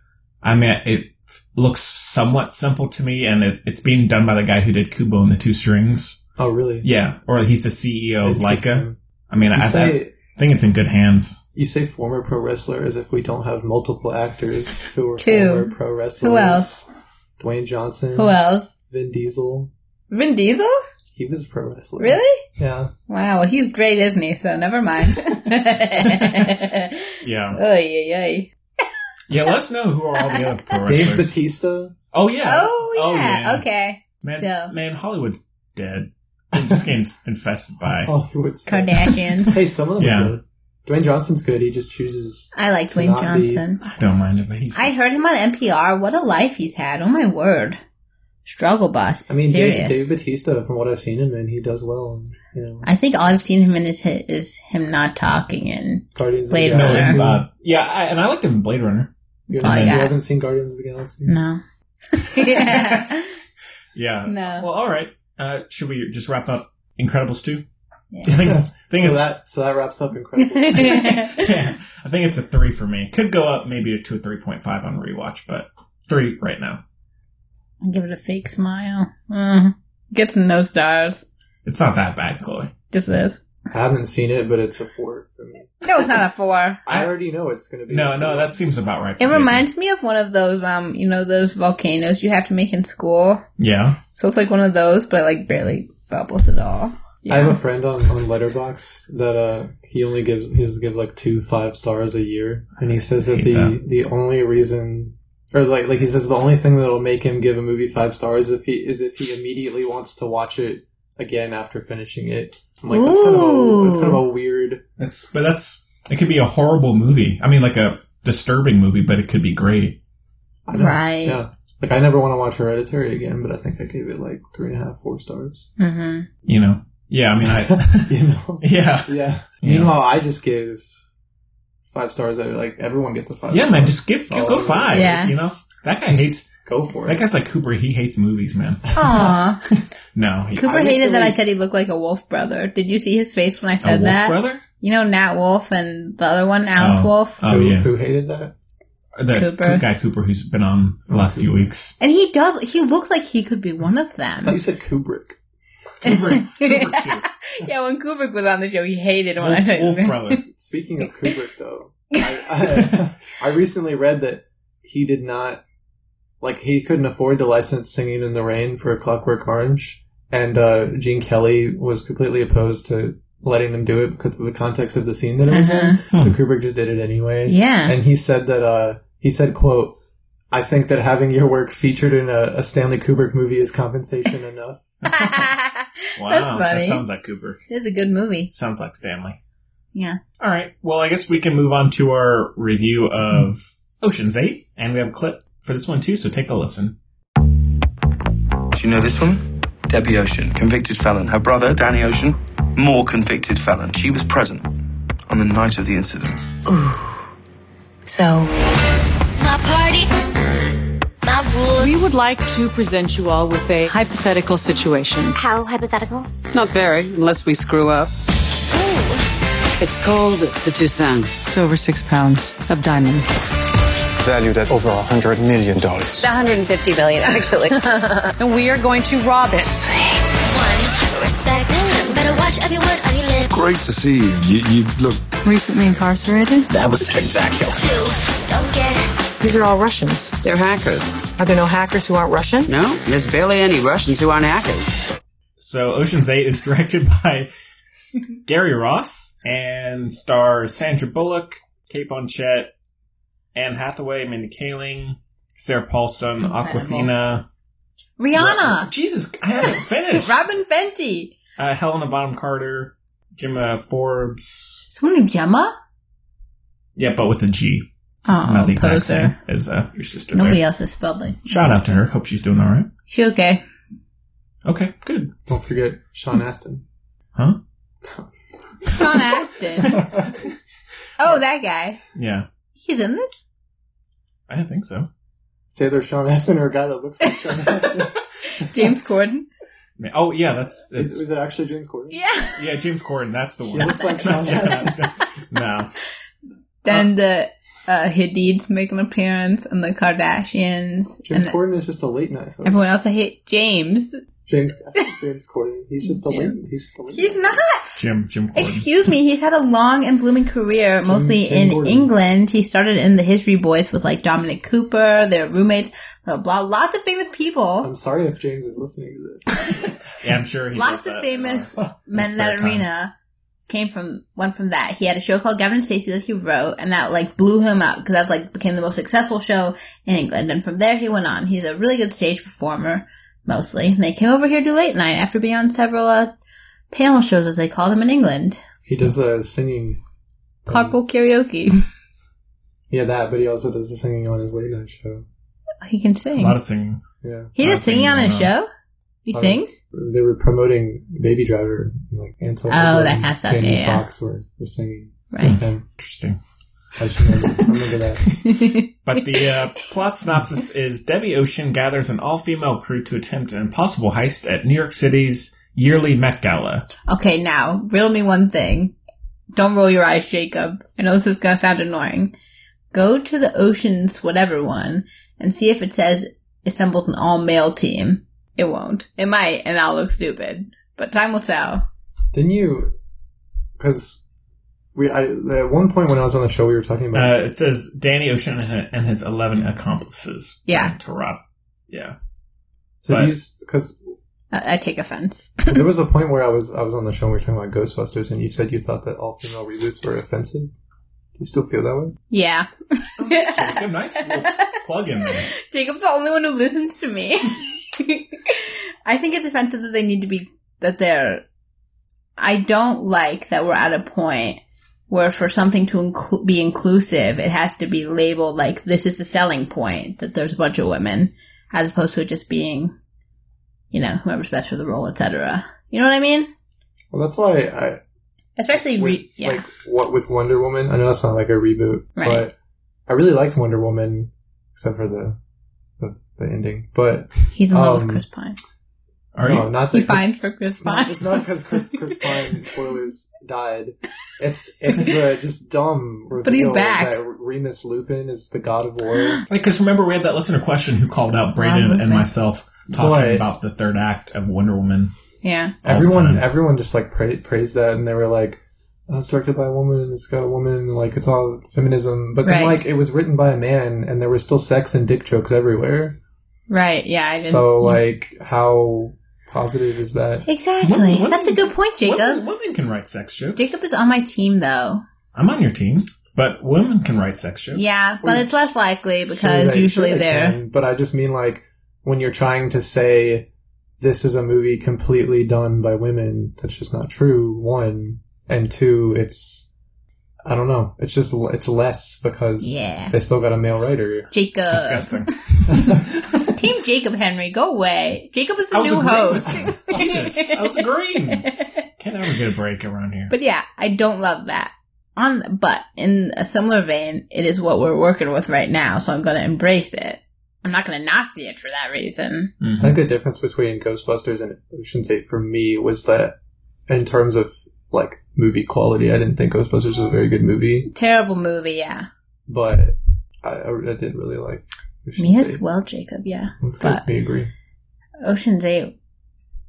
Speaker 1: I mean, it looks somewhat simple to me, and it, it's being done by the guy who did Kubo and the Two Strings.
Speaker 3: Oh, really?
Speaker 1: Yeah, or he's the CEO of Leica.
Speaker 3: Interesting.
Speaker 1: I mean, I,
Speaker 3: You
Speaker 1: I
Speaker 3: say
Speaker 1: think it's in good hands.
Speaker 3: You say former pro wrestler as if we don't have multiple actors who were
Speaker 2: Two.
Speaker 3: former pro wrestlers.
Speaker 2: Who else?
Speaker 3: Dwayne Johnson.
Speaker 2: Who else?
Speaker 3: Vin Diesel.
Speaker 2: Vin Diesel?
Speaker 3: He was a pro wrestler.
Speaker 2: Really?
Speaker 3: Yeah.
Speaker 2: Wow, well, he's great, isn't he? So never mind.
Speaker 1: Yeah.
Speaker 2: Oh yeah,
Speaker 1: Yeah, let us know who are all the other pro
Speaker 3: Dave
Speaker 1: wrestlers.
Speaker 3: Batista.
Speaker 1: Oh, yeah.
Speaker 2: Oh yeah. Okay.
Speaker 1: Man,
Speaker 2: Still.
Speaker 1: man, Hollywood's dead. It just getting infested by.
Speaker 3: Oh, he would stay.
Speaker 2: Kardashians.
Speaker 3: Hey, some of them
Speaker 1: Yeah.
Speaker 3: are good. Dwayne Johnson's good. He just chooses.
Speaker 2: I like Dwayne
Speaker 3: Not me.
Speaker 2: Johnson.
Speaker 1: I don't mind him, but he's.
Speaker 2: I
Speaker 1: just-
Speaker 2: heard him on NPR. What a life he's had. Oh my word. Struggle bus.
Speaker 3: I mean, Dave,
Speaker 2: serious.
Speaker 3: Dave Batista, from what I've seen him in, he does well. And, you know,
Speaker 2: I think all I've seen him in is hi- is him not talking and
Speaker 3: Guardians
Speaker 2: Blade
Speaker 3: of the
Speaker 1: No,
Speaker 2: Runner.
Speaker 3: Galaxy.
Speaker 1: it's Bob. Yeah, I, and I liked him in Blade Runner.
Speaker 3: You,
Speaker 2: Oh,
Speaker 3: haven't seen- you
Speaker 2: yeah.
Speaker 3: haven't seen Guardians of the Galaxy?
Speaker 2: no. yeah.
Speaker 1: Yeah.
Speaker 2: No.
Speaker 1: Well, all right. Uh, should we just wrap up Incredibles 2? I
Speaker 2: Yeah.
Speaker 1: think it's, I think
Speaker 3: so
Speaker 1: it's,
Speaker 3: that so that wraps up Incredible.
Speaker 1: yeah, I think it's a three for me. Could go up maybe to a 3.5 on rewatch, but three right now.
Speaker 2: I give it a fake smile. Mm. Gets no stars.
Speaker 1: It's not that bad, Chloe.
Speaker 2: Just this.
Speaker 3: I haven't seen it, but it's a four for me.
Speaker 2: No, it's not a four.
Speaker 1: I-
Speaker 3: I already know it's going to be. a
Speaker 1: No,
Speaker 3: four.
Speaker 1: no, that seems about right. for
Speaker 2: It
Speaker 1: Jacob.
Speaker 2: reminds me of one of those, um, you know, those volcanoes you have to make in school.
Speaker 1: Yeah.
Speaker 2: So it's like one of those, but like barely bubbles at all.
Speaker 3: I have
Speaker 2: Yeah.
Speaker 3: a friend on, on Letterbox that uh, he only gives his gives like two five stars a year, and he says that
Speaker 1: Hate
Speaker 3: the
Speaker 1: that.
Speaker 3: the only reason or like like he says the only thing that'll make him give a movie five stars if he is if he immediately wants to watch it again after finishing it. I'm like that's kind of a, that's kind of a weird.
Speaker 1: That's, but that's, it could be a horrible movie. I mean, like a disturbing movie, but it could be great.
Speaker 3: I don't know.
Speaker 2: Right.
Speaker 3: Yeah. Like I never want to watch Hereditary again, but I think I gave it like three and a half, four stars.
Speaker 2: hmm
Speaker 1: You know? Yeah, I mean, I,
Speaker 3: You know.
Speaker 1: yeah.
Speaker 3: Yeah.
Speaker 1: Yeah.
Speaker 3: Meanwhile, I just gave five stars. I- Like everyone gets a five.
Speaker 1: Yeah,
Speaker 3: star.
Speaker 1: man, just give, go, go
Speaker 3: Solid.
Speaker 1: five.
Speaker 2: Yeah.
Speaker 1: You know? That guy hates,
Speaker 3: go for
Speaker 1: that
Speaker 3: it.
Speaker 1: guy's like Cooper. He hates movies, man.
Speaker 2: Aw.
Speaker 1: No. He,
Speaker 2: Cooper
Speaker 3: I
Speaker 2: hated that
Speaker 3: recently-
Speaker 2: I said he looked like a wolf brother. Did you see his face when I
Speaker 1: a
Speaker 2: said
Speaker 1: Wolf
Speaker 2: that?
Speaker 1: Brother?
Speaker 2: You know Nat Wolf and the other one, Alex
Speaker 1: Oh.
Speaker 2: Wolf?
Speaker 1: Oh,
Speaker 3: who,
Speaker 1: yeah.
Speaker 3: who hated that?
Speaker 1: the
Speaker 2: Cooper.
Speaker 1: guy Cooper who's been on the last few weeks.
Speaker 2: And he does, he looks like he could be one of
Speaker 3: I thought
Speaker 2: them.
Speaker 3: you said Kubrick.
Speaker 1: Cooper, Cooper too.
Speaker 2: yeah, when Kubrick was on the show, he hated when I
Speaker 1: Wolf,
Speaker 2: said
Speaker 1: Wolf Brother.
Speaker 3: Speaking of Kubrick, though, I, I, I recently read that he did not like he couldn't afford to license "Singing in the Rain" for A Clockwork Orange, and uh, Gene Kelly was completely opposed to letting them do it because of the context of the scene that it was in.
Speaker 1: Uh-huh.
Speaker 3: So Kubrick just did it anyway.
Speaker 2: Yeah.
Speaker 3: and he said that uh, he said, "quote I think that having your work featured in a, a Stanley Kubrick movie is compensation enough."
Speaker 1: Wow,
Speaker 2: That's funny.
Speaker 1: that sounds like Cooper.
Speaker 2: It is a good movie.
Speaker 1: Sounds like Stanley.
Speaker 2: Yeah.
Speaker 1: All right. Well, I guess we can move on to our review of
Speaker 2: Hmm.
Speaker 1: Ocean's Eight, and we have a clip for this one too. So take a listen.
Speaker 7: Do you know this one? Debbie Ocean, convicted felon. Her brother, Danny Ocean, more convicted felon. She was present on the night of the incident.
Speaker 8: So
Speaker 9: My party, my rules.
Speaker 10: We would like to present you all with a hypothetical situation.
Speaker 8: how hypothetical?
Speaker 10: Not very, unless we screw up. It's called the Toussaint. It's over six pounds of diamonds.
Speaker 11: valued at over $100 million.
Speaker 8: 150 billion, actually.
Speaker 10: And we are going to rob it.
Speaker 9: One, respect. Better watch everyone on your lips.
Speaker 11: Great to see you. You, you look.
Speaker 10: Recently incarcerated?
Speaker 9: Two, don't get
Speaker 8: These are all Russians.
Speaker 10: They're hackers.
Speaker 8: Are there no hackers who aren't Russian?
Speaker 10: No, there's barely any Russians who aren't hackers.
Speaker 1: So Ocean's Eight is directed by Gary Ross and stars Sandra Bullock, Kate Bonchette, Anne Hathaway, Mindy Kaling, Sarah Paulson,
Speaker 2: Incredible.
Speaker 1: Aquafina.
Speaker 2: Rihanna!
Speaker 1: Jesus, I haven't finished.
Speaker 2: Robin Fenty!
Speaker 1: uh, Helena Bonham Carter, Gemma Forbes.
Speaker 2: Someone named Gemma?
Speaker 1: Yeah, but with a G. It's
Speaker 2: Oh,
Speaker 1: not the exact
Speaker 2: poser.
Speaker 1: same as uh, your sister.
Speaker 2: Nobody
Speaker 1: there.
Speaker 2: else is spelled like.
Speaker 1: Shout out to her. Hope she's doing all right.
Speaker 2: She okay.
Speaker 1: Okay, good.
Speaker 3: Don't forget Sean Astin.
Speaker 1: Huh?
Speaker 2: Sean Astin. oh, that guy.
Speaker 1: Yeah,
Speaker 2: He's in this?
Speaker 1: I didn't think so.
Speaker 3: It's either Sean Astin or a guy that looks like Sean Astin.
Speaker 2: James Corden?
Speaker 1: I mean, Oh yeah, that's,
Speaker 3: is,
Speaker 1: that's
Speaker 3: is it actually Jane Corden?
Speaker 2: Yeah.
Speaker 1: yeah. Jim Corden, that's the
Speaker 3: She
Speaker 1: one.
Speaker 3: looks like Sean
Speaker 1: Yeah,
Speaker 3: Astin.
Speaker 1: that's the- no,
Speaker 2: Then the uh, Hadids make an appearance, and the Kardashians, and
Speaker 3: James Corden is just a late night host.
Speaker 2: everyone else I hate. James.
Speaker 3: James James Corden. He's just a lame. He's just a lame.
Speaker 2: He's not.
Speaker 1: Jim Jim Corden.
Speaker 2: Excuse me. He's had a long and blooming career, mostly
Speaker 1: Jim
Speaker 2: in
Speaker 1: Gordon.
Speaker 2: England. He started in the History Boys with like Dominic Cooper, their roommates, blah blah. Lots of famous people.
Speaker 3: I'm sorry if James is listening to this.
Speaker 1: Yeah, I'm sure he
Speaker 2: Lots
Speaker 1: does
Speaker 2: of
Speaker 1: that.
Speaker 2: famous men in that
Speaker 1: spare time.
Speaker 2: arena came from one from that. He had a show called Gavin and Stacey that he wrote, and that like blew him up because that's like became the most successful show in England. And from there, he went on. He's a really good stage performer, mostly. And they came over here to late night after being on several uh, panel shows, as they call them in England.
Speaker 3: He does the singing. Oh.
Speaker 2: Carpool karaoke.
Speaker 3: Yeah, that. But he also does the singing on his late night show.
Speaker 2: he can sing.
Speaker 1: singing.
Speaker 3: Yeah.
Speaker 2: He does singing on his show. He
Speaker 3: Uh,
Speaker 2: sings.
Speaker 3: They were promoting Baby Driver, like Ansel.
Speaker 2: Oh,
Speaker 3: Elgort
Speaker 2: that
Speaker 3: and
Speaker 2: kind of stuff,
Speaker 3: Jamie
Speaker 2: yeah, yeah.
Speaker 3: Foxx were, were singing.
Speaker 2: Right.
Speaker 3: with him.
Speaker 1: Interesting.
Speaker 3: I should remember, remember that.
Speaker 1: But the uh, plot synopsis is Debbie Ocean gathers an all female crew to attempt an impossible heist at New York City's yearly Met Gala.
Speaker 2: Okay, now, riddle me one thing. Don't roll your eyes, Jacob. I know this is gonna sound annoying. Go to the Oceans whatever one and see if it says assembles an all male team. It won't. It might, and I'll look stupid. But time will tell.
Speaker 3: Didn't you? Because we, I, at one point when I was on the show, we were talking about.
Speaker 1: Uh, it says Danny Ocean and hi- and his 11 accomplices.
Speaker 2: Yeah.
Speaker 1: To rob. Yeah.
Speaker 3: so
Speaker 1: but-
Speaker 3: these because
Speaker 2: I, I take offense.
Speaker 3: there was a point where I was I was on the show and we were talking about Ghostbusters and you said you thought that all female reboots were offensive. Do you still feel that way?
Speaker 2: Yeah.
Speaker 1: Jacob, nice little plug in there.
Speaker 2: Jacob's the only one who listens to me. I think it's offensive that they need to be that they're. I don't like that we're at a point where for something to inclu- be inclusive, it has to be labeled like this is the selling point that there's a bunch of women, as opposed to it just being, you know, whoever's best for the role, etc. You know what I mean?
Speaker 3: Well, that's why I
Speaker 2: Especially, re- yeah,
Speaker 3: like what with Wonder Woman. I know that's not like a reboot,
Speaker 2: Right.
Speaker 3: but I really liked Wonder Woman except for the the, the ending. But
Speaker 2: he's in love
Speaker 3: um,
Speaker 2: with Chris Pine.
Speaker 1: Are
Speaker 3: no,
Speaker 1: you?
Speaker 3: not
Speaker 2: He
Speaker 3: that Chris-
Speaker 2: finds for Chris
Speaker 3: No,
Speaker 2: Pine.
Speaker 3: it's not because Chris Chris Pine spoilers died. It's it's the just dumb.
Speaker 2: But he's
Speaker 3: reveal
Speaker 2: back.
Speaker 3: That Remus Lupin is the god of war.
Speaker 1: Like, because remember, we had that listener question who called out Brayden
Speaker 2: Lupin.
Speaker 1: and myself talking
Speaker 3: Right.
Speaker 1: about the third act of Wonder Woman.
Speaker 2: Yeah,
Speaker 1: all the
Speaker 3: everyone
Speaker 1: time.
Speaker 3: everyone just like pra- praised that, and they were like, oh, "It's directed by a woman. It's got a woman. Like it's all feminism." But then
Speaker 2: Right.
Speaker 3: like it was written by a man, and there was still sex and dick jokes everywhere.
Speaker 2: right. Yeah, I didn't.
Speaker 3: So uh, like, how positive is that?
Speaker 2: exactly.
Speaker 1: Women-
Speaker 2: That's a good point, Jacob.
Speaker 1: Women, women can write sex jokes.
Speaker 2: Jacob is on my team though.
Speaker 1: I'm on your team, but women can write sex jokes.
Speaker 2: Yeah, but
Speaker 3: Well,
Speaker 2: it's less likely
Speaker 3: Sure
Speaker 2: because
Speaker 3: they-
Speaker 2: usually
Speaker 3: sure they
Speaker 2: they're
Speaker 3: can, but I just mean like when you're trying to say this is a movie completely done by women, that's just not true. One and two, it's I don't know. It's just l- it's less because
Speaker 2: Yeah.
Speaker 3: they still got a male writer.
Speaker 2: Jacob.
Speaker 1: It's disgusting.
Speaker 2: Team Jacob Henry, go away. Jacob is
Speaker 1: I
Speaker 2: the
Speaker 1: was
Speaker 2: new
Speaker 1: agreeing
Speaker 2: host.
Speaker 1: with you. Jesus, I was agreeing. Can't ever get a break around here.
Speaker 2: But yeah, I don't love that. On but in a similar vein, it is what we're working with right now, so I'm going to embrace it. I'm not going to Nazi it for that reason.
Speaker 3: I
Speaker 1: Mm-hmm.
Speaker 3: think the difference between Ghostbusters and Ocean's Eight for me was that in terms of like movie quality, I didn't think Ghostbusters was a very good movie,
Speaker 2: Terrible movie, yeah.
Speaker 3: but I, I, I did really like. Ocean's
Speaker 2: Me as
Speaker 3: Eight.
Speaker 2: well, Jacob. Yeah,
Speaker 3: That's good.
Speaker 2: but-
Speaker 3: We agree.
Speaker 2: Ocean's Eight.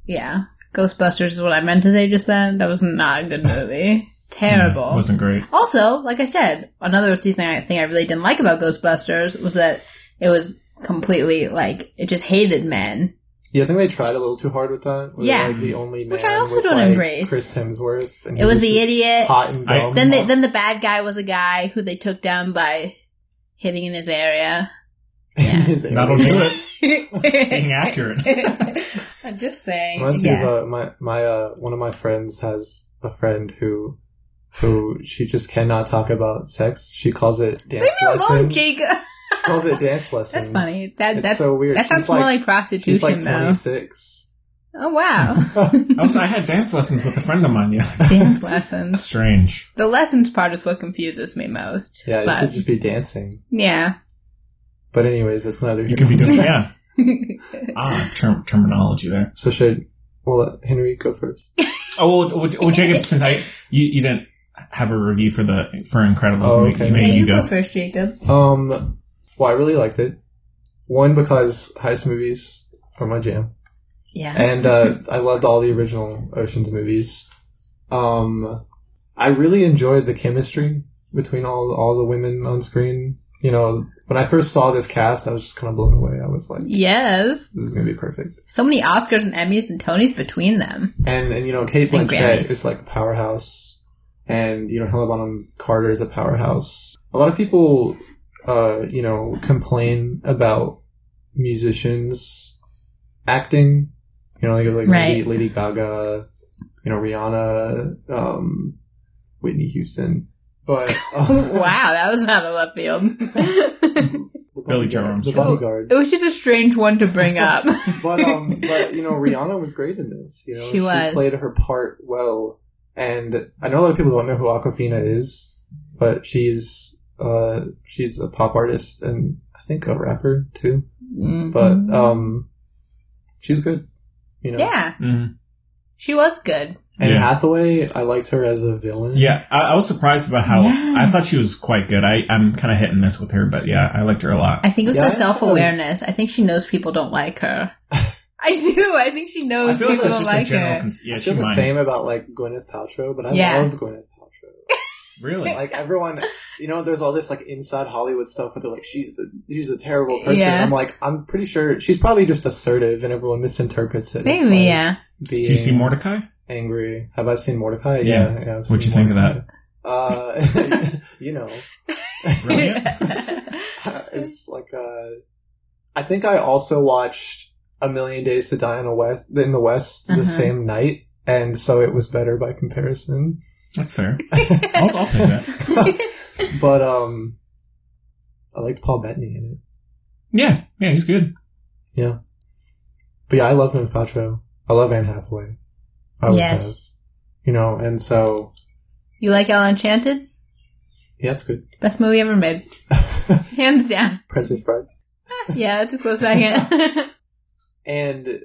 Speaker 2: Yeah, Ghostbusters is what I meant to say just then. That was not a good movie. Terrible.
Speaker 1: Yeah, Mm, wasn't great.
Speaker 2: Also, like I said, another thing I thing I really didn't like about Ghostbusters was that it was completely like it just hated men.
Speaker 3: Yeah, I think they tried a little too hard with that. where,
Speaker 2: Yeah.
Speaker 3: like, the only man
Speaker 2: Which I also
Speaker 3: was,
Speaker 2: don't
Speaker 3: like,
Speaker 2: embrace.
Speaker 3: Chris Hemsworth. and
Speaker 2: It
Speaker 3: he
Speaker 2: was the
Speaker 3: just
Speaker 2: idiot.
Speaker 3: hot and
Speaker 1: I-
Speaker 3: dumb.
Speaker 2: Then they, then the bad guy was a guy who they took down by hitting in his area.
Speaker 3: His
Speaker 1: That'll do
Speaker 3: idiot.
Speaker 1: it. Being
Speaker 2: I'm
Speaker 1: accurate.
Speaker 2: just saying.
Speaker 3: Reminds me
Speaker 2: yeah.
Speaker 3: of uh, my my uh, one of my friends has a friend who who she just cannot talk about sex. She calls it dance
Speaker 2: Leave me
Speaker 3: lessons.
Speaker 2: alone, Jacob.
Speaker 3: She calls it dance
Speaker 2: That's
Speaker 3: lessons.
Speaker 2: funny. That
Speaker 3: It's
Speaker 2: that
Speaker 3: so weird.
Speaker 2: That
Speaker 3: She's
Speaker 2: sounds
Speaker 3: like-
Speaker 2: more like
Speaker 3: She's
Speaker 2: prostitution,
Speaker 3: like
Speaker 2: though.
Speaker 3: twenty six.
Speaker 2: Oh wow,
Speaker 1: Also, I had dance lessons with a friend of mine. Yeah,
Speaker 2: dance lessons.
Speaker 1: strange.
Speaker 2: The lessons part is what confuses me most.
Speaker 3: yeah, you
Speaker 2: but
Speaker 3: could just be dancing.
Speaker 2: yeah.
Speaker 3: But anyways, it's neither.
Speaker 1: You could be doing yeah. Ah, term, terminology there.
Speaker 3: So should we'll let Henry go first.
Speaker 1: Oh well, well, well, Jacob, since I you, you didn't have a review for the for Incredibles,
Speaker 3: Oh,
Speaker 1: we-
Speaker 3: okay.
Speaker 1: you made
Speaker 2: Yeah,
Speaker 1: me
Speaker 2: you
Speaker 1: go.
Speaker 2: go first, Jacob.
Speaker 3: Um, well, I really liked it. One because heist movies are my jam.
Speaker 2: Yes.
Speaker 3: And uh, I loved all the original Ocean's movies. Um, I really enjoyed the chemistry between all all the women on screen. You know, when I first saw this cast, I was just kind of blown away. I was like,
Speaker 2: Yes.
Speaker 3: "This is gonna be perfect."
Speaker 2: So many Oscars and Emmys and Tonys between them.
Speaker 3: And and you know, Kate
Speaker 2: And
Speaker 3: Blanchett
Speaker 2: Grammys.
Speaker 3: is like a powerhouse, and you know, Helena Bonham Carter is a powerhouse. A lot of people, uh, you know, complain about musicians acting. You know, like like Lady,
Speaker 2: Right.
Speaker 3: Lady Gaga, you know, Rihanna, um, Whitney Houston, but uh,
Speaker 2: wow, that was out of left field.
Speaker 1: Billy Joe
Speaker 3: the
Speaker 1: Armstrong.
Speaker 3: bodyguard.
Speaker 2: It was just a strange one to bring up.
Speaker 3: but um, but you know, Rihanna was great in this. You know,
Speaker 2: She was.
Speaker 3: played her part well, and I know a lot of people don't know who Aquafina is, but she's uh, she's a pop artist and I think a rapper too. But um, she's good. You know,
Speaker 2: Mm-hmm. yeah,
Speaker 1: Mm-hmm.
Speaker 2: she was good.
Speaker 3: And
Speaker 1: Yeah.
Speaker 3: Hathaway, I liked her as a villain.
Speaker 1: Yeah, I, I was surprised about how I thought she was quite good. I, I'm kind of hit and miss with her, but yeah, I liked her a lot.
Speaker 2: I think it was
Speaker 1: Yeah,
Speaker 2: the
Speaker 1: I thought-
Speaker 2: self awareness. I think she knows people don't like her. I do. I think she knows
Speaker 3: I feel like
Speaker 2: people don't
Speaker 3: that's just a
Speaker 2: like
Speaker 3: general
Speaker 2: her.
Speaker 1: cons- yeah,
Speaker 3: I feel
Speaker 1: she
Speaker 3: the
Speaker 1: might.
Speaker 3: same about like Gwyneth Paltrow, but I
Speaker 2: Yeah.
Speaker 3: love Gwyneth Paltrow.
Speaker 1: Really?
Speaker 3: Like everyone, you know, there's all this like inside Hollywood stuff, but they're like, she's a, she's a terrible person.
Speaker 2: Yeah.
Speaker 3: I'm like, I'm pretty sure she's probably just assertive, and everyone misinterprets it. as,
Speaker 2: Maybe
Speaker 3: like,
Speaker 2: yeah.
Speaker 3: Being
Speaker 1: Did you see Mordecai?
Speaker 3: Angry. Have I seen Mordecai?
Speaker 1: Yeah.
Speaker 3: yeah, I've
Speaker 1: What'd
Speaker 3: seen
Speaker 1: you think of that?
Speaker 3: Uh, you know,
Speaker 1: Brilliant.
Speaker 3: it's like uh, I think I also watched A Million Days to Die in the West in the West
Speaker 1: Uh-huh.
Speaker 3: the same night, and so it was better by comparison.
Speaker 1: That's fair. I'll, I'll take that.
Speaker 3: But um, I liked Paul Bettany in it.
Speaker 1: Yeah, yeah, he's good.
Speaker 3: Yeah, but yeah, I love Gwyneth Paltrow. I love Anne Hathaway. I always
Speaker 2: Yes.
Speaker 3: have. you know, and so
Speaker 2: You like Ella Enchanted?
Speaker 3: yeah, it's good.
Speaker 2: Best movie ever made, hands down.
Speaker 3: Princess Bride.
Speaker 2: Yeah, it's a close second.
Speaker 3: and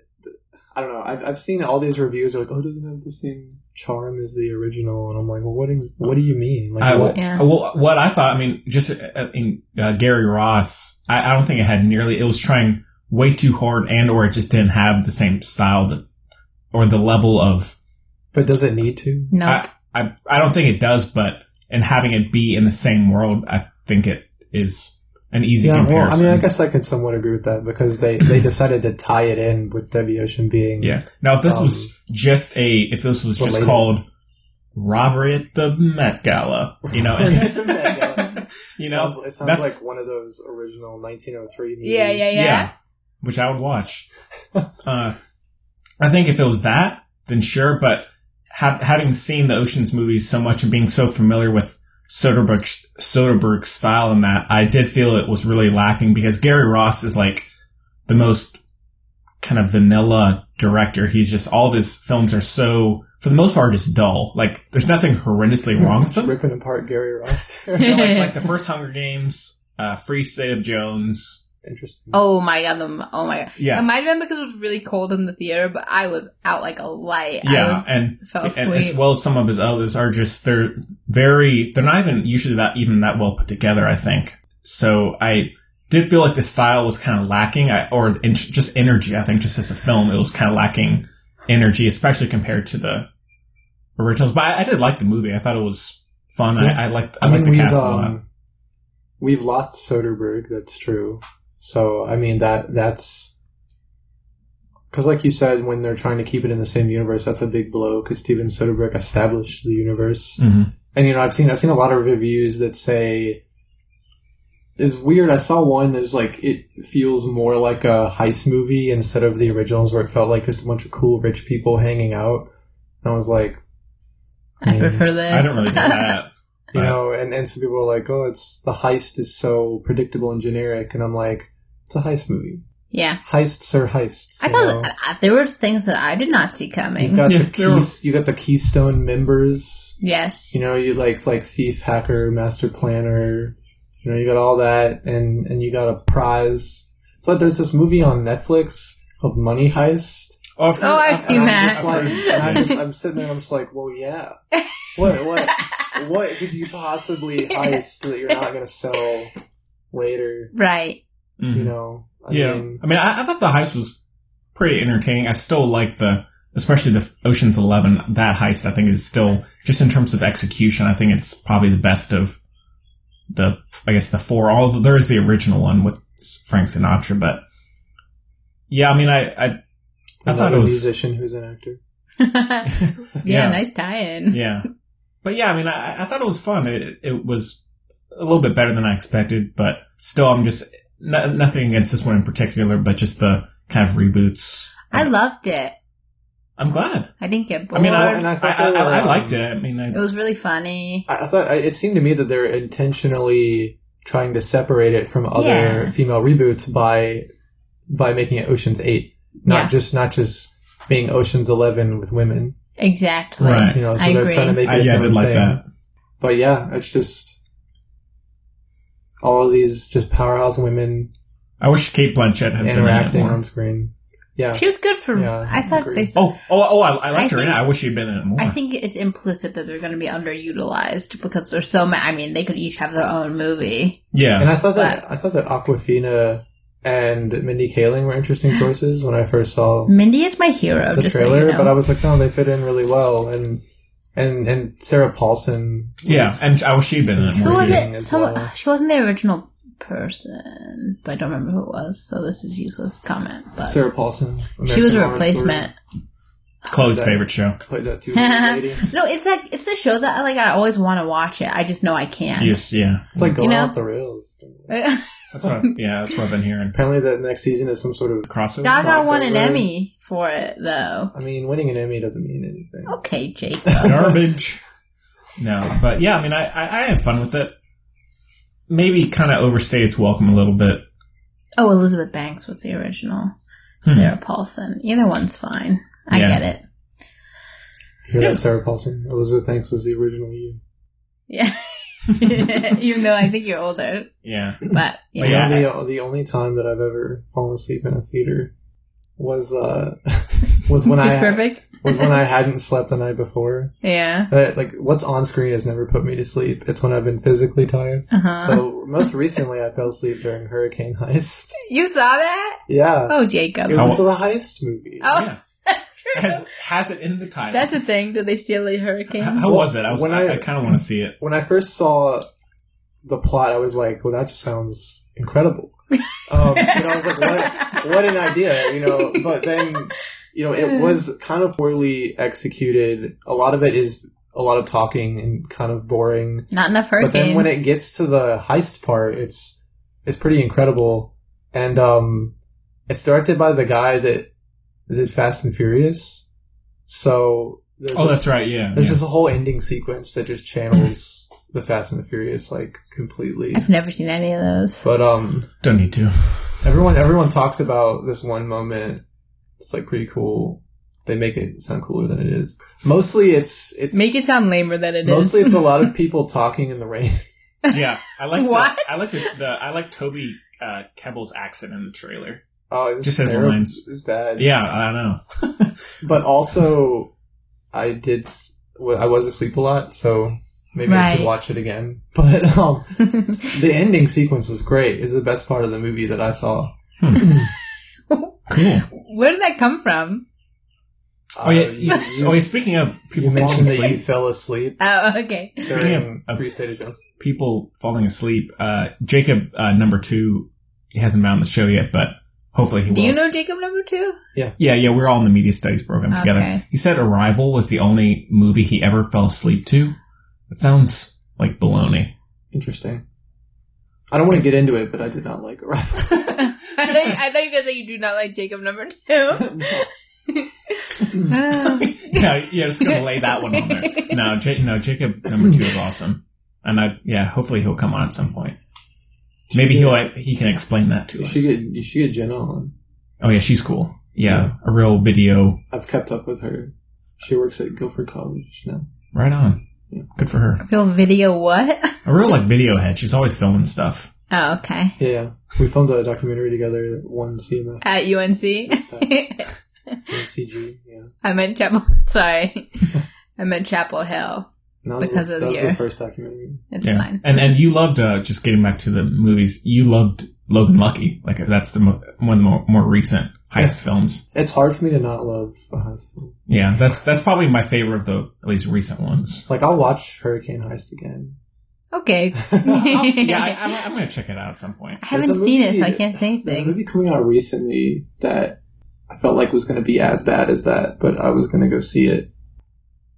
Speaker 3: I don't know. I've, I've seen all these reviews are like, oh, it doesn't have the same charm as the original, and I'm like, well, what is? What do you mean? Like,
Speaker 1: I,
Speaker 3: what?
Speaker 1: Uh, Well, what I thought, I mean, just uh, in uh, Gary Ross, I, I don't think it had nearly. It was trying way too hard, and or it just didn't have the same style that, or the level of.
Speaker 3: But does it need to?
Speaker 2: No,
Speaker 1: I, I I don't think it does. But and having it be in the same world, I think it is an easy
Speaker 3: yeah, well, I
Speaker 1: comparison.
Speaker 3: mean, I guess I can somewhat agree with that because they they decided to tie it in with Debbie Ocean being
Speaker 1: yeah. Now, if this
Speaker 3: um,
Speaker 1: was just a, if this was just
Speaker 3: related.
Speaker 1: called robbery at the Met Gala, you know, and-
Speaker 3: you
Speaker 1: know,
Speaker 3: it sounds
Speaker 1: that's-
Speaker 3: like one of those original 1903 movies.
Speaker 2: Yeah, yeah, yeah.
Speaker 1: which I would watch. uh, I think if it was that, then sure. But ha- having seen the Ocean's movies so much and being so familiar with Soderbergh Soderbergh's style in that, I did feel it was really lacking because Gary Ross is like the most kind of vanilla director. He's just all of his films are so, for the most part, just dull. Like there's nothing horrendously wrong with them.
Speaker 3: ripping apart Gary Ross.
Speaker 1: You know, like, like the first Hunger Games, uh, Free State of Jones.
Speaker 3: Interesting.
Speaker 2: Oh my god! The, oh my god!
Speaker 1: Yeah.
Speaker 2: it might have been because it was really cold in the theater, but I was out like a light. I
Speaker 1: Yeah,
Speaker 2: was,
Speaker 1: and,
Speaker 2: fell
Speaker 1: and as
Speaker 2: asleep.
Speaker 1: well as some of his others are just they're very they're not even usually that even that well put together. I think so. I did feel like the style was kind of lacking, I, or in, just energy. I think just as a film, it was kind of lacking energy, especially compared to the originals. But I, I did like the movie. I thought it was fun. I, I liked I,
Speaker 3: mean,
Speaker 1: liked the
Speaker 3: we've,
Speaker 1: cast a lot.
Speaker 3: um, We've lost Soderbergh. That's true. So I mean that that's because, like you said, when they're trying to keep it in the same universe, that's a big blow. Because Steven Soderbergh established the universe,
Speaker 1: Mhm.
Speaker 3: and you know I've seen I've seen a lot of reviews that say it's weird. I saw one that's like it feels more like a heist movie instead of the originals, where it felt like just a bunch of cool rich people hanging out. And I was like,
Speaker 2: I prefer this.
Speaker 1: I don't really get that.
Speaker 3: you
Speaker 1: Right.
Speaker 3: know and, and some people are like oh it's the heist is so predictable and generic and i'm like it's a heist movie
Speaker 2: yeah,
Speaker 3: heists are heists
Speaker 2: I
Speaker 3: you
Speaker 2: thought
Speaker 3: know?
Speaker 2: I- I- there were things that I did not see coming.
Speaker 3: you got
Speaker 1: Yeah,
Speaker 3: the
Speaker 1: there were-
Speaker 3: keys, you got the keystone members
Speaker 2: yes,
Speaker 3: you know you like like thief hacker master planner you know you got all that and and you got a prize so there's this movie on netflix called money heist
Speaker 1: Oh, I've heard-
Speaker 2: Oh, I've seen
Speaker 3: and
Speaker 2: that.
Speaker 3: I'm just like, and I'm,
Speaker 1: Yeah.
Speaker 3: just, I'm sitting there and I'm just like, well, yeah. What, what, what could you possibly heist that you're not going to sell later?
Speaker 2: right.
Speaker 1: Mhm.
Speaker 3: You know?
Speaker 1: yeah, I mean, I, I thought the heist was pretty entertaining. I still like the, especially the Ocean's Eleven. That heist, I think, is still just in terms of execution. I think it's probably the best of the, I guess, the four. Although there is the original one with Frank Sinatra, but yeah, I mean, I, I, I thought
Speaker 3: Another
Speaker 1: it was
Speaker 3: musician who's an actor.
Speaker 1: Yeah.
Speaker 2: yeah, nice tie-in.
Speaker 1: yeah. But yeah, I mean, I, I thought it was fun. It, it was a little bit better than I expected, but still, I'm just no, nothing against this one in particular, but just the kind of reboots.
Speaker 2: I loved it.
Speaker 1: I'm glad.
Speaker 2: I didn't
Speaker 1: I
Speaker 2: get bored.
Speaker 1: mean, I,
Speaker 3: and I thought
Speaker 1: I,
Speaker 3: they
Speaker 1: I-
Speaker 3: were,
Speaker 1: I
Speaker 3: um,
Speaker 1: liked it. I mean, I,
Speaker 2: it was really funny.
Speaker 3: I, I thought I, it seemed to me that they're intentionally trying to separate it from other
Speaker 2: Yeah.
Speaker 3: female reboots by by making it Ocean's Eight, not
Speaker 2: Yeah.
Speaker 3: just not just being Ocean's Eleven with women.
Speaker 2: Exactly.
Speaker 3: You know, so
Speaker 2: I
Speaker 3: they're
Speaker 2: agree.
Speaker 3: trying to make it
Speaker 1: I-
Speaker 3: its
Speaker 1: yeah, I
Speaker 3: own
Speaker 1: did like
Speaker 3: thing.
Speaker 1: that.
Speaker 3: But yeah, it's just all of these just powerhouse women
Speaker 1: I wish Kate Blanchett had been in it
Speaker 3: interacting
Speaker 1: more.
Speaker 3: on screen. Yeah.
Speaker 2: she was good for.
Speaker 3: Yeah,
Speaker 2: I thought
Speaker 3: agreed.
Speaker 2: they.
Speaker 1: Oh, oh, oh! I, I liked
Speaker 2: I
Speaker 1: her in
Speaker 2: think-
Speaker 1: it. I wish she'd been in it more.
Speaker 2: I think it's implicit that they're going to be underutilized because there's so many. I mean, they could each have their own movie.
Speaker 1: yeah,
Speaker 3: And I thought that I thought that Aquafina and Mindy Kaling were interesting choices when I first saw
Speaker 2: Mindy is my hero.
Speaker 3: the
Speaker 2: Mm, just
Speaker 3: trailer,
Speaker 2: so you know.
Speaker 3: but I was like, no, they fit in really well, and and and Sarah Paulson, was-
Speaker 1: yeah, and I wish she'd been in it more.
Speaker 2: who was
Speaker 1: too.
Speaker 3: Interesting
Speaker 2: it?
Speaker 3: as
Speaker 2: Someone,
Speaker 3: well.
Speaker 2: She wasn't the original person, but I don't remember who it was. So this is useless comment. But
Speaker 3: Sarah Paulson,
Speaker 2: she was
Speaker 3: American
Speaker 2: a
Speaker 3: Horror
Speaker 2: replacement.
Speaker 1: Chloe's favorite show.
Speaker 3: Story, played that too. lady.
Speaker 2: no, it's that it's the show that like I always want to watch it. I just know I can't.
Speaker 1: Yes, yeah.
Speaker 3: It's like going
Speaker 2: know?
Speaker 3: off the rails.
Speaker 1: That's what. I, yeah, that's what I've been hearing.
Speaker 3: Apparently, the next season is some sort of.
Speaker 1: Crossover.
Speaker 2: Gaga won an
Speaker 3: Crossover.
Speaker 2: Emmy for it though.
Speaker 3: I mean, winning an Emmy doesn't mean anything.
Speaker 2: Okay, Jake.
Speaker 1: garbage. No, but yeah, I mean, I, I, I had fun with it. Maybe kind of overstay its welcome a little bit.
Speaker 2: Oh, Elizabeth Banks was the original.
Speaker 3: Hmm.
Speaker 2: Sarah Paulson. Either one's fine. I
Speaker 1: Yeah.
Speaker 2: get it.
Speaker 3: Hear that, Sarah Paulson? Elizabeth Banks was the original you.
Speaker 2: Yeah. Even though I think you're older.
Speaker 1: Yeah.
Speaker 2: But Oh, yeah.
Speaker 1: But yeah, I-
Speaker 3: The, the only time that I've ever fallen asleep in a theater was uh was when
Speaker 2: Pitch
Speaker 3: I
Speaker 2: perfect.
Speaker 3: was when I hadn't slept the night before.
Speaker 2: Yeah.
Speaker 3: That like what's on screen has never put me to sleep. It's when I've been physically tired.
Speaker 2: Uh-huh.
Speaker 3: So most recently, I fell asleep during Hurricane Heist.
Speaker 2: you saw that?
Speaker 3: Yeah,
Speaker 2: Oh, Jacob.
Speaker 3: it
Speaker 1: How-
Speaker 3: was the heist movie.
Speaker 2: Oh,
Speaker 1: Yeah.
Speaker 2: that's true.
Speaker 1: has, has it in the title.
Speaker 2: That's a thing. Did they steal the hurricane?
Speaker 1: How was it? I was.
Speaker 3: When
Speaker 1: I,
Speaker 3: I-
Speaker 1: I kind of want to see it.
Speaker 3: When I first saw the plot, I was like, "Well, that just sounds incredible." Um, you know, I was like, "What? What an idea!" You know, but then you know, it was kind of poorly executed. A lot of it is a lot of talking and kind of boring.
Speaker 2: Not enough
Speaker 3: But
Speaker 2: hurricanes.
Speaker 3: then when it gets to the heist part, it's it's pretty incredible, and um, it's directed by the guy that did Fast and Furious. So there's
Speaker 1: Oh,
Speaker 3: this,
Speaker 1: that's right. Yeah.
Speaker 3: there's
Speaker 1: yeah.
Speaker 3: just a whole ending sequence that just channels the Fast and the Furious like completely.
Speaker 2: I've never seen any of those.
Speaker 3: But um,
Speaker 1: Don't need to.
Speaker 3: everyone everyone talks about this one moment. It's like pretty cool. They make it sound cooler than it is. Mostly, it's it's
Speaker 2: Make it sound lamer than it is.
Speaker 3: mostly it's a lot of people talking in the rain.
Speaker 1: Yeah, I like.
Speaker 2: What?
Speaker 1: The, I like the, the. I like Toby uh, Kebbell's accent in the trailer.
Speaker 3: Oh, it was
Speaker 1: Just has
Speaker 3: terrible.
Speaker 1: lines.
Speaker 3: It was bad.
Speaker 1: Yeah, I know.
Speaker 3: But also, I did. s- well, I was asleep a lot, so maybe I should
Speaker 2: Right.
Speaker 3: watch it again. But um, the ending sequence was great. It's the best part of the movie that I saw.
Speaker 1: Cool.
Speaker 2: Where did that come from?
Speaker 1: Oh yeah.
Speaker 3: Uh, you,
Speaker 1: you- oh yeah. Speaking of
Speaker 3: you
Speaker 1: people falling
Speaker 3: mentioned that you
Speaker 1: asleep,
Speaker 3: fell asleep
Speaker 2: Oh, okay.
Speaker 3: during
Speaker 1: Yeah. Oh.
Speaker 3: Free State of Jones.
Speaker 1: people falling asleep. Uh, Jacob uh, number two he hasn't been on the show yet, but hopefully he will.
Speaker 2: Do you know Jacob number two?
Speaker 1: Yeah, yeah, we're all in the media studies program together.
Speaker 2: Okay.
Speaker 1: He said Arrival was the only movie he ever fell asleep to. That sounds like baloney.
Speaker 3: Interesting. I don't want to get into it, but I did not like Arrival.
Speaker 2: I thought, I thought you guys said you do not like Jacob number two. Ah.
Speaker 1: yeah, yeah, just gonna lay that one on there. No, J- no, Jacob number two is awesome, and I yeah, hopefully he'll come on at some point. Maybe he'll he can explain that to
Speaker 3: You
Speaker 1: us.
Speaker 3: should get you should get Jenna on.
Speaker 1: Oh yeah, she's cool. Yeah, a real video.
Speaker 3: I've kept up with her. She works at Guilford College now.
Speaker 1: Right on. Good for her.
Speaker 2: Real video what?
Speaker 1: A real like video head. She's always filming stuff.
Speaker 2: Oh, okay.
Speaker 3: Yeah, yeah. we filmed a documentary together. that One CMF.
Speaker 2: At UNC?
Speaker 3: CG, yeah.
Speaker 2: I meant Chapel. Sorry. I meant Chapel Hill.
Speaker 3: And that was
Speaker 2: Because
Speaker 3: the,
Speaker 2: of
Speaker 3: that was
Speaker 2: your-
Speaker 3: the first documentary.
Speaker 2: It's
Speaker 1: yeah.
Speaker 2: fine.
Speaker 1: And and you loved uh, just getting back to the movies. You loved Logan Lucky. Like that's the mo- one of the more, more recent heist films.
Speaker 3: It's hard for me to not love a heist film.
Speaker 1: Yeah, that's that's probably my favorite of the at least recent ones.
Speaker 3: Like I'll watch Hurricane Heist again.
Speaker 2: Okay.
Speaker 1: Yeah, I, I'm, I'm gonna check it out at some point.
Speaker 2: I haven't
Speaker 3: There's a
Speaker 2: seen it, so I
Speaker 3: movie-
Speaker 2: can't say
Speaker 3: There's a
Speaker 2: anything.
Speaker 3: movie coming out recently that I felt like was going to be as bad as that, but I was going to go see it.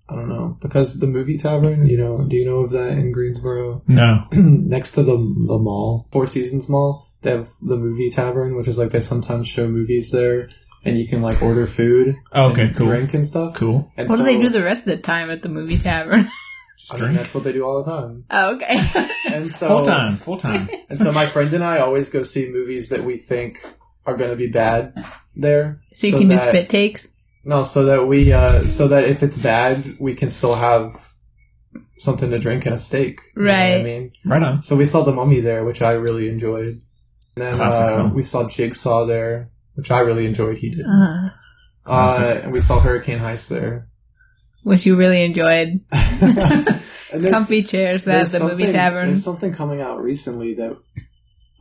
Speaker 3: I don't know because the movie tavern. You know, do you know of that in Greensboro?
Speaker 1: No.
Speaker 3: next to the the mall, Four Seasons Mall, they have the movie tavern, which is like they sometimes show movies there, and you can like order food,
Speaker 1: Oh, Okay,
Speaker 3: and
Speaker 1: cool.
Speaker 3: drink and stuff.
Speaker 1: Cool.
Speaker 3: And
Speaker 2: What do
Speaker 3: so-
Speaker 2: they do the rest of the time at the movie tavern?
Speaker 3: I mean, that's what they do all the time.
Speaker 2: oh, okay.
Speaker 3: And so
Speaker 1: Full time, full time.
Speaker 3: And so my friend and I always go see movies that we think are going to be bad there.
Speaker 2: So you can do
Speaker 3: that-
Speaker 2: spit takes?
Speaker 3: No, so that we, uh, so that if it's bad, we can still have something to drink and a steak. you know what
Speaker 2: Right.
Speaker 3: I mean,
Speaker 1: Right on.
Speaker 3: so we saw The Mummy there, which I really enjoyed. And then
Speaker 1: Classic
Speaker 3: uh,
Speaker 1: film.
Speaker 3: we saw Jigsaw there, which I really enjoyed. He did. Uh,
Speaker 2: Uh,
Speaker 1: Classic.
Speaker 3: and we saw Hurricane Heist there.
Speaker 2: which you really enjoyed.
Speaker 3: And there's-
Speaker 2: Comfy chairs at
Speaker 3: there's
Speaker 2: the movie
Speaker 3: something-
Speaker 2: tavern.
Speaker 3: There's
Speaker 2: Is
Speaker 3: something coming out recently that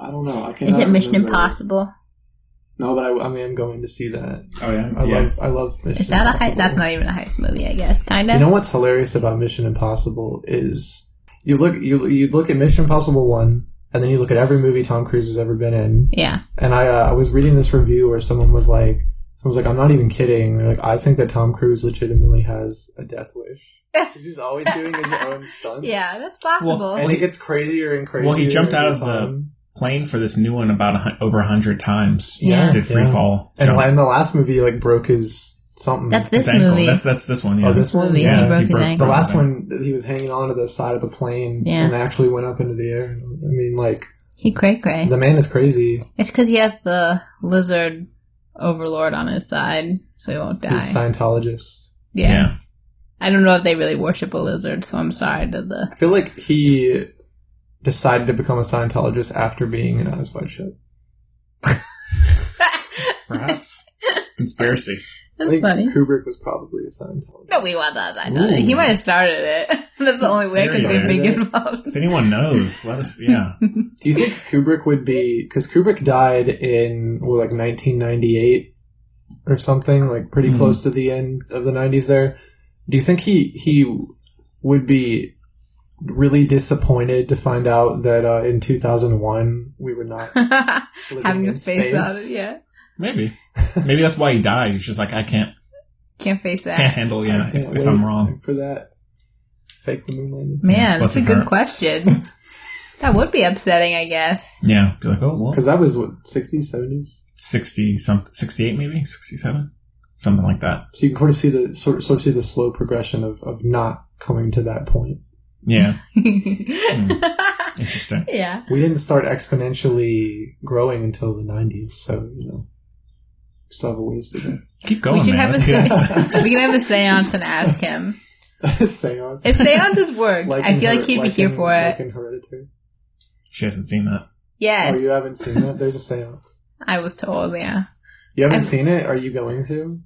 Speaker 3: I don't know. I cannot
Speaker 2: it Mission
Speaker 3: remember.
Speaker 2: Impossible?
Speaker 3: No, but I, I mean, I'm going to see that.
Speaker 1: Oh yeah,
Speaker 3: I
Speaker 1: yeah.
Speaker 3: love I love Mission
Speaker 2: Is that a heist?
Speaker 3: Impossible.
Speaker 2: That's not even a heist movie, I guess. Kind of.
Speaker 3: You know what's hilarious about Mission Impossible is you look you you look at Mission Impossible one, and then you look at every movie Tom Cruise has ever been in.
Speaker 2: yeah.
Speaker 3: And I uh, I was reading this review where someone was like someone was like I'm not even kidding. They're like I think that Tom Cruise legitimately has a death wish because he's always doing his own stunts.
Speaker 2: Yeah, that's possible.
Speaker 1: Well,
Speaker 3: and it gets crazier and crazier.
Speaker 1: Well, he jumped out
Speaker 3: every
Speaker 1: of the
Speaker 3: time.
Speaker 1: plane for this new one about a, hun- over a hundred times.
Speaker 2: Yeah.
Speaker 1: did free
Speaker 3: Yeah.
Speaker 1: fall.
Speaker 3: and
Speaker 1: jump,
Speaker 3: la- in the last movie he, like broke his something.
Speaker 2: That's
Speaker 1: his
Speaker 2: this
Speaker 1: ankle.
Speaker 2: movie.
Speaker 1: That's that's this one. Yeah.
Speaker 3: Oh, this one?
Speaker 2: movie,
Speaker 1: Yeah,
Speaker 2: he broke his
Speaker 3: The
Speaker 2: ankle.
Speaker 3: last
Speaker 1: his ankle.
Speaker 3: one, he was hanging on to the side of the plane
Speaker 2: Yeah.
Speaker 3: and actually went up into the air. I mean, like,
Speaker 2: He cray cray.
Speaker 3: the man is crazy.
Speaker 2: It's because he has the lizard overlord on his side, so he won't die.
Speaker 3: He's a Scientologist.
Speaker 2: yeah.
Speaker 1: yeah.
Speaker 2: I don't know if they really worship a lizard, so I'm sorry to the.
Speaker 3: I feel like he decided to become a Scientologist after being in Eyes Wide Shut.
Speaker 1: Perhaps conspiracy.
Speaker 2: That's
Speaker 3: I think
Speaker 2: funny.
Speaker 3: Kubrick was probably a Scientologist.
Speaker 2: No, we want that. I know. He might have started it. That's the only way
Speaker 1: There
Speaker 2: because
Speaker 1: you
Speaker 2: we'd
Speaker 1: are.
Speaker 2: be involved.
Speaker 1: If anyone knows, let us. Yeah.
Speaker 3: Do you think Kubrick would be... Because Kubrick died in, well, like, 1998 or something, like, pretty
Speaker 1: Mhm.
Speaker 3: close to the end of the 90s there. Do you think he, he would be really disappointed to find out that uh, in 2001 we were not living
Speaker 2: Having
Speaker 3: in
Speaker 2: his face
Speaker 3: space.
Speaker 2: out, yeah.
Speaker 1: Maybe. Maybe that's why he died. He's just like, I can't
Speaker 2: Can't face that.
Speaker 1: can't handle yeah, if,
Speaker 3: Can't
Speaker 1: if I'm
Speaker 3: wait
Speaker 1: wrong.
Speaker 3: for that fake the moon landing
Speaker 1: Yeah,
Speaker 2: Man, that's
Speaker 1: bless
Speaker 2: a
Speaker 1: his
Speaker 2: good
Speaker 1: heart.
Speaker 2: question. that would be upsetting, I guess.
Speaker 1: Yeah. Be like, oh well
Speaker 3: because that was what 60s 70s.
Speaker 1: sixty something sixty eight maybe? Sixty seven? Something like that.
Speaker 3: So you can sort of see the sort of, sort of see the slow progression of, of not coming to that point.
Speaker 1: Yeah. Hmm. Interesting.
Speaker 2: Yeah.
Speaker 3: We didn't start exponentially growing until the 90s, so you know, still have a ways to go.
Speaker 1: Keep going.
Speaker 2: we should
Speaker 1: Oh, man.
Speaker 2: have a
Speaker 1: Let's get-
Speaker 2: se- we can have a seance and ask him.
Speaker 3: Seance.
Speaker 2: If seances worked,
Speaker 3: Like
Speaker 2: I
Speaker 3: in
Speaker 2: feel
Speaker 3: Her-
Speaker 2: like he'd be here
Speaker 3: in-
Speaker 2: for
Speaker 3: like
Speaker 2: it.
Speaker 3: in Hereditary.
Speaker 1: She hasn't seen that.
Speaker 2: Yes.
Speaker 3: Oh, you haven't seen that? There's a seance.
Speaker 2: I was told, yeah.
Speaker 3: You haven't
Speaker 2: I've-
Speaker 3: seen it? Are you going to?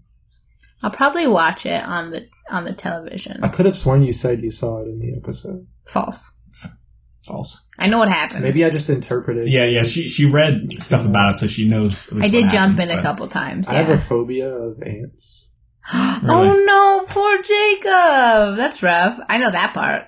Speaker 2: I'll probably watch it on the on the television.
Speaker 3: I could have sworn you said you saw it in the episode.
Speaker 2: False.
Speaker 1: False.
Speaker 2: I know what happens.
Speaker 3: Maybe I just interpreted.
Speaker 1: Yeah, yeah. She she read stuff about it, so she knows. at least
Speaker 2: I
Speaker 1: what
Speaker 2: did jump
Speaker 1: happens,
Speaker 2: in a
Speaker 1: but-
Speaker 2: couple times.
Speaker 3: I have
Speaker 2: Yeah.
Speaker 3: a phobia of ants.
Speaker 1: Really?
Speaker 2: Oh no, poor Jacob. That's rough. I know that part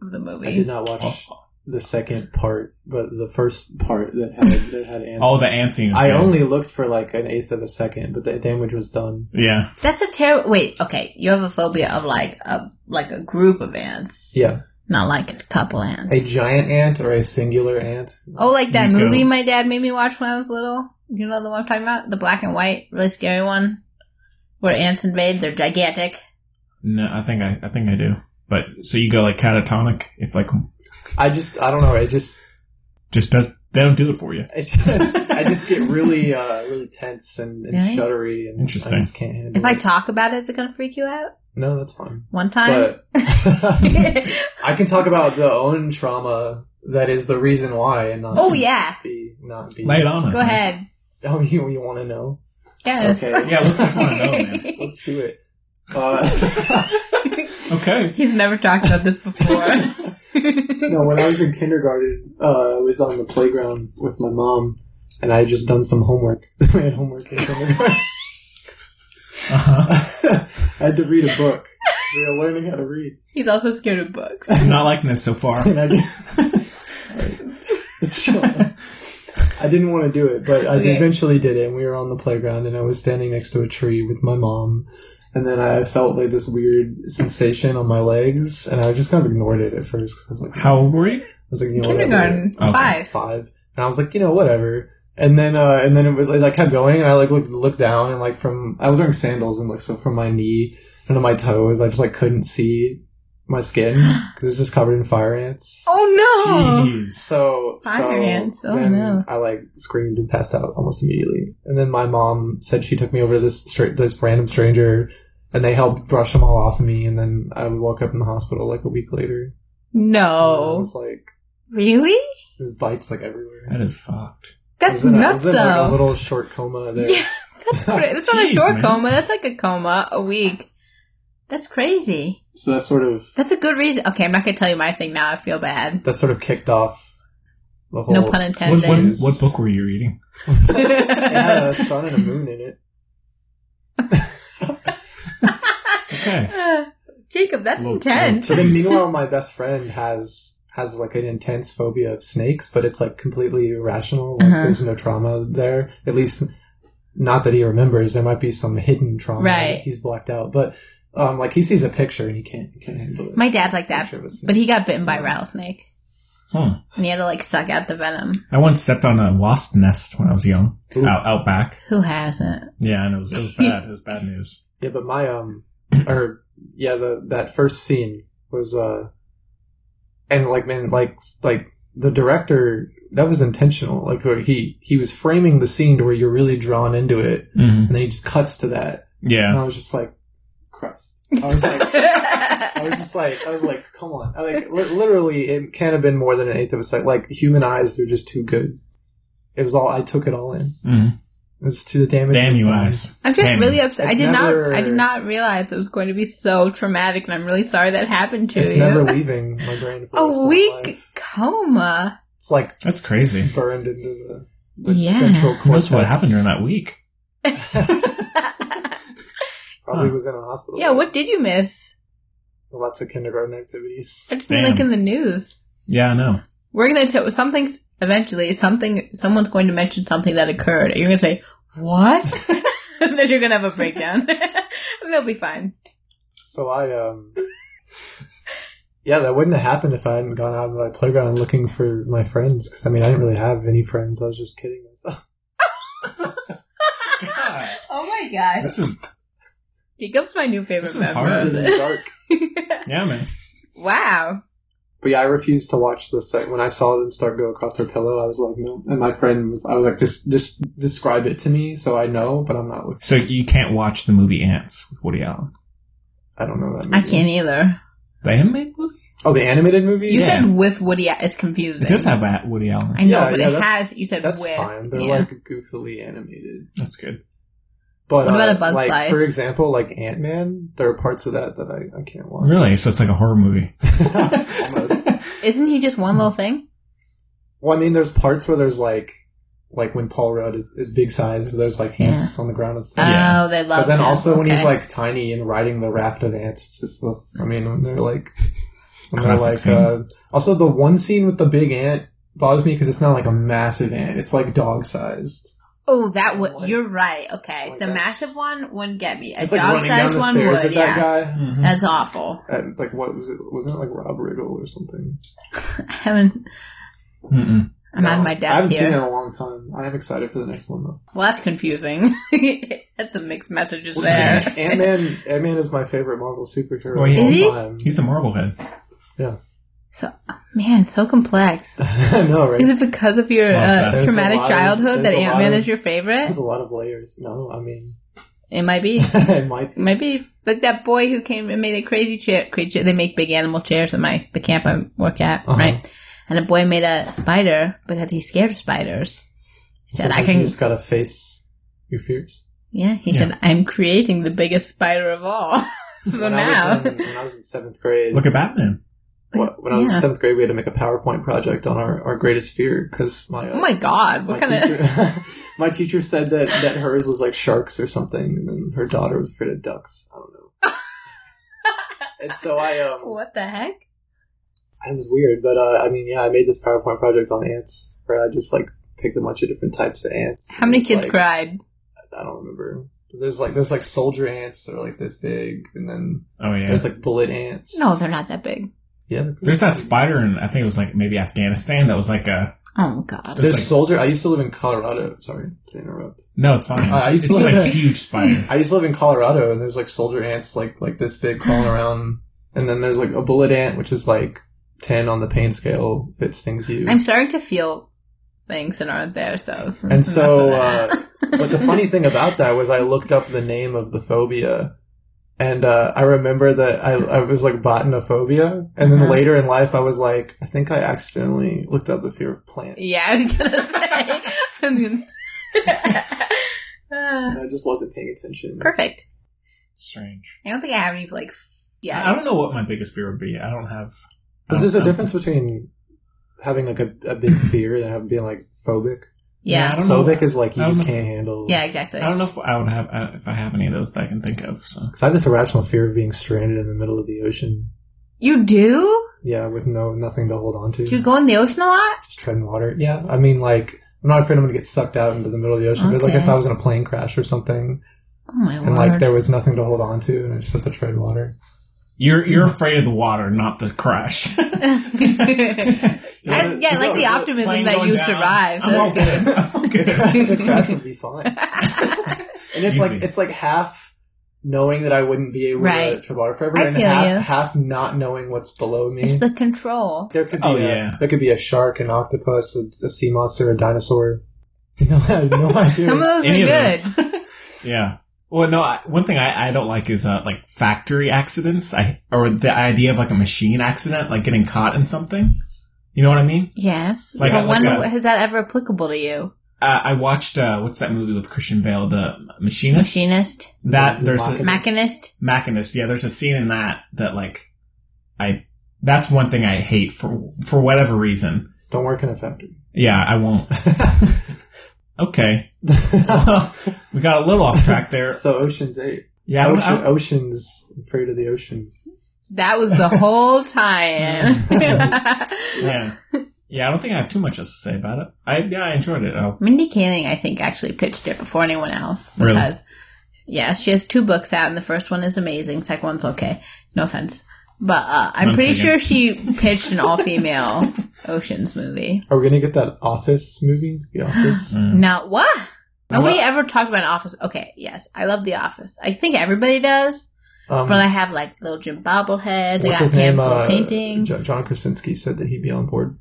Speaker 2: of the movie.
Speaker 3: I did not watch the second part, but the first part that had that had ants.
Speaker 1: All the ant scene. is
Speaker 3: I
Speaker 1: good.
Speaker 3: only looked for like an eighth of a second, but the damage was done.
Speaker 1: Yeah.
Speaker 2: That's a terrible. Wait, okay. You have a phobia of like a like a group of ants,
Speaker 3: Yeah,
Speaker 2: not like a couple
Speaker 3: a
Speaker 2: ants.
Speaker 3: giant ant or a singular ant.
Speaker 2: oh, like that
Speaker 1: You go.
Speaker 2: movie my dad made me watch when I was little. You know the one I'm talking about, the black and white, really scary one, where ants invade. They're gigantic.
Speaker 1: No, I think I I think I do. But so you go like catatonic if like
Speaker 3: I just I don't know. It just
Speaker 1: just does they don't do it for you.
Speaker 3: it just I just get really uh really tense and, and
Speaker 2: Really?
Speaker 3: shuddery and
Speaker 1: Interesting.
Speaker 3: I just can't handle
Speaker 2: If I
Speaker 3: it.
Speaker 2: talk about it, is it gonna freak you out?
Speaker 3: no, that's fine.
Speaker 2: One time.
Speaker 3: But I can talk about the own trauma that is the reason why and not
Speaker 2: oh yeah.
Speaker 3: be not be
Speaker 1: Lay it on us.
Speaker 2: Go
Speaker 1: man.
Speaker 2: ahead.
Speaker 3: Oh, you you want to know?
Speaker 2: Yes.
Speaker 3: Okay.
Speaker 1: Yeah, let's just want to know, man.
Speaker 3: Let's do it. Uh,
Speaker 1: Okay.
Speaker 2: He's never talked about this before.
Speaker 3: no, when I was in kindergarten, uh, I was on the playground with my mom, and I had just done some homework. I had homework in kindergarten. I had to read a book. We were learning how to read.
Speaker 2: He's also scared of books.
Speaker 1: I'm not liking this so far.
Speaker 3: And I did- It's so- I didn't want to do it, but I
Speaker 2: Okay.
Speaker 3: eventually did it. And we were on the playground, and I was standing next to a tree with my mom. And then I felt like this weird sensation on my legs, and I just kind of ignored it at first. 'cause I was like,
Speaker 1: "How old were you?" I
Speaker 3: was like, you know,
Speaker 2: Kindergarten,
Speaker 3: whatever.
Speaker 2: five.
Speaker 3: five. And I was like, you know, whatever. And then, uh, and then it was like I kept going, and I like looked looked down, and like from I was wearing sandals, and like so from my knee and to my toes, I just like couldn't see my skin because it's just covered in fire ants.
Speaker 2: Oh no!
Speaker 3: So, so
Speaker 2: Fire ants, oh,
Speaker 3: then
Speaker 2: no.
Speaker 3: I like screamed and passed out almost immediately. And then my mom said she took me over to this stra- this random stranger, and they helped brush them all off of me. And then I woke up in the hospital like a week later.
Speaker 2: No.
Speaker 3: It was like
Speaker 2: Really?
Speaker 3: there's bites like everywhere.
Speaker 1: That is fucked.
Speaker 2: That's
Speaker 3: I was in a- I
Speaker 2: nuts,
Speaker 3: was in, like,
Speaker 2: though.
Speaker 3: a little short coma there.
Speaker 2: Yeah, that's cra- that's not a
Speaker 3: Jeez,
Speaker 2: short
Speaker 3: man.
Speaker 2: coma. That's like a coma a week. That's crazy.
Speaker 3: So that sort of
Speaker 2: That's a good reason. Okay, I'm not gonna tell you my thing now. I feel bad.
Speaker 3: that sort of kicked off the whole.
Speaker 2: No pun intended.
Speaker 1: What, what, what book were you reading?
Speaker 3: It had a sun and a moon in it.
Speaker 1: Okay.
Speaker 2: Uh, Jacob, that's
Speaker 1: Little-
Speaker 2: intense.
Speaker 3: But then meanwhile, my best friend has has like an intense phobia of snakes, but it's like completely irrational. Like
Speaker 2: Uh-huh.
Speaker 3: there's no trauma there. At least not that he remembers. There might be some hidden trauma.
Speaker 2: Right.
Speaker 3: that He's blacked out. But um like he sees a picture and he can't he can't handle it.
Speaker 2: my dad's like that,
Speaker 3: was-
Speaker 2: but he got bitten by a rattlesnake,
Speaker 1: Huh.
Speaker 2: and he had to like suck out the venom.
Speaker 1: I once stepped on a wasp nest when I was young, out, out back.
Speaker 2: Who hasn't?
Speaker 1: Yeah, and it was it was bad. It was bad news.
Speaker 3: Yeah, but my um or yeah, the that first scene was uh and like man like like the director that was intentional. Like where he he was framing the scene to where you're really drawn into it
Speaker 1: Mhm.
Speaker 3: and then he just cuts to that. And I
Speaker 1: Yeah,
Speaker 3: was just like crust. I was like I was just like I was like come on. I, like li- literally it can't have been more than an eighth of a second. Like human eyes they're just too good. It was all I took it all in.
Speaker 1: Mhm.
Speaker 3: It was to the damage.
Speaker 1: damn
Speaker 3: was
Speaker 1: you
Speaker 3: done.
Speaker 1: eyes.
Speaker 2: I'm just
Speaker 1: Damn
Speaker 2: really
Speaker 1: you.
Speaker 2: upset. I
Speaker 3: It's
Speaker 2: did
Speaker 3: never-
Speaker 2: not. I did not realize it was going to be so traumatic, and I'm really sorry that happened to
Speaker 3: It's
Speaker 2: you.
Speaker 3: never leaving my brain. For the rest of
Speaker 2: a
Speaker 3: my
Speaker 2: week
Speaker 3: life.
Speaker 2: coma.
Speaker 3: It's like
Speaker 1: That's crazy.
Speaker 3: burned into the, the
Speaker 2: Yeah.
Speaker 3: central
Speaker 1: Who knows
Speaker 3: cortex.
Speaker 1: what happened during that week?
Speaker 3: Probably
Speaker 1: Huh.
Speaker 3: was in a hospital.
Speaker 2: Yeah. What did you miss?
Speaker 3: Lots of kindergarten activities.
Speaker 2: It's been like
Speaker 1: Damn.
Speaker 2: in the news.
Speaker 1: Yeah, I know.
Speaker 2: We're gonna tell something's eventually something someone's going to mention something that occurred. and You're gonna say, What? and then you're gonna have a breakdown. and they'll be fine.
Speaker 3: So I um. Yeah, that wouldn't have happened if I hadn't gone out to that playground looking for my friends. Because I mean, I didn't really have any friends. I was just kidding myself.
Speaker 2: Oh my gosh.
Speaker 1: This is
Speaker 2: Jacob's my new favorite
Speaker 1: This is
Speaker 3: In
Speaker 2: member.
Speaker 3: the dark.
Speaker 1: yeah, man.
Speaker 2: wow.
Speaker 3: But yeah, I refused to watch the sec When I saw them start go across their pillow, I was like, no. And my friend was, I was like, just, just describe it to me so I know. But I'm not. looking.
Speaker 1: So you can't watch the movie Ants with Woody Allen.
Speaker 3: I don't know that. Movie.
Speaker 2: I can't either.
Speaker 1: The animated movie.
Speaker 3: Oh, the animated movie.
Speaker 2: You
Speaker 1: Yeah.
Speaker 2: said with Woody Allen. It's confusing.
Speaker 1: It does have a- Woody Allen.
Speaker 2: I know,
Speaker 3: Yeah,
Speaker 2: but
Speaker 3: yeah,
Speaker 2: it
Speaker 3: that's-
Speaker 2: has. You said
Speaker 3: That's
Speaker 2: with.
Speaker 3: fine. They're
Speaker 2: yeah.
Speaker 3: like goofily animated.
Speaker 1: That's good.
Speaker 3: But
Speaker 2: What about
Speaker 3: uh,
Speaker 2: A Bug's
Speaker 3: like
Speaker 2: Life?
Speaker 3: for example, like Ant Man, there are parts of that that I, I can't watch.
Speaker 1: Really? So it's like a horror movie.
Speaker 3: Almost.
Speaker 2: Isn't he just one little thing?
Speaker 3: Well, I mean, there's parts where there's like, like when Paul Rudd is, is big size, there's like ants on the ground and stuff.
Speaker 1: Yeah.
Speaker 2: Oh, they love
Speaker 3: But then
Speaker 2: him.
Speaker 3: also when he's
Speaker 2: Okay.
Speaker 3: like tiny and riding the raft of ants, it's just the, I mean, when they're like, when they're
Speaker 1: Classic
Speaker 3: like,
Speaker 1: scene.
Speaker 3: uh, also the one scene with the big ant bothers me because it's not like a massive ant; it's like dog sized.
Speaker 2: Oh, that would.
Speaker 3: Like-
Speaker 2: you're right. Okay,
Speaker 3: Like
Speaker 2: the
Speaker 3: that's-
Speaker 2: massive one wouldn't get me. A
Speaker 3: It's like
Speaker 2: dog
Speaker 3: running down
Speaker 2: sized
Speaker 3: the
Speaker 2: one
Speaker 3: stairs
Speaker 2: would.
Speaker 3: at that
Speaker 2: Yeah,
Speaker 3: guy.
Speaker 2: that's awful.
Speaker 3: At, like what was it? Wasn't it like Rob Riggle or something?
Speaker 2: I haven't.
Speaker 1: Mm-mm.
Speaker 2: I'm out of
Speaker 3: No,
Speaker 2: my
Speaker 3: I
Speaker 2: depth
Speaker 3: haven't
Speaker 2: here.
Speaker 3: seen it in a long time. I am excited for the next one though.
Speaker 2: Well, that's confusing. that's a mixed messages there.
Speaker 3: Ant Man, Ant Man is my favorite Marvel superhero.
Speaker 1: Well, he-
Speaker 3: of all
Speaker 2: Is he?
Speaker 3: time.
Speaker 1: He's a Marblehead.
Speaker 3: Yeah,
Speaker 2: So, man, so complex.
Speaker 3: I know, right?
Speaker 2: Is it because of your
Speaker 1: Well,
Speaker 2: uh,
Speaker 1: that's-
Speaker 3: There's a
Speaker 2: traumatic
Speaker 3: lot of-
Speaker 2: childhood that
Speaker 3: there's a
Speaker 2: Ant
Speaker 3: lot
Speaker 2: Man
Speaker 3: of-
Speaker 2: is your favorite?
Speaker 3: There's a lot of layers. No, I mean,
Speaker 2: It might be. It
Speaker 3: it might.
Speaker 2: might be. Like that boy who came and made a crazy chair. Crazy chair. They make big animal chairs at my the camp I work at,
Speaker 3: Uh-huh.
Speaker 2: right? And a boy made a spider because he's scared of spiders. He said, "I
Speaker 3: sometimes
Speaker 2: can."
Speaker 3: You just gotta face your fears.
Speaker 2: Yeah, he
Speaker 1: Yeah.
Speaker 2: said, "I'm creating the biggest spider of all." so
Speaker 3: when
Speaker 2: now,
Speaker 3: I was in, when I was in seventh grade,
Speaker 1: Look at Batman.
Speaker 3: wh- when I was in
Speaker 2: Yeah.
Speaker 3: seventh grade, we had to make a PowerPoint project on our, our greatest fear because my uh,
Speaker 2: Oh my god, what
Speaker 3: my
Speaker 2: kind
Speaker 3: teacher,
Speaker 2: of.
Speaker 3: my teacher said that, that hers was like sharks or something, and then her daughter was afraid of ducks. I don't know. and so I um
Speaker 2: What the heck?
Speaker 3: it was weird, but uh, I mean, yeah, I made this PowerPoint project on ants where I just like picked a bunch of different types of ants.
Speaker 2: How many
Speaker 3: It's,
Speaker 2: kids
Speaker 3: like,
Speaker 2: cried?
Speaker 3: I don't remember. There's like there's like soldier ants that are like this big, and then
Speaker 1: Oh, yeah.
Speaker 3: there's like bullet ants.
Speaker 2: No, they're not that big.
Speaker 3: Yeah,
Speaker 1: There's that spider in, I think it was like maybe Afghanistan that was like a.
Speaker 2: Oh, God.
Speaker 3: There's soldier. I used to live in Colorado. Sorry to interrupt.
Speaker 1: No, it's fine.
Speaker 3: Uh, I, I used to
Speaker 1: It's
Speaker 3: live
Speaker 1: like
Speaker 3: in-
Speaker 1: huge spider.
Speaker 3: I used to live in Colorado, and there's like soldier ants, like like this big, crawling around. And then there's like a bullet ant, which is like ten on the pain scale if it stings you.
Speaker 2: I'm starting to feel things that aren't there, so.
Speaker 3: and so, uh, but the funny thing about that was I looked up the name of the phobia, and uh, I remember that I, I was like botanophobia, and then
Speaker 2: Uh-huh.
Speaker 3: later in life I was like, I think I accidentally looked up the fear of plants.
Speaker 2: Yeah, I was gonna say. I was gonna-
Speaker 3: And I just wasn't paying attention.
Speaker 2: Perfect.
Speaker 1: Strange.
Speaker 2: I don't think I have any, like, f- yeah.
Speaker 1: I don't know what my biggest fear would be. I don't have. I
Speaker 3: Is
Speaker 1: don't
Speaker 3: there's a
Speaker 1: know.
Speaker 3: difference between having like a, a big fear and having being like phobic?
Speaker 2: Yeah. Yeah, I
Speaker 1: don't know.
Speaker 3: phobic is like you
Speaker 1: I don't
Speaker 3: just
Speaker 1: know.
Speaker 3: can't handle.
Speaker 2: Yeah, exactly.
Speaker 1: I don't know if I would have uh, if I have any of those that I can think of. So
Speaker 3: Because I have this irrational fear of being stranded in the middle of the ocean.
Speaker 2: You do?
Speaker 3: Yeah, with no nothing to hold on to.
Speaker 2: Do you go in the ocean a lot?
Speaker 3: just treading water. Yeah, I mean, like I'm not afraid I'm gonna get sucked out into the middle of the ocean, but like
Speaker 2: Okay.
Speaker 3: if I was in a plane crash or something,
Speaker 2: Oh my
Speaker 3: and like there was nothing to hold on to, and I just had to tread water.
Speaker 1: you're you're afraid of the water, not the crash.
Speaker 2: I, yeah, I like the optimism that you survived. That's good.
Speaker 3: the crash would be fine. and it's like
Speaker 1: Easy.
Speaker 3: it's like half knowing that I wouldn't be able to
Speaker 2: Right.
Speaker 3: tread water forever,
Speaker 2: I
Speaker 3: and
Speaker 2: feel
Speaker 3: half
Speaker 2: you.
Speaker 3: half not knowing what's below me.
Speaker 2: It's the control.
Speaker 3: there could be
Speaker 1: Oh,
Speaker 3: a,
Speaker 1: yeah.
Speaker 3: there could be a shark, an octopus, a, a sea monster, a dinosaur. No, I have no idea.
Speaker 2: Some of those are
Speaker 1: Any of
Speaker 2: good.
Speaker 1: those. Yeah. Well, no. I, one thing I, I don't like is uh, like factory accidents. I or the idea of like a machine accident, like getting caught in something. You know what I mean?
Speaker 2: Yes.
Speaker 1: Like
Speaker 2: but
Speaker 1: a- like
Speaker 2: when
Speaker 1: a-
Speaker 2: is that ever applicable to you?
Speaker 1: Uh, I watched uh, what's that movie with Christian Bale, The Machinist.
Speaker 2: Machinist?
Speaker 1: That there's a
Speaker 2: Machinist?
Speaker 1: Machinist. Yeah, there's a scene in that that like I. That's one thing I hate for for whatever reason.
Speaker 3: Don't work in a factory.
Speaker 1: Yeah, I won't. okay. Well, we got a little off track there.
Speaker 3: So Ocean's Eight.
Speaker 1: Yeah, I would-
Speaker 3: Ocean,
Speaker 1: I-
Speaker 3: Ocean's afraid of the ocean.
Speaker 2: That was the whole time.
Speaker 1: yeah. Yeah, I don't think I have too much else to say about it. I yeah, I enjoyed it. Oh,
Speaker 2: Mindy Kaling, I think, actually pitched it before anyone else
Speaker 1: Really?
Speaker 2: because, yes, she has two books out, and the first one is amazing. Second one's okay. No offense, but uh, I'm
Speaker 3: None
Speaker 2: pretty
Speaker 3: taken.
Speaker 2: sure she pitched an all-female Ocean's movie.
Speaker 3: Are we gonna get that Office movie? The Office. Um,
Speaker 2: Now what?
Speaker 3: Now
Speaker 2: Nobody
Speaker 3: what?
Speaker 2: ever talked about an office. Okay, yes, I love the office. I think everybody does,
Speaker 3: Um,
Speaker 2: but I have like little Jim bobbleheads. I got
Speaker 3: What's his
Speaker 2: Pam's
Speaker 3: name?
Speaker 2: little
Speaker 3: Uh,
Speaker 2: painting.
Speaker 3: Jo- John Krasinski said that he'd be on board.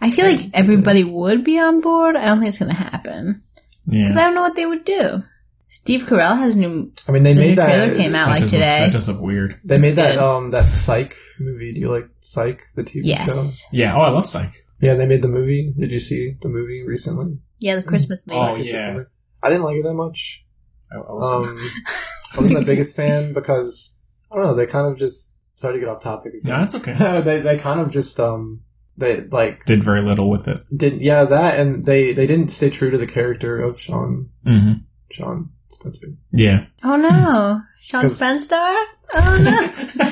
Speaker 2: I feel like everybody would be on board. I don't think it's going to happen because I don't know what they would do. Steve Carell has new.
Speaker 3: I mean, they
Speaker 2: the
Speaker 3: made
Speaker 2: new
Speaker 3: that-
Speaker 2: trailer came out
Speaker 3: that
Speaker 2: like
Speaker 3: does look-
Speaker 2: today.
Speaker 1: that does look weird.
Speaker 3: They made that
Speaker 2: good.
Speaker 3: um that Psych movie. Do you like Psych, the TV
Speaker 2: Yes.
Speaker 3: show?
Speaker 1: Yeah. Oh, I love Psych.
Speaker 3: Yeah, they made the movie. Did you see the movie recently?
Speaker 2: Yeah, the Christmas movie.
Speaker 1: Oh yeah.
Speaker 3: I didn't like it that much.
Speaker 1: I, I
Speaker 3: Um,
Speaker 1: wasn't.
Speaker 3: I wasn't the biggest fan because I don't know. They kind of just sorry to get off topic. Again.
Speaker 1: No, that's okay.
Speaker 3: they they kind of just um they like
Speaker 1: did very little with it.
Speaker 3: didn't yeah that and they they didn't stay true to the character of Sean
Speaker 1: hmm
Speaker 3: Sean Spencer.
Speaker 1: Yeah.
Speaker 2: Oh no, Sean
Speaker 3: 'Cause-
Speaker 2: Spence star? Oh no,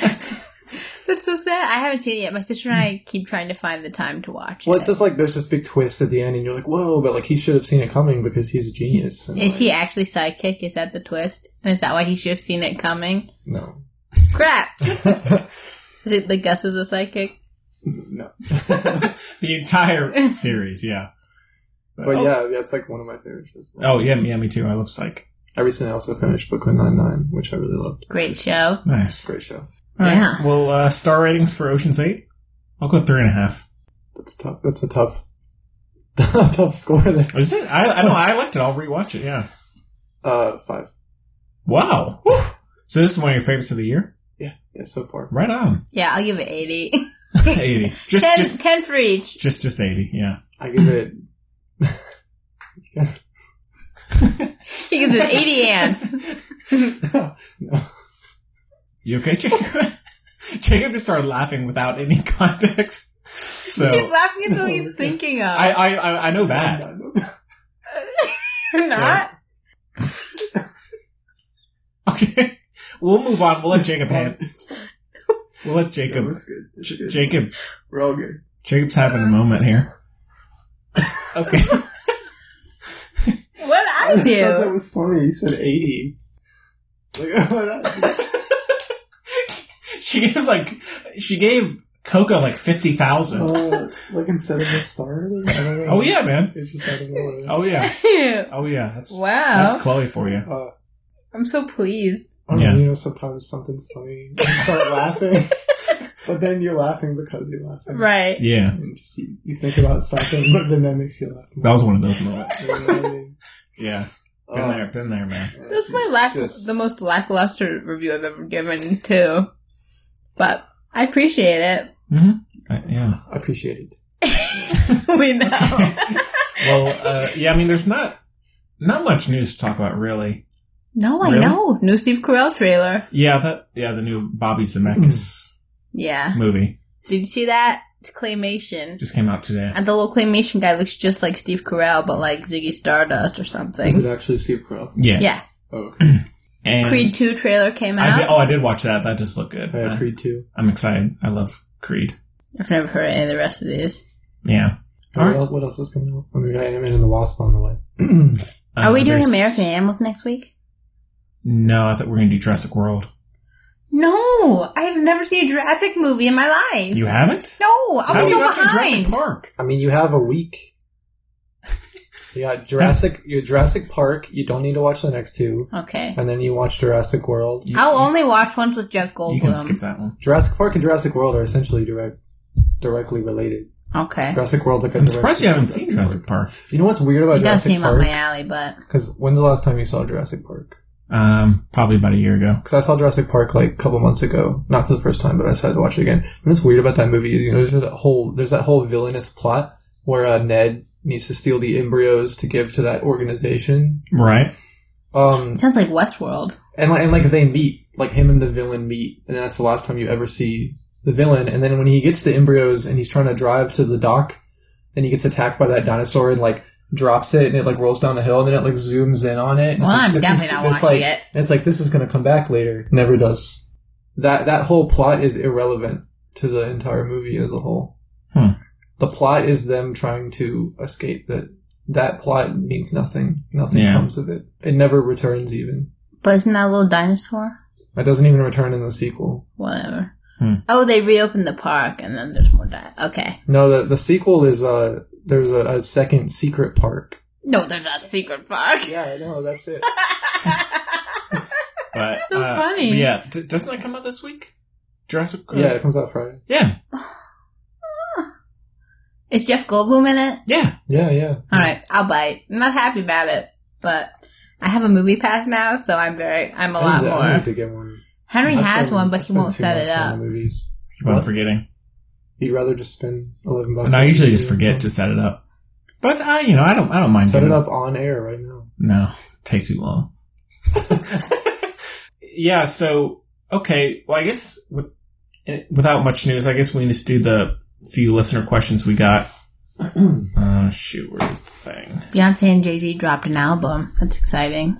Speaker 2: that's so sad. I haven't seen it yet. My sister and I keep trying to find the time to watch
Speaker 3: Well,
Speaker 2: it.
Speaker 3: it's just like there's this big twist at the end, and you're like, whoa! But like he should have seen it coming because he's a genius. And,
Speaker 2: Is he actually psychic? Is that the twist? And is that why he should have seen it coming?
Speaker 3: No.
Speaker 2: Crap. is it like Gus is a psychic?
Speaker 3: No.
Speaker 1: The entire series. Yeah.
Speaker 3: But yeah, that's like one of my favorite shows.
Speaker 1: Oh yeah. Yeah. Me too. I love Psych.
Speaker 3: I recently also finished Brooklyn Nine Nine, which I really loved.
Speaker 2: Great show.
Speaker 1: Nice.
Speaker 3: Great show.
Speaker 1: All right.
Speaker 2: Yeah.
Speaker 1: Well, uh, star ratings for Ocean's Eight. I'll go three and a half.
Speaker 3: That's tough. That's a tough, tough score there.
Speaker 1: Is it? I I know. I liked it. I'll rewatch it. Yeah.
Speaker 3: Uh, five.
Speaker 1: Wow. Woo. So this is one of your favorites of the year.
Speaker 3: Yeah. Yeah. So far.
Speaker 1: Right on.
Speaker 2: Yeah, I'll give it 80.
Speaker 1: Eighty. Just
Speaker 2: 10,
Speaker 1: just
Speaker 2: 10 for each.
Speaker 1: just just eighty. Yeah.
Speaker 3: I give it.
Speaker 2: He gives it 80 ants.
Speaker 1: You okay, Jake? Jacob just started laughing without any context. So
Speaker 2: he's laughing at what he's thinking of.
Speaker 1: I, I, I, I know that.
Speaker 2: You're not.
Speaker 1: We'll move on. We'll let Jacob have. We'll let Jacob.
Speaker 3: Oh,
Speaker 1: J- Jacob.
Speaker 3: We're all good.
Speaker 1: Jacob's having a moment here. Okay.
Speaker 2: What I
Speaker 3: thought
Speaker 2: do?
Speaker 3: that was funny. You said 80. Like,
Speaker 1: she gives like she gave Coco like fifty thousand.
Speaker 3: uh, like instead of the star? I don't know.
Speaker 1: oh yeah, man.
Speaker 3: It's just out of nowhere.
Speaker 1: Oh yeah. Oh yeah. That's
Speaker 2: Wow.
Speaker 1: That's Chloe for you.
Speaker 3: Uh,
Speaker 2: I'm so pleased.
Speaker 3: I don't know,
Speaker 1: Oh, Yeah.
Speaker 3: you know, sometimes something's funny. You start laughing, but then you're laughing because you're laughing.
Speaker 2: Right.
Speaker 1: Yeah.
Speaker 3: And just you, you think about something, but then that makes you laugh.
Speaker 1: That was one of those moments.
Speaker 3: You know what I mean?
Speaker 1: Yeah. Been
Speaker 2: Oh.
Speaker 3: Uh,
Speaker 1: there. Been there, man.
Speaker 2: That's my lack,
Speaker 3: Just-
Speaker 2: the most lackluster review I've ever given too. But I appreciate it.
Speaker 1: Uh, yeah.
Speaker 3: I appreciate it.
Speaker 2: we know.
Speaker 1: Well. Uh, yeah. I mean, there's not not much news to talk about, really.
Speaker 2: No, I
Speaker 1: Really?
Speaker 2: know. New Steve Carell trailer.
Speaker 1: Yeah. That. Yeah. The new Bobby Zemeckis
Speaker 2: Yeah.
Speaker 1: movie
Speaker 2: Did you see that? It's claymation.
Speaker 1: just came out today.
Speaker 2: And the little claymation guy looks just like Steve Carell, but like Ziggy Stardust or
Speaker 3: Is it
Speaker 2: something.
Speaker 3: actually Steve Carell?
Speaker 1: Yeah.
Speaker 2: Yeah.
Speaker 3: Oh, okay.
Speaker 1: And
Speaker 2: Creed 2 trailer came
Speaker 1: I
Speaker 2: out.
Speaker 1: did, oh, I did watch that. That does look good.
Speaker 3: Yeah,
Speaker 1: Uh,
Speaker 3: Creed 2.
Speaker 1: I'm excited. I love Creed.
Speaker 2: I've never heard of any of the rest of these.
Speaker 1: Yeah.
Speaker 3: What,
Speaker 1: Alright.
Speaker 3: else, what else is coming out? I mean, we got Ant-Man and the Wasp on the way.
Speaker 2: Are we doing
Speaker 1: Uh, there's-
Speaker 2: American Animals next week?
Speaker 1: No, I thought we were gonna do Jurassic World.
Speaker 2: No! I've never seen a Jurassic movie in my life.
Speaker 1: You haven't?
Speaker 2: no,
Speaker 1: How
Speaker 2: I'm
Speaker 1: do
Speaker 2: so
Speaker 1: you not see Jurassic
Speaker 2: behind.
Speaker 1: Park?
Speaker 3: I mean, you have a week. You got Jurassic, you got Jurassic Park. You don't need to watch the next two,
Speaker 2: Okay.
Speaker 3: and then you watch Jurassic World.
Speaker 1: You-
Speaker 2: I'll only watch ones with Jeff
Speaker 1: You can skip
Speaker 2: Goldblum.
Speaker 1: that one.
Speaker 3: Jurassic Park and Jurassic World are essentially direct, directly related.
Speaker 2: Okay.
Speaker 3: Jurassic World's like a.
Speaker 1: I'm
Speaker 3: direct
Speaker 1: surprised you
Speaker 3: sequel to
Speaker 1: haven't seen Jurassic Park.
Speaker 3: You know what's weird about
Speaker 2: It does
Speaker 3: Jurassic
Speaker 2: seem up my
Speaker 3: Park?
Speaker 2: alley, but
Speaker 3: Because when's the last time you saw Jurassic Park?
Speaker 1: Um, probably about a year ago.
Speaker 3: Because I saw Jurassic Park like a couple months ago, not for the first time, but I decided to watch it again. And what's weird about that movie is you know there's that whole there's that whole villainous plot where uh, Ned needs to steal the embryos to give to that organization.
Speaker 1: Right.
Speaker 3: Um,
Speaker 2: it sounds like Westworld.
Speaker 3: and like, and like they meet, like him and the villain meet, and that's the last time you ever see the villain. And then when he gets the embryos and he's trying to drive to the dock, then he gets attacked by that dinosaur and like drops it, and it like rolls down the hill, and then it like zooms in on it. And it's
Speaker 2: Well,
Speaker 3: like,
Speaker 2: I'm
Speaker 3: this
Speaker 2: definitely not
Speaker 3: this,
Speaker 2: watching
Speaker 3: like-
Speaker 2: it.
Speaker 3: and it's like this is gonna come back later. Never does. That that whole plot is irrelevant to the entire movie as a whole.
Speaker 1: Hmm.
Speaker 3: The plot is them trying to escape that. That plot means nothing. Nothing
Speaker 1: Yeah.
Speaker 3: comes of it. It never returns even.
Speaker 2: But isn't that a little dinosaur?
Speaker 3: That doesn't even return in the sequel.
Speaker 2: Whatever.
Speaker 1: Hmm.
Speaker 2: Oh, they reopened the park, and then there's more di Okay.
Speaker 3: No, the the sequel is uh there's a, a second secret park.
Speaker 2: No, there's a secret park.
Speaker 3: Yeah, I know, that's it.
Speaker 1: But
Speaker 2: So
Speaker 1: uh,
Speaker 2: funny.
Speaker 1: Yeah. D- doesn't that come out this week? Jurassic. uh,
Speaker 3: yeah, it comes out Friday.
Speaker 1: Yeah.
Speaker 2: Is Jeff Goldblum in it?
Speaker 1: Yeah.
Speaker 3: Yeah, yeah.
Speaker 1: Hmm.
Speaker 2: All right, I'll bite. I'm not happy about it, but I have a movie pass now, so I'm very I'm a
Speaker 3: I
Speaker 2: lot
Speaker 3: need to- I need
Speaker 2: more.
Speaker 3: to get one.
Speaker 2: Henry
Speaker 3: I
Speaker 2: has
Speaker 3: spend-
Speaker 2: one,
Speaker 3: I
Speaker 2: but he
Speaker 3: spend
Speaker 2: won't
Speaker 3: too
Speaker 2: set
Speaker 3: much
Speaker 2: it
Speaker 3: on
Speaker 2: up.
Speaker 3: the Movies.
Speaker 1: Keep on
Speaker 3: What?
Speaker 1: forgetting.
Speaker 3: You'd rather just spend eleven bucks.
Speaker 1: And I
Speaker 3: on
Speaker 1: usually
Speaker 3: the
Speaker 1: just
Speaker 3: movie.
Speaker 1: forget to set it up. But I, you know, I don't. I don't mind.
Speaker 3: set
Speaker 1: doing
Speaker 3: it up on air right now.
Speaker 1: No, take too long. yeah. So okay. Well, I guess with, eh, without much news, I guess we just do the few listener questions we got. uh, shoot, where is the thing?
Speaker 2: Beyonce and Jay Z dropped an album. That's exciting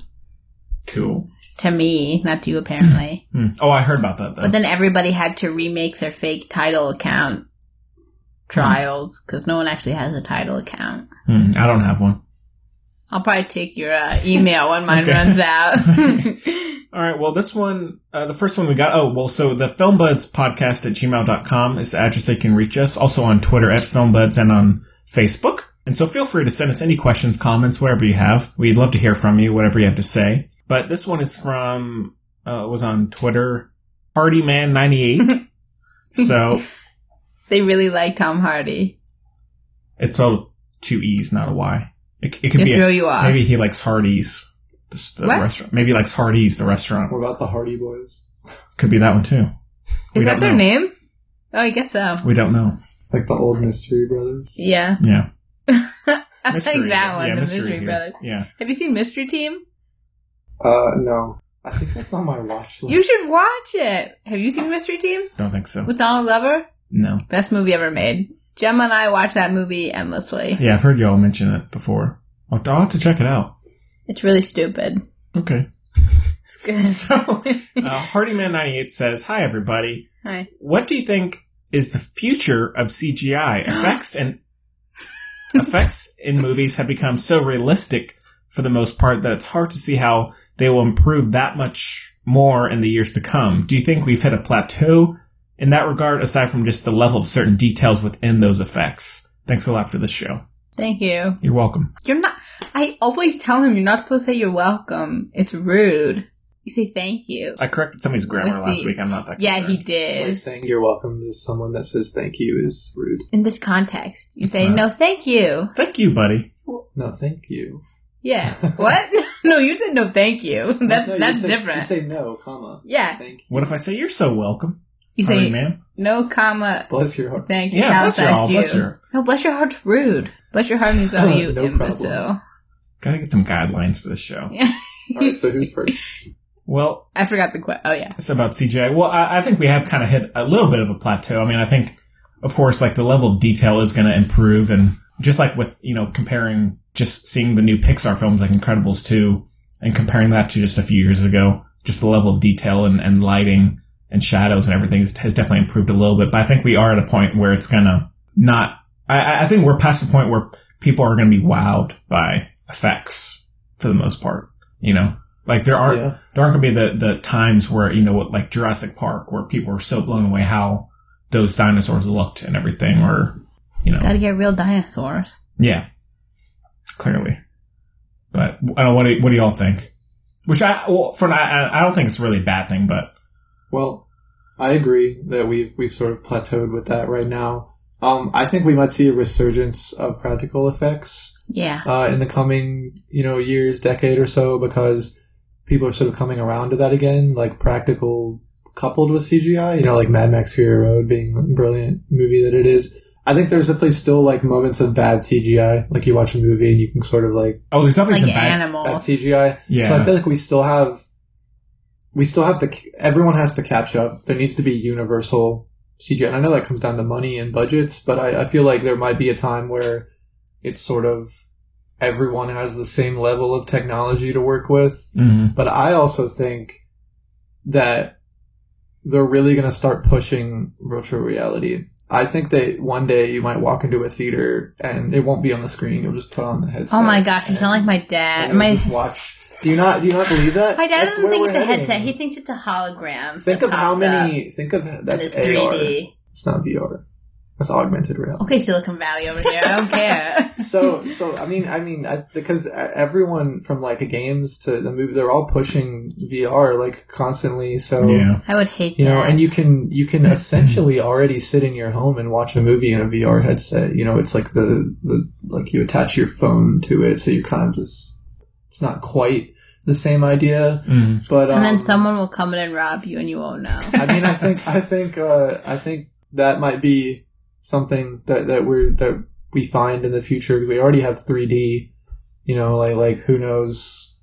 Speaker 1: Cool.
Speaker 2: to me, not to you apparently.
Speaker 1: Hmm. Oh, I heard about that though.
Speaker 2: but then everybody had to remake their fake title account trials because no one actually has a title account.
Speaker 1: Hmm, I don't have one.
Speaker 2: I'll probably take your uh, email when mine
Speaker 1: Okay.
Speaker 2: runs out.
Speaker 1: All right. Well, this one, uh, the first one we got. Oh, well, so the filmbudspodcast podcast at gmail.com is the address they can reach us. Also on Twitter at filmbuds and on Facebook. And so feel free to send us any questions, comments, whatever you have. We'd love to hear from you, whatever you have to say. But this one is from, uh, it was on Twitter, HardyMan98. so
Speaker 2: they really like Tom Hardy.
Speaker 1: it's spelled two E's, not a Y. It, it could
Speaker 2: They
Speaker 1: be,
Speaker 2: throw
Speaker 1: a,
Speaker 2: you off.
Speaker 1: maybe he likes Hardee's, the, the
Speaker 2: What?
Speaker 1: restaurant. Maybe he likes Hardee's, the restaurant.
Speaker 3: What about the Hardy Boys?
Speaker 1: Could be that one too. we
Speaker 2: Is that
Speaker 1: don't
Speaker 2: their
Speaker 1: know.
Speaker 2: name? Oh, I guess so.
Speaker 1: We don't know.
Speaker 3: Like the old Mystery Brothers?
Speaker 2: Yeah.
Speaker 1: Yeah.
Speaker 2: I like that one, the Mystery
Speaker 1: here.
Speaker 2: Brothers.
Speaker 1: Yeah.
Speaker 2: Have you seen Mystery Team?
Speaker 3: Uh no. I think that's on my watch list.
Speaker 2: You should watch it. Have you seen Mystery Team
Speaker 1: Don't think so.
Speaker 2: with Donald Glover?
Speaker 1: No.
Speaker 2: Best movie ever made. Gemma and I watch that movie endlessly.
Speaker 1: Yeah, I've heard y'all mention it before. I'll, I'll have to check it out.
Speaker 2: It's really stupid.
Speaker 1: Okay.
Speaker 2: It's good.
Speaker 1: So, uh, Hardyman98 says, Hi, everybody.
Speaker 2: Hi.
Speaker 1: What do you think is the future of CGI? Effects and effects in movies have become so realistic for the most part that it's hard to see how they will improve that much more in the years to come. Do you think we've hit a plateau in that regard, aside from just the level of certain details within those effects? Thanks a lot for this show.
Speaker 2: Thank you.
Speaker 1: You're welcome.
Speaker 2: You're not. I always tell him you're not supposed to say you're welcome. It's rude. You say thank you.
Speaker 1: I corrected somebody's grammar
Speaker 2: With
Speaker 1: last
Speaker 2: the-
Speaker 1: week. I'm not that
Speaker 2: yeah,
Speaker 1: concerned.
Speaker 2: he did.
Speaker 3: Saying you're welcome to someone that says thank you is rude.
Speaker 2: In this context, you
Speaker 3: It's
Speaker 2: say
Speaker 3: not.
Speaker 2: no, thank you.
Speaker 1: Thank you, buddy.
Speaker 3: No, thank you.
Speaker 2: Yeah. what? no, you said no, thank you. That's
Speaker 3: No, you
Speaker 2: that's
Speaker 3: say-
Speaker 2: different.
Speaker 3: You say no, comma.
Speaker 2: yeah.
Speaker 3: Thank
Speaker 1: What if I say you're so welcome?
Speaker 2: You
Speaker 1: Hardy
Speaker 2: say-
Speaker 1: man.
Speaker 2: No comma.
Speaker 3: Bless Oh, your heart.
Speaker 2: Thank you.
Speaker 1: Yeah, bless your
Speaker 2: italicized
Speaker 1: all,
Speaker 2: you.
Speaker 1: bless your-
Speaker 2: No, bless your heart's rude. Bless your heart means oh, you
Speaker 3: No problem.
Speaker 2: imbecile.
Speaker 1: Gotta get some guidelines for this show.
Speaker 2: Yeah.
Speaker 3: All right, so who's first?
Speaker 1: Well,
Speaker 2: I forgot the question. Oh yeah.
Speaker 1: It's about CGI. Well, I, I think we have kind of hit a little bit of a plateau. I mean, I think, of course, like the level of detail is going to improve, and just like with you know comparing, just seeing the new Pixar films like Incredibles two, and comparing that to just a few years ago, just the level of detail and, and lighting and shadows and everything has, has definitely improved a little bit. But I think we are at a point where it's going to not. I, I- I think we're past the point where people are going to be wowed by effects for the most part. You know, like there are
Speaker 3: Yeah.
Speaker 1: there aren't going to be the, the times where, you know, what, like Jurassic Park, where people were so blown away how those dinosaurs looked and everything, or, you know,
Speaker 2: Gotta get real dinosaurs.
Speaker 1: yeah, clearly. But I don't. What do, what do y'all think? Which I well, for I, I don't think it's really a bad thing, but
Speaker 3: Well, I agree that we've we've sort of plateaued with that right now. Um, I think we might see a resurgence of practical effects
Speaker 2: Yeah.
Speaker 3: uh, in the coming you know years, decade or so, because people are sort of coming around to that again, like practical coupled with CGI. You know, like Mad Max Fury Road being a brilliant movie that it is. I think there's definitely still like moments of bad CGI. Like you watch a movie and you can sort of like
Speaker 1: oh, there's definitely
Speaker 2: Like
Speaker 1: some bad.
Speaker 2: animals.
Speaker 3: bad CGI.
Speaker 1: Yeah.
Speaker 3: So I feel like we still have we still have to. Everyone has to catch up. There needs to be universal CGI. And I know that comes down to money and budgets, but I, I feel like there might be a time where it's sort of everyone has the same level of technology to work with.
Speaker 1: Mhm.
Speaker 3: But I also think that they're really going to start pushing virtual reality. I think that one day you might walk into a theater and it won't be on the screen. You'll just put on the headset.
Speaker 2: Oh my gosh, you sound like my dad.
Speaker 3: and you'll
Speaker 2: My
Speaker 3: just watch. Do you not? Do you not believe that?
Speaker 2: my dad
Speaker 3: That's
Speaker 2: doesn't
Speaker 3: where
Speaker 2: think
Speaker 3: we're
Speaker 2: it's a
Speaker 3: heading.
Speaker 2: headset. He thinks it's a hologram.
Speaker 3: think
Speaker 2: that
Speaker 3: of how
Speaker 2: pops up,
Speaker 3: many. Think of
Speaker 2: and
Speaker 3: that's
Speaker 2: it's
Speaker 3: AR.
Speaker 2: 3D.
Speaker 3: It's not VR. That's augmented reality.
Speaker 2: Okay, Silicon Valley over here. I don't care.
Speaker 3: so so I mean I mean I, because everyone from like games to the movie they're all pushing VR like constantly so
Speaker 1: Yeah.
Speaker 2: I would hate
Speaker 3: you
Speaker 2: that.
Speaker 3: know and you can you can essentially already sit in your home and watch a movie in a VR headset you know it's like the the like you attach your phone to it so you kind of just it's not quite the same idea
Speaker 1: Mhm.
Speaker 3: but um,
Speaker 2: and then someone will come in and rob you, and you won't know.
Speaker 3: I mean, I think, I think, uh, I think that might be something that, that we're, that we find in the future. We already have 3D, you know, like, like, who knows,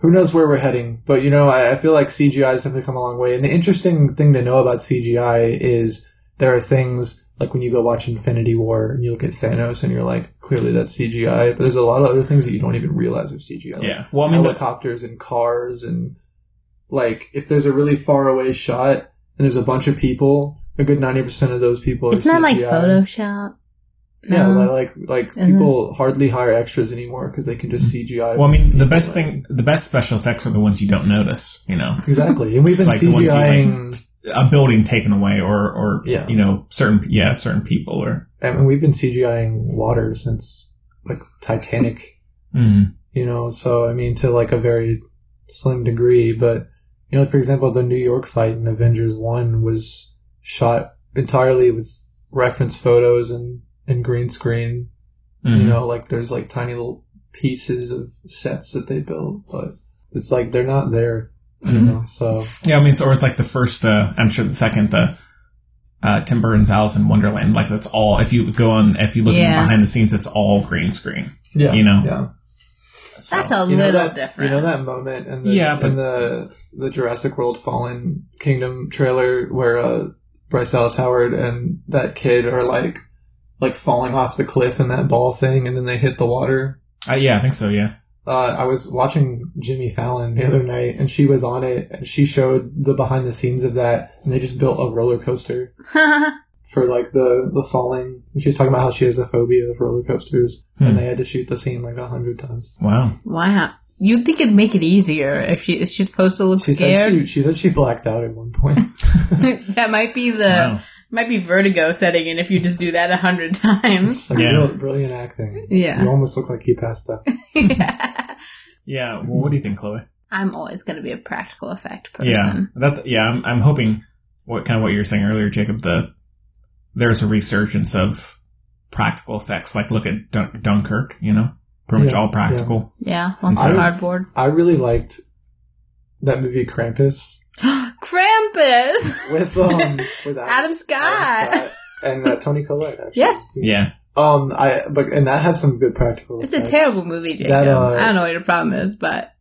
Speaker 3: who knows where we're heading. But, you know, I, I feel like CGI has definitely come a long way. And the interesting thing to know about CGI is there are things, like when you go watch Infinity War and you look at Thanos and you're like, clearly that's CGI, but there's a lot of other things that you don't even realize are CGI. Like,
Speaker 1: yeah. Well, I mean, the-
Speaker 3: helicopters and cars and like if there's a really far away shot and there's a bunch of people, a good ninety percent of those people are
Speaker 2: Isn't that like
Speaker 3: CGI.
Speaker 2: Photoshop?
Speaker 3: Yeah,
Speaker 2: No.
Speaker 3: li- like like
Speaker 2: Mhm.
Speaker 3: people hardly hire extras anymore because they can just CGI.
Speaker 1: Mm. well, I mean, the
Speaker 3: people,
Speaker 1: best
Speaker 3: like-
Speaker 1: thing, the best special effects are the ones you don't notice. You know,
Speaker 3: exactly, and we've been
Speaker 1: Like the ones you, like,
Speaker 3: CGIing,
Speaker 1: a building taken away, or or
Speaker 3: Yeah.
Speaker 1: you know, certain yeah, certain people, or
Speaker 3: and we've been CGIing water since like Titanic.
Speaker 1: Mhm.
Speaker 3: you know so i mean to like a very slim degree but you know for example the new york fight in avengers 1 was shot entirely with reference photos and and green screen you
Speaker 2: Mm-hmm.
Speaker 1: Mhm.
Speaker 3: know like there's like tiny little pieces of sets that they built but it's like they're not there you
Speaker 1: Mhm.
Speaker 3: know so
Speaker 1: Yeah, I mean, it's, or it's like the first. Uh, I'm sure the second. The uh, Tim Burton's Alice in Wonderland. Like that's all. If you go on, if you look
Speaker 2: Yeah.
Speaker 1: behind the scenes, it's all green screen.
Speaker 3: yeah
Speaker 1: You know.
Speaker 3: yeah So,
Speaker 2: That's a
Speaker 3: you know
Speaker 2: little
Speaker 3: that-
Speaker 2: different.
Speaker 3: You know that moment in the
Speaker 1: Yeah, but-
Speaker 3: in the the Jurassic World Fallen Kingdom trailer where uh, Bryce Dallas Howard and that kid are like like falling off the cliff in that ball thing, and then they hit the water.
Speaker 1: Uh, yeah, I think so. Yeah.
Speaker 3: Uh, I was watching Jimmy Fallon the other night, and she was on it, and she showed the behind the scenes of that, and they just built a roller coaster for like the the falling. And she was talking about how she has a phobia of roller coasters,
Speaker 1: Hmm.
Speaker 3: and they had to shoot the scene like a hundred times.
Speaker 1: Wow.
Speaker 2: Wow. You'd think it'd make it easier if she is she supposed to look
Speaker 3: She said
Speaker 2: scared.
Speaker 3: she she said she blacked out at one point.
Speaker 2: that might be the
Speaker 3: Wow.
Speaker 2: might be vertigo setting in if you just do that a hundred times.
Speaker 3: It's like real, brilliant acting.
Speaker 2: Yeah.
Speaker 3: you almost look like you passed out.
Speaker 1: Yeah. Well, what do you think, Chloe?
Speaker 2: I'm always going to be a practical effect person.
Speaker 1: Yeah. That. Yeah. I'm, I'm hoping what kind of what you were saying earlier, Jacob. The there's a resurgence of practical effects. Like look at Dun- Dunkirk. You know, pretty much
Speaker 3: Yeah,
Speaker 1: all practical.
Speaker 2: Yeah, lots
Speaker 1: And
Speaker 2: of
Speaker 1: so-
Speaker 2: cardboard.
Speaker 3: I really liked that movie Krampus
Speaker 2: Krampus
Speaker 3: with um with Adam,
Speaker 2: Adam Scott.
Speaker 3: and uh, Tony Collette. Actually.
Speaker 2: Yes,
Speaker 1: Yeah.
Speaker 3: Um, I but and that has some good practical.
Speaker 2: it's a
Speaker 3: effects.
Speaker 2: terrible movie, Jacob.
Speaker 3: That, uh,
Speaker 2: I don't know what your problem is, but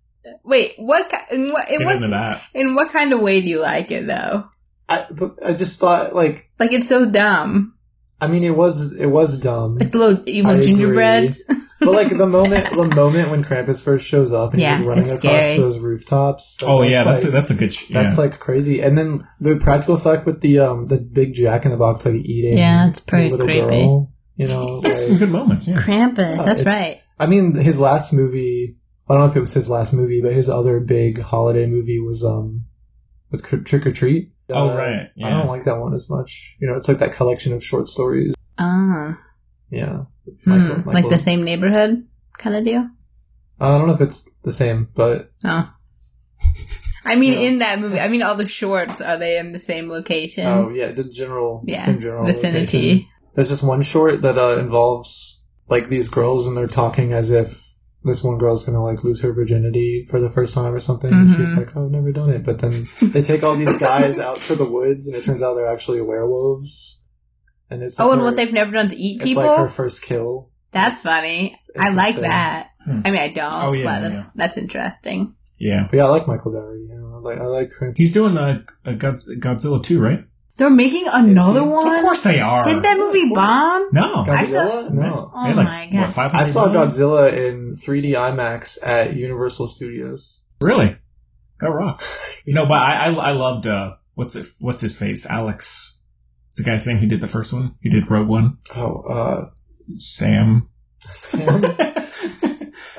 Speaker 2: wait, what? ki- In what? In
Speaker 3: Get
Speaker 2: what?
Speaker 3: into that.
Speaker 2: In what kind of way do you like it though?
Speaker 3: I but I just thought like
Speaker 2: like it's so dumb.
Speaker 3: I mean, it was it was dumb.
Speaker 2: Like the little evil
Speaker 3: I agree. Uh,
Speaker 2: gingerbreads.
Speaker 3: but like the moment the moment when Krampus first shows up and
Speaker 2: Yeah,
Speaker 3: he's running
Speaker 2: it's
Speaker 3: across
Speaker 2: scary.
Speaker 3: those rooftops. like,
Speaker 1: Oh yeah. That's a, that's a good. Sh-
Speaker 3: That's
Speaker 1: yeah.
Speaker 3: like crazy. And then the practical effect with the um the big Jack in the Box like eating.
Speaker 2: Yeah, it's pretty
Speaker 3: the little
Speaker 2: creepy.
Speaker 3: Girl, you know,
Speaker 1: There's
Speaker 3: like-
Speaker 1: some good moments. Yeah.
Speaker 2: Krampus.
Speaker 3: Yeah,
Speaker 2: that's
Speaker 3: it's-
Speaker 2: right.
Speaker 3: I mean, his last movie. I don't know if it was his last movie, but his other big holiday movie was um with Cr- Trick or Treat.
Speaker 1: Oh, right,
Speaker 3: uh, I
Speaker 1: yeah.
Speaker 3: don't like that one as much. You know, it's like that collection of short stories.
Speaker 2: Ah,
Speaker 3: Yeah.
Speaker 2: hmm. like the same neighborhood kind of deal.
Speaker 3: I don't know if it's the same, but
Speaker 2: No. I mean, in that movie, I mean, all the shorts are they in the same location?
Speaker 3: oh yeah, just general,
Speaker 2: Yeah,
Speaker 3: same general
Speaker 2: vicinity.
Speaker 3: location. There's this one short that uh, involves like these girls and they're talking as if this one girl's gonna like lose her virginity for the first time or something. And she's
Speaker 2: Mm-hmm.
Speaker 12: Mhm.
Speaker 3: like, "Oh, "I've never done it," but then they take all these guys out to the woods, and it turns out they're actually werewolves. And it's
Speaker 2: oh,
Speaker 3: like
Speaker 2: and
Speaker 3: her-
Speaker 2: what they've never done to eat
Speaker 3: It's
Speaker 2: people.
Speaker 3: like her first kill.
Speaker 2: that's funny. I like
Speaker 3: interesting.
Speaker 2: that.
Speaker 3: Hmm.
Speaker 2: I mean, I don't.
Speaker 3: Oh, yeah,
Speaker 2: but
Speaker 3: yeah,
Speaker 2: that's, that's interesting.
Speaker 1: Yeah.
Speaker 3: But yeah, I like Michael Dougherty. You know, I like I like Krampus.
Speaker 1: He's doing a, a Godz- Godzilla 2, right?
Speaker 2: They're making another one.
Speaker 1: Of course they are.
Speaker 2: Did that movie bomb?
Speaker 1: No.
Speaker 2: I saw-
Speaker 3: Godzilla? No.
Speaker 2: Oh my god!
Speaker 3: I saw Godzilla in 3D IMAX at Universal Studios.
Speaker 1: Really? That rocks. no, but I, I, I loved, uh, what's it, what's his face? Alex. It's the guy's name who did the first one. He did Rogue One.
Speaker 3: Oh, uh.
Speaker 1: Sam.
Speaker 3: Sam?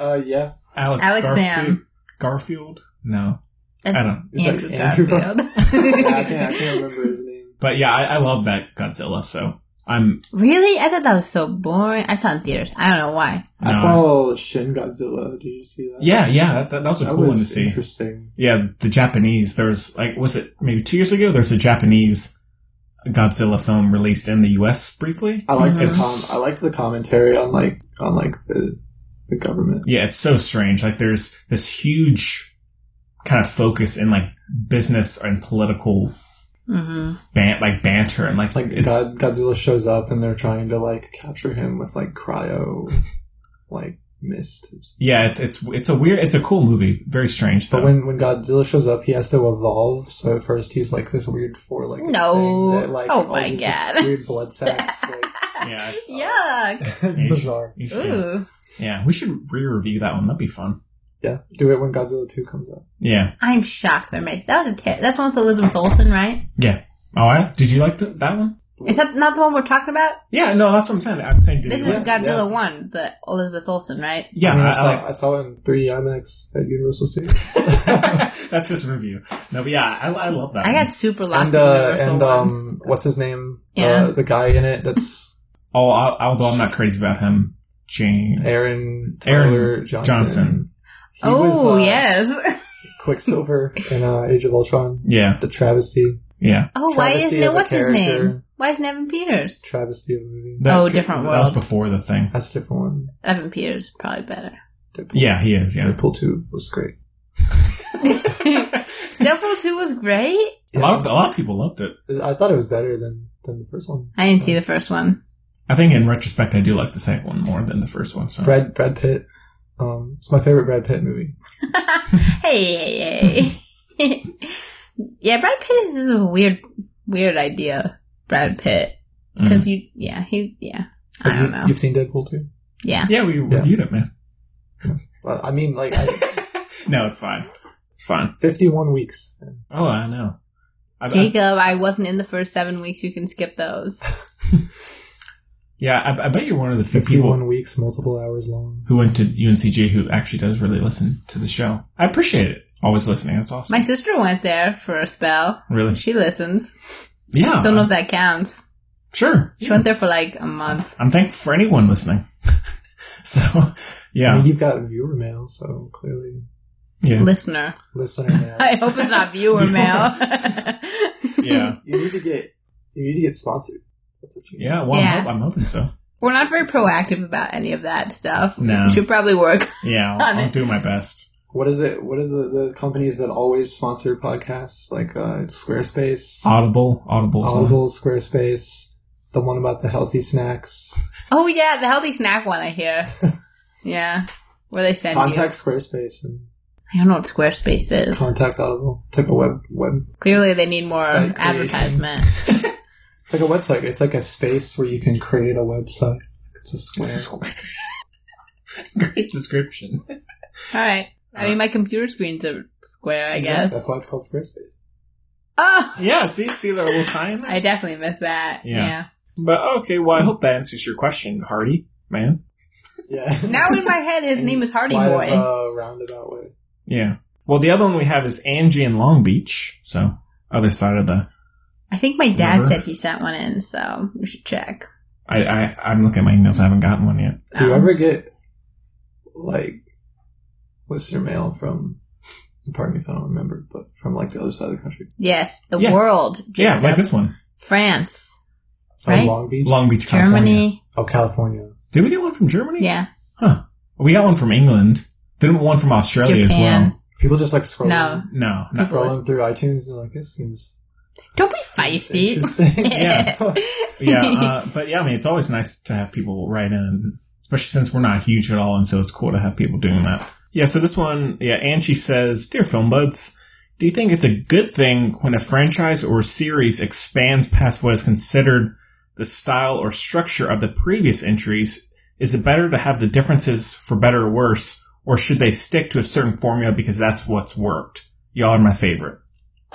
Speaker 3: uh, yeah.
Speaker 1: Alex,
Speaker 2: Alex
Speaker 1: Garfield.
Speaker 2: Sam.
Speaker 1: Garfield? No.
Speaker 2: That's
Speaker 1: I don't
Speaker 2: It's Andrew like Andrew Garfield. Garfield.
Speaker 3: yeah, I, can't, I can't remember his name.
Speaker 1: But yeah, I, I love that Godzilla, so I'm,
Speaker 2: Really? I thought that was so boring. I saw it in theaters. I don't know why.
Speaker 3: I
Speaker 1: No.
Speaker 3: saw Shin Godzilla. Did you see that?
Speaker 1: yeah, yeah, that, that, that was a
Speaker 3: That
Speaker 1: cool one to
Speaker 3: was
Speaker 1: see.
Speaker 3: Interesting.
Speaker 1: Yeah, the Japanese. There was like, was it maybe two years ago? There's a Japanese Godzilla film released in the U.S. briefly.
Speaker 3: I liked
Speaker 1: It's-
Speaker 3: the com- I liked the commentary on like on like the the government.
Speaker 1: yeah, it's so strange. Like, there's this huge kind of focus in like business and political
Speaker 2: Mm-hmm.
Speaker 1: ban- like banter and like,
Speaker 3: Like
Speaker 1: it's
Speaker 3: God, Godzilla shows up and they're trying to like capture him with like cryo, like mist.
Speaker 1: yeah, it, it's it's a weird, it's a cool movie. Very strange though.
Speaker 3: But when when Godzilla shows up, he has to evolve. So at first he's like this weird four like
Speaker 2: No.
Speaker 3: that, like,
Speaker 2: oh
Speaker 3: all
Speaker 2: my
Speaker 3: these
Speaker 2: god.
Speaker 3: weird blood sacs. like,
Speaker 1: yeah,
Speaker 2: Yuck.
Speaker 3: it's
Speaker 1: You should-
Speaker 3: bizarre.
Speaker 1: you should-
Speaker 2: Ooh.
Speaker 1: yeah, we should re-review that one. That'd be fun.
Speaker 3: Yeah, do it when Godzilla two comes out.
Speaker 1: Yeah,
Speaker 2: I'm shocked they're making that was a ter- that's one with Elizabeth Olsen, right?
Speaker 1: yeah. Oh, I, did you like the, that one?
Speaker 2: Is that not the one we're talking about?
Speaker 1: Yeah, no, that's what I'm saying. I'm saying, did
Speaker 2: This
Speaker 1: you
Speaker 2: is
Speaker 1: like-
Speaker 2: Godzilla one, the Elizabeth Olsen, right?
Speaker 1: Yeah,
Speaker 3: I, mean, I
Speaker 1: I- I
Speaker 3: saw,
Speaker 1: like-
Speaker 3: I saw it in 3D IMAX at Universal Studios.
Speaker 1: That's just a review. No, but yeah, I, I love that.
Speaker 2: I
Speaker 1: one.
Speaker 2: got super lost
Speaker 3: and uh,
Speaker 2: in Universal
Speaker 3: and um,
Speaker 2: ones.
Speaker 3: what's his name?
Speaker 2: Yeah.
Speaker 3: Uh, the guy in it that's
Speaker 1: Oh, I'll, although I'm not crazy about him, Jane
Speaker 3: Aaron
Speaker 1: Aaron
Speaker 3: Tyler Johnson. He
Speaker 2: oh
Speaker 3: was, uh,
Speaker 2: yes.
Speaker 3: Quicksilver in uh, Age of Ultron.
Speaker 1: Yeah,
Speaker 3: The travesty.
Speaker 1: yeah.
Speaker 2: Oh, why
Speaker 3: travesty
Speaker 2: isn't
Speaker 3: of
Speaker 2: it?
Speaker 3: a
Speaker 2: What's his
Speaker 3: character.
Speaker 2: name? Why isn't Evan Peters?
Speaker 3: Travesty of a movie.
Speaker 2: Oh, different
Speaker 1: that
Speaker 2: world.
Speaker 1: was before the thing.
Speaker 3: That's a different one.
Speaker 2: Evan Peters is probably better.
Speaker 1: Yeah, he is. Yeah,
Speaker 3: Deadpool two was great.
Speaker 2: Deadpool two was great.
Speaker 1: A lot of a lot of people loved it.
Speaker 3: I thought it was better than, than the first one.
Speaker 2: I didn't see the first one.
Speaker 1: I think in retrospect, I do like the second one more than the first one. So
Speaker 3: Brad Brad Pitt. Um, it's my favorite Brad Pitt movie.
Speaker 2: hey, hey, hey. yeah, Brad Pitt is just a weird, weird idea. Brad Pitt, because you, yeah, he, yeah, I
Speaker 3: Have
Speaker 2: don't
Speaker 3: you,
Speaker 2: know,
Speaker 3: You've seen Deadpool too?
Speaker 2: yeah,
Speaker 1: Yeah, we reviewed it, man.
Speaker 3: Well, I mean, like I,
Speaker 1: No, it's fine. It's fine.
Speaker 3: fifty-one weeks.
Speaker 1: Oh, I know. I, I,
Speaker 2: Jacob, I wasn't in the first seven weeks. You can skip those.
Speaker 1: yeah, I, I bet you're one of the few people
Speaker 3: Fifty-one weeks, multiple hours long.
Speaker 1: who went to UNCJ who actually does really listen to the show. I appreciate it. Always listening. That's awesome.
Speaker 2: My sister went there for a spell.
Speaker 1: Really?
Speaker 2: She listens.
Speaker 1: Yeah.
Speaker 2: Don't know if that counts.
Speaker 1: Sure.
Speaker 2: She went there for like a month.
Speaker 1: I'm thankful for anyone listening. so,
Speaker 3: I
Speaker 1: yeah.
Speaker 3: mean, you've got viewer mail, so clearly
Speaker 1: Yeah.
Speaker 2: Listener.
Speaker 3: listener mail.
Speaker 2: I hope it's not viewer mail.
Speaker 1: Yeah.
Speaker 3: you need to get you need to get sponsored. That's what you need.
Speaker 1: Yeah. Well, I'm,
Speaker 2: Yeah.
Speaker 1: hop- I'm hoping so.
Speaker 2: We're not very proactive about any of that stuff.
Speaker 1: No.
Speaker 2: We should probably work.
Speaker 1: Yeah. I'll,
Speaker 2: On
Speaker 1: I'll
Speaker 2: it.
Speaker 1: do my best.
Speaker 3: What is it? What are the, the companies that always sponsor podcasts? Like uh, Squarespace,
Speaker 1: Audible. Audible's one.
Speaker 3: Audible, Squarespace, the one about the healthy snacks.
Speaker 2: Oh yeah, the healthy snack one I hear. Yeah. Where they send
Speaker 3: Contact Squarespace and
Speaker 2: you. I don't know what Squarespace is.
Speaker 3: contact Audible. It's like a web web.
Speaker 2: Clearly they need more
Speaker 3: Site creation.
Speaker 2: advertisement.
Speaker 3: It's like a website. It's like a space where you can create a website. It's a square.
Speaker 1: Great description.
Speaker 2: Alright. I mean my computer screen's a square, I
Speaker 3: Exactly.
Speaker 2: guess.
Speaker 3: that's why it's called Squarespace.
Speaker 2: Oh
Speaker 1: Yeah. See, see the little tie in there.
Speaker 2: I definitely missed that.
Speaker 1: Yeah.
Speaker 2: yeah.
Speaker 1: But okay, well, I hope that answers your question, Hardy man.
Speaker 3: Yeah.
Speaker 2: Now in my head, his name is Hardy
Speaker 3: Wide,
Speaker 2: Boy.
Speaker 3: Uh, roundabout way.
Speaker 1: Yeah. Well, the other one we have is Angie in Long Beach, so other side of the.
Speaker 2: I think my dad
Speaker 1: River.
Speaker 2: said he sent one in, so we should check.
Speaker 1: I, I I'm looking at my emails. I haven't gotten one yet.
Speaker 3: Do you
Speaker 2: Um,
Speaker 3: ever get like listener mail from? Pardon me if I don't remember, but from like the other side of the country,
Speaker 2: Yes, the
Speaker 1: Yeah.
Speaker 2: world.
Speaker 1: Yeah,
Speaker 2: Jacob.
Speaker 1: like this one,
Speaker 2: France,
Speaker 3: From
Speaker 2: Right?
Speaker 3: Long Beach,
Speaker 1: Long Beach, California.
Speaker 2: Germany.
Speaker 3: oh California.
Speaker 1: Did we get one from Germany?
Speaker 2: Yeah,
Speaker 1: Huh. We got one from England. Didn't one from Australia as
Speaker 2: Japan.
Speaker 1: well.
Speaker 3: People just like scrolling,
Speaker 2: No.
Speaker 1: No. not-
Speaker 3: scrolling through iTunes and they're like this seems
Speaker 2: Don't be feisty.
Speaker 3: interesting.
Speaker 1: Yeah. yeah. Uh, but yeah, I mean, it's always nice to have people write in, especially since we're not huge at all, and so it's cool to have people doing that. Yeah. So this one, yeah, Angie says, "Dear film buds, do you think it's a good thing when a franchise or series expands past what is considered the style or structure of the previous entries? Is it better to have the differences for better or worse, or should they stick to a certain formula because that's what's worked? Y'all are my favorite.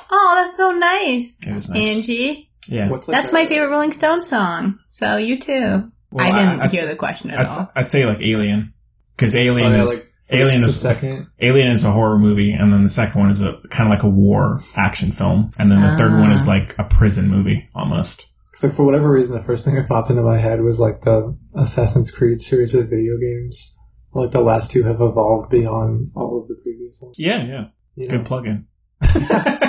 Speaker 2: Oh, that's so nice,
Speaker 1: It is nice.
Speaker 2: Angie.
Speaker 1: Yeah.
Speaker 3: What's like
Speaker 2: That's
Speaker 3: a-
Speaker 2: my favorite Rolling Stone song. So you too.
Speaker 1: Well,
Speaker 2: I didn't
Speaker 1: I'd-
Speaker 2: hear the question at
Speaker 1: I'd,
Speaker 2: all.
Speaker 1: I'd say like Alien because
Speaker 3: Oh,
Speaker 1: Alien
Speaker 3: yeah, like
Speaker 1: is Alien
Speaker 3: to
Speaker 1: is
Speaker 3: second.
Speaker 1: Alien is a horror movie, and then the second one is a kind of like a war action film, and then the third one is like a prison movie almost.
Speaker 3: Because like for whatever reason, the first thing that popped into my head was like the Assassin's Creed series of video games. Like the last two have evolved beyond all of the previous ones.
Speaker 1: Yeah, yeah,
Speaker 3: You know?
Speaker 1: good plug-in.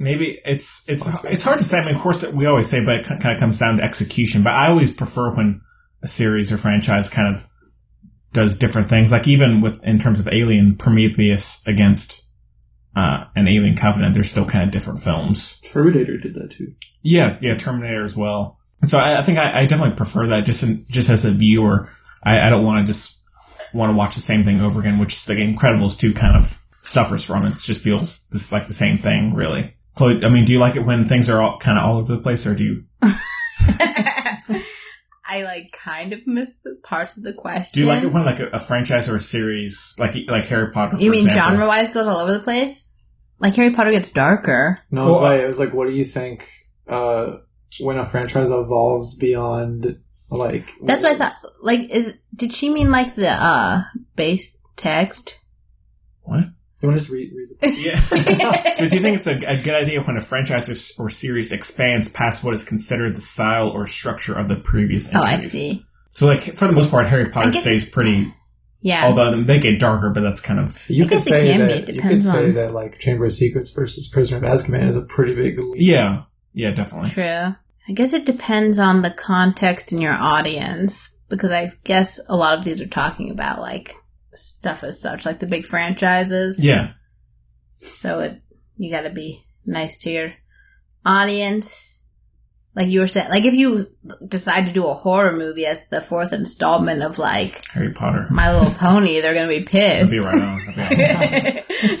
Speaker 1: Maybe it's it's it's hard to say. I mean, of course, we always say, but it kind of comes down to execution. But I always prefer when a series or franchise kind of does different things. Like even with in terms of Alien, Prometheus against uh, an Alien Covenant, they're still kind of different films.
Speaker 3: Terminator did that too.
Speaker 1: Yeah, yeah, Terminator as well. And so I, I think I, I definitely prefer that just in, just as a viewer. I, I don't want to just want to watch the same thing over again, which the Incredibles two kind of suffers from. It just feels this like the same thing, really. Chloe, I mean, do you like it when things are all kind of all over the place, or do you
Speaker 2: I like kind of missed the parts of the question.
Speaker 1: do you like it when like a, a franchise or a series like like Harry Potter?
Speaker 2: You
Speaker 1: for
Speaker 2: mean
Speaker 1: example?
Speaker 2: genre wise goes all over the place? Like Harry Potter gets darker.
Speaker 3: No, it was
Speaker 1: Well,
Speaker 3: like it was like, what do you think uh, when a franchise evolves beyond like?
Speaker 2: That's what I thought. Like, is did she mean like the uh base text?
Speaker 1: What?
Speaker 3: You want to just read? read it?
Speaker 1: Yeah. so do you think it's a, a good idea when a franchise or, s- or series expands past what is considered the style or structure of the previous?
Speaker 2: Oh, I
Speaker 1: entries?
Speaker 2: see.
Speaker 1: So, like for the most part, Harry Potter
Speaker 2: I guess-
Speaker 1: stays pretty.
Speaker 2: Yeah.
Speaker 1: Although they get darker, but that's kind of
Speaker 3: You
Speaker 2: I
Speaker 3: could
Speaker 2: guess it
Speaker 3: say
Speaker 2: can be,
Speaker 3: that
Speaker 2: it
Speaker 3: you could
Speaker 2: depends
Speaker 3: say
Speaker 2: on-
Speaker 3: that like Chamber of Secrets versus Prisoner of Azkaban is a pretty big leap.
Speaker 1: yeah, yeah, definitely.
Speaker 2: True. I guess it depends on the context and your audience because I guess a lot of these are talking about like stuff as such, like the big franchises.
Speaker 1: Yeah,
Speaker 2: So it you got to be nice to your audience. Like you were saying, like if you decide to do a horror movie as the fourth installment of like
Speaker 1: Harry Potter.
Speaker 2: My Little Pony, they're gonna be pissed.
Speaker 1: That'd be right on.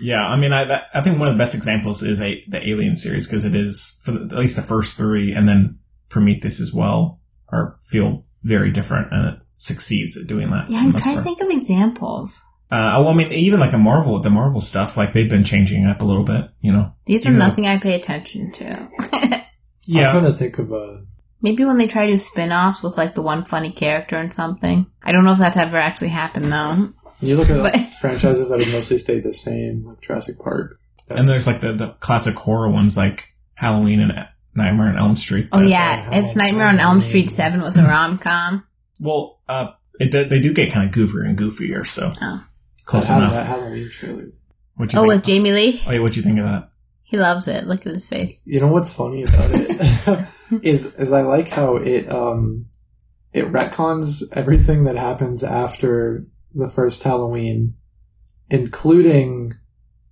Speaker 1: Yeah, I mean, I that, I think one of the best examples is a the Alien series because it is for the, at least the first three, and then Prometheus as well are feel very different, and it succeeds at doing that.
Speaker 2: yeah,
Speaker 1: for the
Speaker 2: I'm
Speaker 1: most
Speaker 2: trying to
Speaker 1: part.
Speaker 2: think of examples.
Speaker 1: Uh, well, I mean, even like a Marvel, the Marvel stuff, like they've been changing it up a little bit, you know.
Speaker 2: These are
Speaker 1: Even
Speaker 2: nothing I pay attention to.
Speaker 1: Yeah.
Speaker 3: I'm trying to think of a.
Speaker 2: Maybe when they try to do spin offs with like the one funny character and something. I don't know if that's ever actually happened though.
Speaker 3: You look at
Speaker 2: But-
Speaker 3: franchises that have mostly stayed the same, like Jurassic Park.
Speaker 1: and there's like the, the classic horror ones like Halloween and Nightmare on Elm Street.
Speaker 2: Oh
Speaker 1: that-
Speaker 2: yeah, if Nightmare on Elm Street Seven was a
Speaker 1: Hmm.
Speaker 2: rom com,
Speaker 1: Well, uh, it, do- they do get kind of goofier and goofier, so
Speaker 2: Oh.
Speaker 1: close
Speaker 3: that, Hall-
Speaker 1: enough.
Speaker 3: That Halloween trailer.
Speaker 1: What you
Speaker 2: oh,
Speaker 1: think?
Speaker 2: with Jamie Lee,
Speaker 1: Oh, yeah, what you think of that?
Speaker 2: he loves it. Look at his face.
Speaker 3: You know what's funny about it is is I like how it um it retcons everything that happens after the first Halloween, including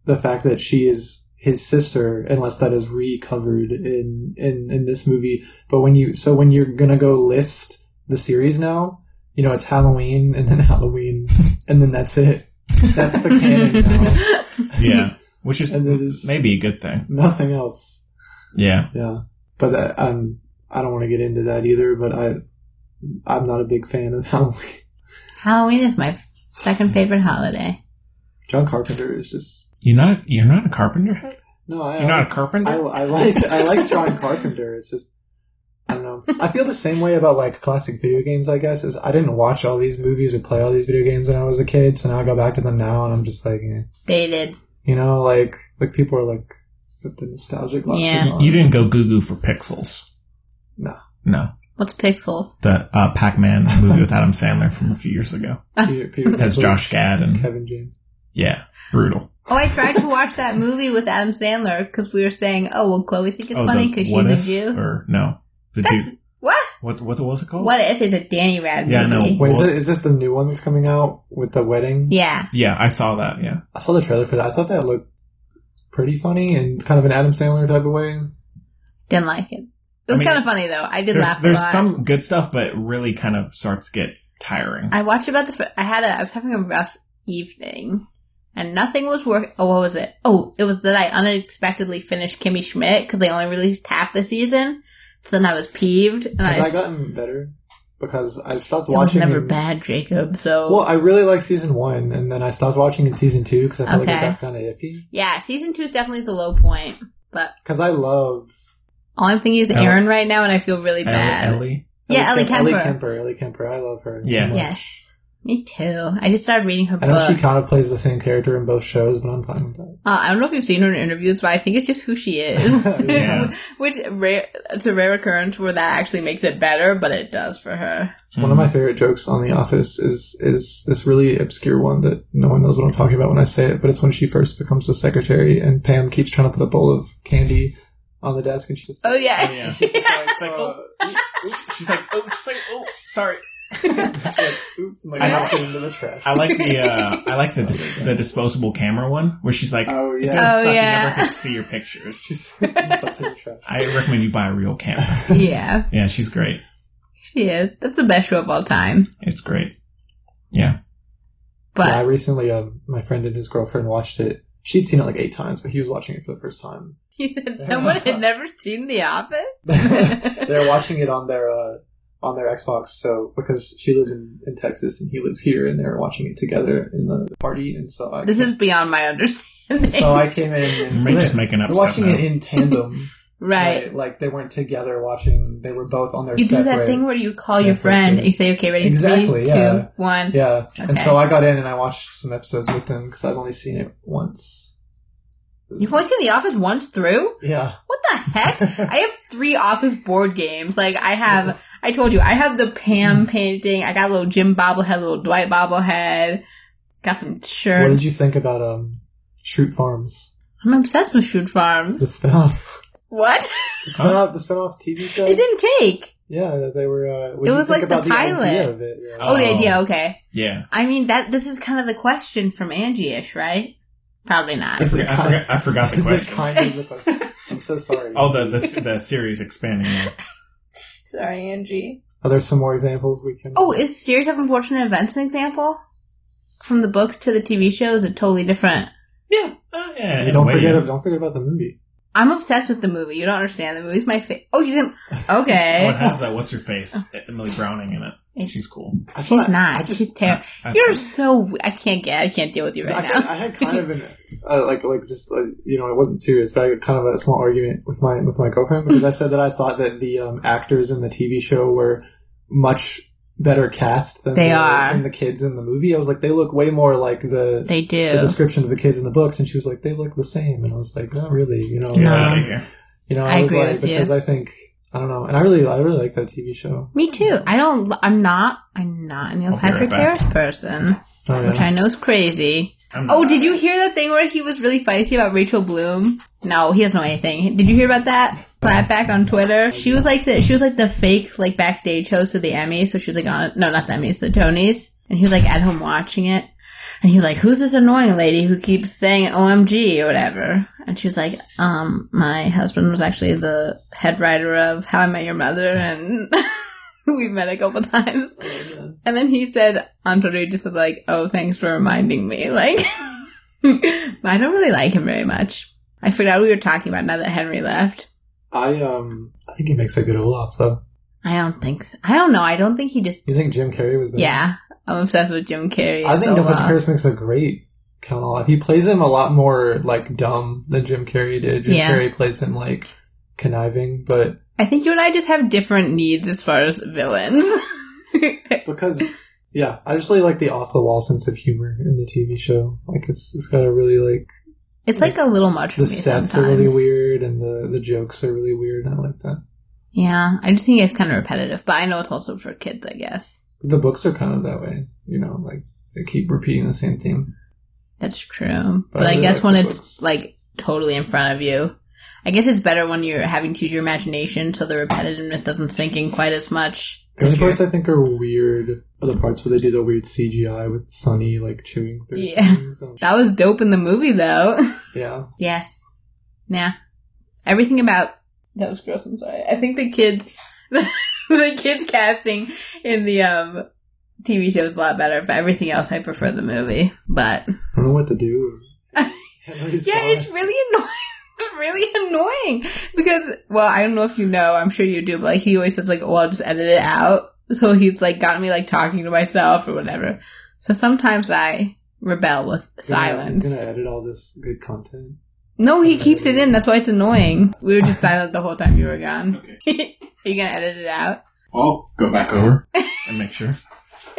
Speaker 3: the fact that she is his sister, unless that is recovered in in in this movie. But when you so when you're gonna go list the series now, you know it's Halloween and then Halloween and then that's it. That's the canon now.
Speaker 1: Yeah, which is
Speaker 3: And it is
Speaker 1: maybe a good thing.
Speaker 3: nothing else.
Speaker 1: Yeah,
Speaker 3: Yeah, but I, I'm I don't want to get into that either. But I I'm not a big fan of Halloween.
Speaker 2: Halloween is my second favorite holiday.
Speaker 3: John Carpenter is just
Speaker 1: you're not you're not a carpenter head.
Speaker 3: no. I,
Speaker 1: You're
Speaker 3: I,
Speaker 1: not a carpenter.
Speaker 3: Uh, I, I like I like John Carpenter. It's just I don't know. I feel the same way about like classic video games. I guess is I didn't watch all these movies or play all these video games when I was a kid. So now I go back to them now, and I'm just like, eh.
Speaker 2: Dated.
Speaker 3: you know, like like people are like with the nostalgic glasses
Speaker 2: Yeah.
Speaker 3: on.
Speaker 1: you didn't go goo goo for pixels.
Speaker 3: No.
Speaker 1: No,
Speaker 2: What's Pixels?
Speaker 1: the uh, Pac-Man movie with Adam Sandler from a few years ago
Speaker 3: Peter, Peter
Speaker 1: has
Speaker 3: Dinklage,
Speaker 1: Josh Gad and
Speaker 3: Kevin James.
Speaker 1: yeah, brutal.
Speaker 2: Oh, I tried to watch that movie with Adam Sandler because we were saying, oh, well, Chloe thinks it's
Speaker 1: Oh, the
Speaker 2: funny because
Speaker 1: What
Speaker 2: she's a
Speaker 1: If
Speaker 2: Jew.
Speaker 1: Or no, the
Speaker 2: That's-
Speaker 1: dude.
Speaker 2: What?
Speaker 1: What what was it called?
Speaker 2: What if is a Danny Rad
Speaker 1: Yeah, I know.
Speaker 2: movie?
Speaker 3: Wait, is,
Speaker 1: Well-
Speaker 3: it, is this the new one that's coming out with the wedding?
Speaker 2: Yeah.
Speaker 1: Yeah, I saw that. Yeah,
Speaker 3: I saw the trailer for that. I thought that looked pretty funny and kind of an Adam Sandler type of way.
Speaker 2: Didn't like it. It
Speaker 1: I
Speaker 2: was
Speaker 1: mean,
Speaker 2: kind of funny though. I did
Speaker 1: there's
Speaker 2: laugh
Speaker 1: there's
Speaker 2: a lot.
Speaker 1: some good stuff, but it really kind of starts to get tiring.
Speaker 2: I watched about the. fir- I had a. I was having a rough evening, and nothing was work. Oh, what was it? Oh, it was that I unexpectedly finished Kimmy Schmidt because they only released half the season. So then I was peeved, and I,
Speaker 3: Has that
Speaker 2: was
Speaker 3: gotten better? Because I stopped
Speaker 2: it was
Speaker 3: watching.
Speaker 2: never
Speaker 3: in-
Speaker 2: bad, Jacob. So
Speaker 3: Well, I really liked season one, and then I stopped watching in season two because I felt like
Speaker 2: Okay.
Speaker 3: it got kind of iffy.
Speaker 2: yeah, season two is definitely the low point. But
Speaker 3: Because I love
Speaker 2: all I'm thinking is
Speaker 1: Ellie-
Speaker 2: Aaron right now, and I feel really
Speaker 1: Ellie-
Speaker 2: bad.
Speaker 1: Ellie?
Speaker 2: Yeah, Ellie
Speaker 3: Kemp- Ellie
Speaker 2: Kemper.
Speaker 3: Kemper. Ellie Kemper. I love her. so
Speaker 1: Yeah.
Speaker 3: much.
Speaker 2: Yes, me too. I just started reading her
Speaker 3: I
Speaker 2: book.
Speaker 3: know she kind of plays the same character in both shows, but I'm fine with that.
Speaker 2: Uh, I don't know if you've seen her in interviews, but I think it's just who she is.
Speaker 1: Yeah.
Speaker 2: Which rare, it's a rare occurrence where that actually makes it better, but it does for her.
Speaker 3: One of my favorite jokes on The Office is is this really obscure one that no one knows what I'm talking about when I say it, but it's when she first becomes the secretary and Pam keeps trying to put a bowl of candy on the desk and she just
Speaker 2: Oh yeah,
Speaker 1: Oh, yeah.
Speaker 3: she's just like,
Speaker 1: It's like,
Speaker 3: uh, oops,
Speaker 1: She's like, oh, she's like, oh, sorry.
Speaker 3: oops, and like
Speaker 1: I
Speaker 3: knocks it into the trash.
Speaker 1: I like the uh, I like the dis- the disposable camera one where she's like,
Speaker 3: Oh, yeah.
Speaker 1: it does
Speaker 2: Oh,
Speaker 1: suck.
Speaker 2: yeah.
Speaker 1: You never get to see your pictures.
Speaker 3: She's knocks it in the trash.
Speaker 1: I recommend you buy a real camera.
Speaker 2: yeah,
Speaker 1: Yeah, she's great.
Speaker 2: she is. That's the best show of all time.
Speaker 1: It's great. Yeah,
Speaker 2: But
Speaker 3: yeah, I recently, um, my friend and his girlfriend watched it. She'd seen it like eight times, but he was watching it for the first time.
Speaker 2: he said someone had never seen The Office.
Speaker 3: they're watching it on their uh, on their Xbox. So because she lives in, in Texas and he lives here, and they're watching it together in the party. And so I
Speaker 2: This is beyond my understanding.
Speaker 3: so I came in and
Speaker 1: You're just making up
Speaker 3: They're watching
Speaker 1: stuff
Speaker 3: it
Speaker 1: now.
Speaker 3: in tandem,
Speaker 2: right.
Speaker 3: Like they weren't together watching. They were both on their
Speaker 2: You do
Speaker 3: separate.
Speaker 2: that thing where you call your
Speaker 3: Netflix
Speaker 2: friend.
Speaker 3: series.
Speaker 2: You say, "Okay, ready?
Speaker 3: Exactly,
Speaker 2: Three,
Speaker 3: yeah.
Speaker 2: two, one."
Speaker 3: yeah,
Speaker 2: Okay.
Speaker 3: and so I got in and I watched some episodes with them because I've only seen it once.
Speaker 2: You've only seen The Office once through.
Speaker 3: Yeah,
Speaker 2: What the heck? I have three office board games. Like I have, I told you, I have the
Speaker 3: Mm.
Speaker 2: Pam painting. I got a little Jim bobblehead, a little Dwight bobblehead. Got some shirts.
Speaker 3: what did you think about um, Shroot Farms,
Speaker 2: I'm obsessed with Shoot
Speaker 3: the
Speaker 2: Farms.
Speaker 3: spinoff?
Speaker 2: What?
Speaker 3: The spinoff, the spinoff TV show.
Speaker 2: it didn't take.
Speaker 3: Yeah, that they were. Uh, what
Speaker 2: It
Speaker 3: do you
Speaker 2: was
Speaker 3: think
Speaker 2: like the
Speaker 3: about
Speaker 2: pilot.
Speaker 3: idea of it? Yeah.
Speaker 2: Oh, the
Speaker 1: Oh.
Speaker 2: idea. Okay.
Speaker 1: yeah.
Speaker 2: I mean that. This is kind of the question from Angie-ish, right? Probably not.
Speaker 1: I forgot. I forgot, I forgot the
Speaker 3: Is it
Speaker 1: question.
Speaker 3: kind of the question? I'm so sorry.
Speaker 1: Oh, the the, the series expanding. now.
Speaker 2: Sorry, Angie.
Speaker 3: Are there some more examples we can?
Speaker 2: Oh, is Series of Unfortunate Events an example? From the books to the TV show is a totally different.
Speaker 1: Yeah. Oh,
Speaker 3: Yeah, don't forget. Don't forget about the movie.
Speaker 2: I'm obsessed with the movie. You don't understand. The movie's my favorite. Oh, you didn't. Okay.
Speaker 1: Oh, it has that. What's her face? Emily Browning in it. She's cool.
Speaker 2: She's not. She's terrible.
Speaker 1: I- I-
Speaker 2: Eh. You're so. we- I can't get. I can't deal with you right
Speaker 3: I,
Speaker 2: now.
Speaker 3: I had kind of an uh, like like just like, you know it wasn't serious, but I had kind of a small argument with my with my girlfriend because I said that I thought that the um, actors in the TV show were much better cast than
Speaker 2: They
Speaker 3: the,
Speaker 2: are.
Speaker 3: than the kids in the movie. I was like, they look way more like the
Speaker 2: They do.
Speaker 3: the description of the kids in the books, and she was like, they look the same, and I was like, not really, you know,
Speaker 1: Get
Speaker 2: Um,
Speaker 3: like,
Speaker 1: out of here.
Speaker 3: you know, I,
Speaker 2: I
Speaker 3: was
Speaker 2: agree
Speaker 3: like
Speaker 2: with you.
Speaker 3: because I think I don't know, and I really I really like that TV show.
Speaker 2: Me too. I don't. I'm not. I'm not a Neil
Speaker 3: I'll be right
Speaker 2: Patrick
Speaker 3: back.
Speaker 2: Harris person,
Speaker 3: Oh, yeah.
Speaker 2: which I know is crazy.
Speaker 1: I'm
Speaker 2: oh, did you hear that thing where he was really feisty about Rachel Bloom? No, he doesn't know anything. Did you hear about that? Flatback on Twitter. She was like the she was like the fake like backstage host of the Emmys. So she was like on no, not the Emmys, the Tonys. And he was like at home watching it. And he was like, "Who's this annoying lady who keeps saying OMG or whatever?" And she was like, "Um, my husband was actually the head writer of How I Met Your Mother, and we've met a couple times." And then he said, Antonio just said like, "Oh, thanks for reminding me." Like, I don't really like him very much. I forgot we were talking about now that Henry left.
Speaker 3: I um I think he makes a good Olaf though.
Speaker 2: I don't think. So. I don't know. I don't think he just.
Speaker 3: You think Jim Carrey was better?
Speaker 2: Yeah, I'm obsessed with Jim Carrey.
Speaker 3: I think
Speaker 2: so
Speaker 3: Neil Patrick
Speaker 2: well.
Speaker 3: Harris makes a great Count Olaf. He plays him a lot more like dumb than Jim Carrey did. Jim
Speaker 2: Yeah.
Speaker 3: Carrey plays him like conniving, but
Speaker 2: I think you and I just have different needs as far as villains.
Speaker 3: because yeah, I just really like the off the wall sense of humor in the TV show. Like it's it's got a really like
Speaker 2: It's like a little much for me
Speaker 3: the sets
Speaker 2: sometimes.
Speaker 3: are really weird and the the jokes are really weird. and I like that.
Speaker 2: Yeah, I just think it's kind of repetitive, but I know it's also for kids, I guess.
Speaker 3: The books are kind of that way, you know, like they keep repeating the same theme.
Speaker 2: That's true.
Speaker 3: But
Speaker 2: But,
Speaker 3: I
Speaker 2: I,
Speaker 3: really
Speaker 2: guess
Speaker 3: like
Speaker 2: when
Speaker 3: the
Speaker 2: it's like totally in front of you, I guess it's better when you're having to use your imagination, so the repetitiveness doesn't sink in quite as much.
Speaker 3: The only parts I think are weird are the parts where they do the weird CGI with Sunny like chewing through.
Speaker 2: Yeah, that was dope in the movie, though.
Speaker 3: Yeah.
Speaker 2: Yes. Yeah. Everything about that was gross. I'm sorry. I think the kids, the, kids casting in the um TV show is a lot better, but everything else I prefer the movie. But
Speaker 3: I don't know what to do. Henry's
Speaker 2: yeah,
Speaker 3: gone.
Speaker 2: it's really annoying. It's really annoying because well, I don't know if you know. I'm sure you do, but like he always says like, "Well, I'll just edit it out." So he's like got me like talking to myself or whatever. So sometimes I rebel with
Speaker 3: He's gonna-
Speaker 2: silence.
Speaker 3: He's gonna edit all this good content.
Speaker 2: No, he keeps it in. That's why it's annoying. We were just silent the whole time you were gone. Are you gonna edit it out?
Speaker 1: I'll go back over and make sure.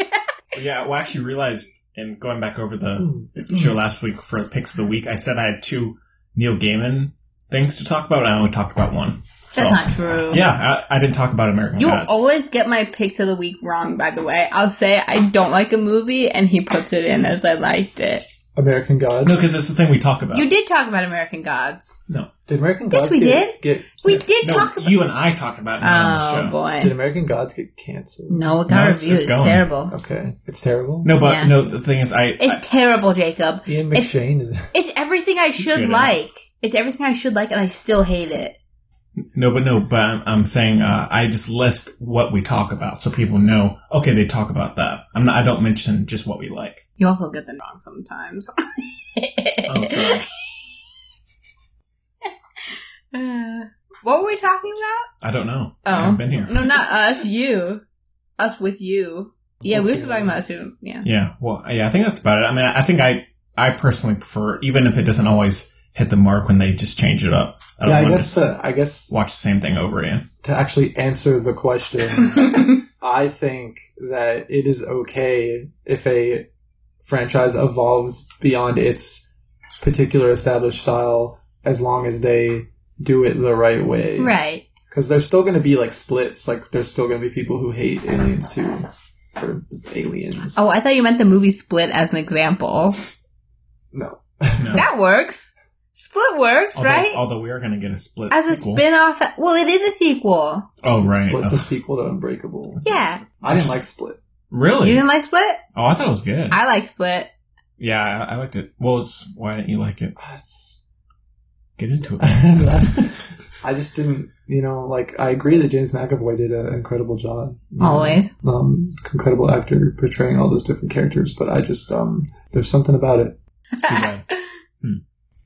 Speaker 1: yeah, well, I actually realized in going back over the
Speaker 2: Hmm.
Speaker 1: show last week for picks of the week, I said I had two Neil Gaiman things to talk about, and I only talked about one. So,
Speaker 2: That's not true.
Speaker 1: Yeah, I, I didn't talk about American
Speaker 2: You
Speaker 1: Gods.
Speaker 2: always get my picks of the week wrong, by the way. I'll say I don't like a movie, and he puts it in as I liked it.
Speaker 3: American Gods.
Speaker 1: no, because it's the thing we talk about.
Speaker 2: You did talk about American Gods.
Speaker 1: no,
Speaker 3: did American
Speaker 2: Yes,
Speaker 3: Gods
Speaker 2: we
Speaker 3: get, did.
Speaker 2: We did
Speaker 1: no,
Speaker 2: talk about
Speaker 1: you and I talked about it on the
Speaker 2: Oh,
Speaker 1: show.
Speaker 2: boy.
Speaker 3: Did American Gods get canceled?
Speaker 2: no, it
Speaker 1: No,
Speaker 2: got
Speaker 1: it's-
Speaker 2: reviewed.
Speaker 1: it's
Speaker 2: It's,
Speaker 1: going.
Speaker 2: terrible.
Speaker 3: Okay, it's terrible.
Speaker 1: No, but
Speaker 2: Yeah.
Speaker 1: no, the thing is, I, I
Speaker 2: It's terrible, Jacob.
Speaker 3: Ian
Speaker 2: It's,
Speaker 3: McShane is.
Speaker 2: it's everything I
Speaker 1: good
Speaker 2: should
Speaker 1: in it.
Speaker 2: like. It's everything I should like, and I still hate it.
Speaker 1: No, but no, but I'm, I'm saying uh, I just list what we talk about so people know. Okay, they talk about that. I'm not. I don't mention just what we like.
Speaker 2: You also get them wrong sometimes.
Speaker 1: Oh, sorry.
Speaker 2: Uh, what were we talking about?
Speaker 1: I don't know.
Speaker 2: Oh.
Speaker 1: I haven't been here.
Speaker 2: No, not us. You, us with you. Yeah, we were still talking about us. who- Yeah.
Speaker 1: Yeah. Well, yeah. I think that's about it. I mean, I I think I I personally prefer, even if it doesn't always hit the mark when they just change it up. I don't
Speaker 3: Yeah, I
Speaker 1: want to
Speaker 3: guess.
Speaker 1: just
Speaker 3: Uh, I guess
Speaker 1: watch the same thing over again.
Speaker 3: to actually answer the question, I think that it is okay if a franchise evolves beyond its particular established style as long as they do it the right way.
Speaker 2: Right.
Speaker 3: Because there's still going to be like splits. Like there's still going to be people who hate Aliens too, for Aliens.
Speaker 2: Oh, I thought you meant the movie Split as an example.
Speaker 3: no.
Speaker 1: No.
Speaker 2: That works. Split works,
Speaker 1: although,
Speaker 2: right?
Speaker 1: Although we are going to get a split
Speaker 2: as a
Speaker 1: sequel.
Speaker 2: spin-off. Well, it is a sequel.
Speaker 1: Oh, right.
Speaker 3: Split's
Speaker 1: Oh,
Speaker 3: a sequel to Unbreakable.
Speaker 2: Yeah.
Speaker 3: I didn't like Split.
Speaker 1: really?
Speaker 2: You didn't like Split?
Speaker 1: oh, I thought it was good.
Speaker 2: I like Split.
Speaker 1: yeah, I, I liked it. Well, it's why didn't you like it?
Speaker 3: It's-
Speaker 1: Get into it.
Speaker 3: I just didn't, you know, like I agree that James McAvoy did an incredible job. you know,
Speaker 2: Always.
Speaker 3: um, incredible actor portraying all those different characters, but I just um, there's something about it.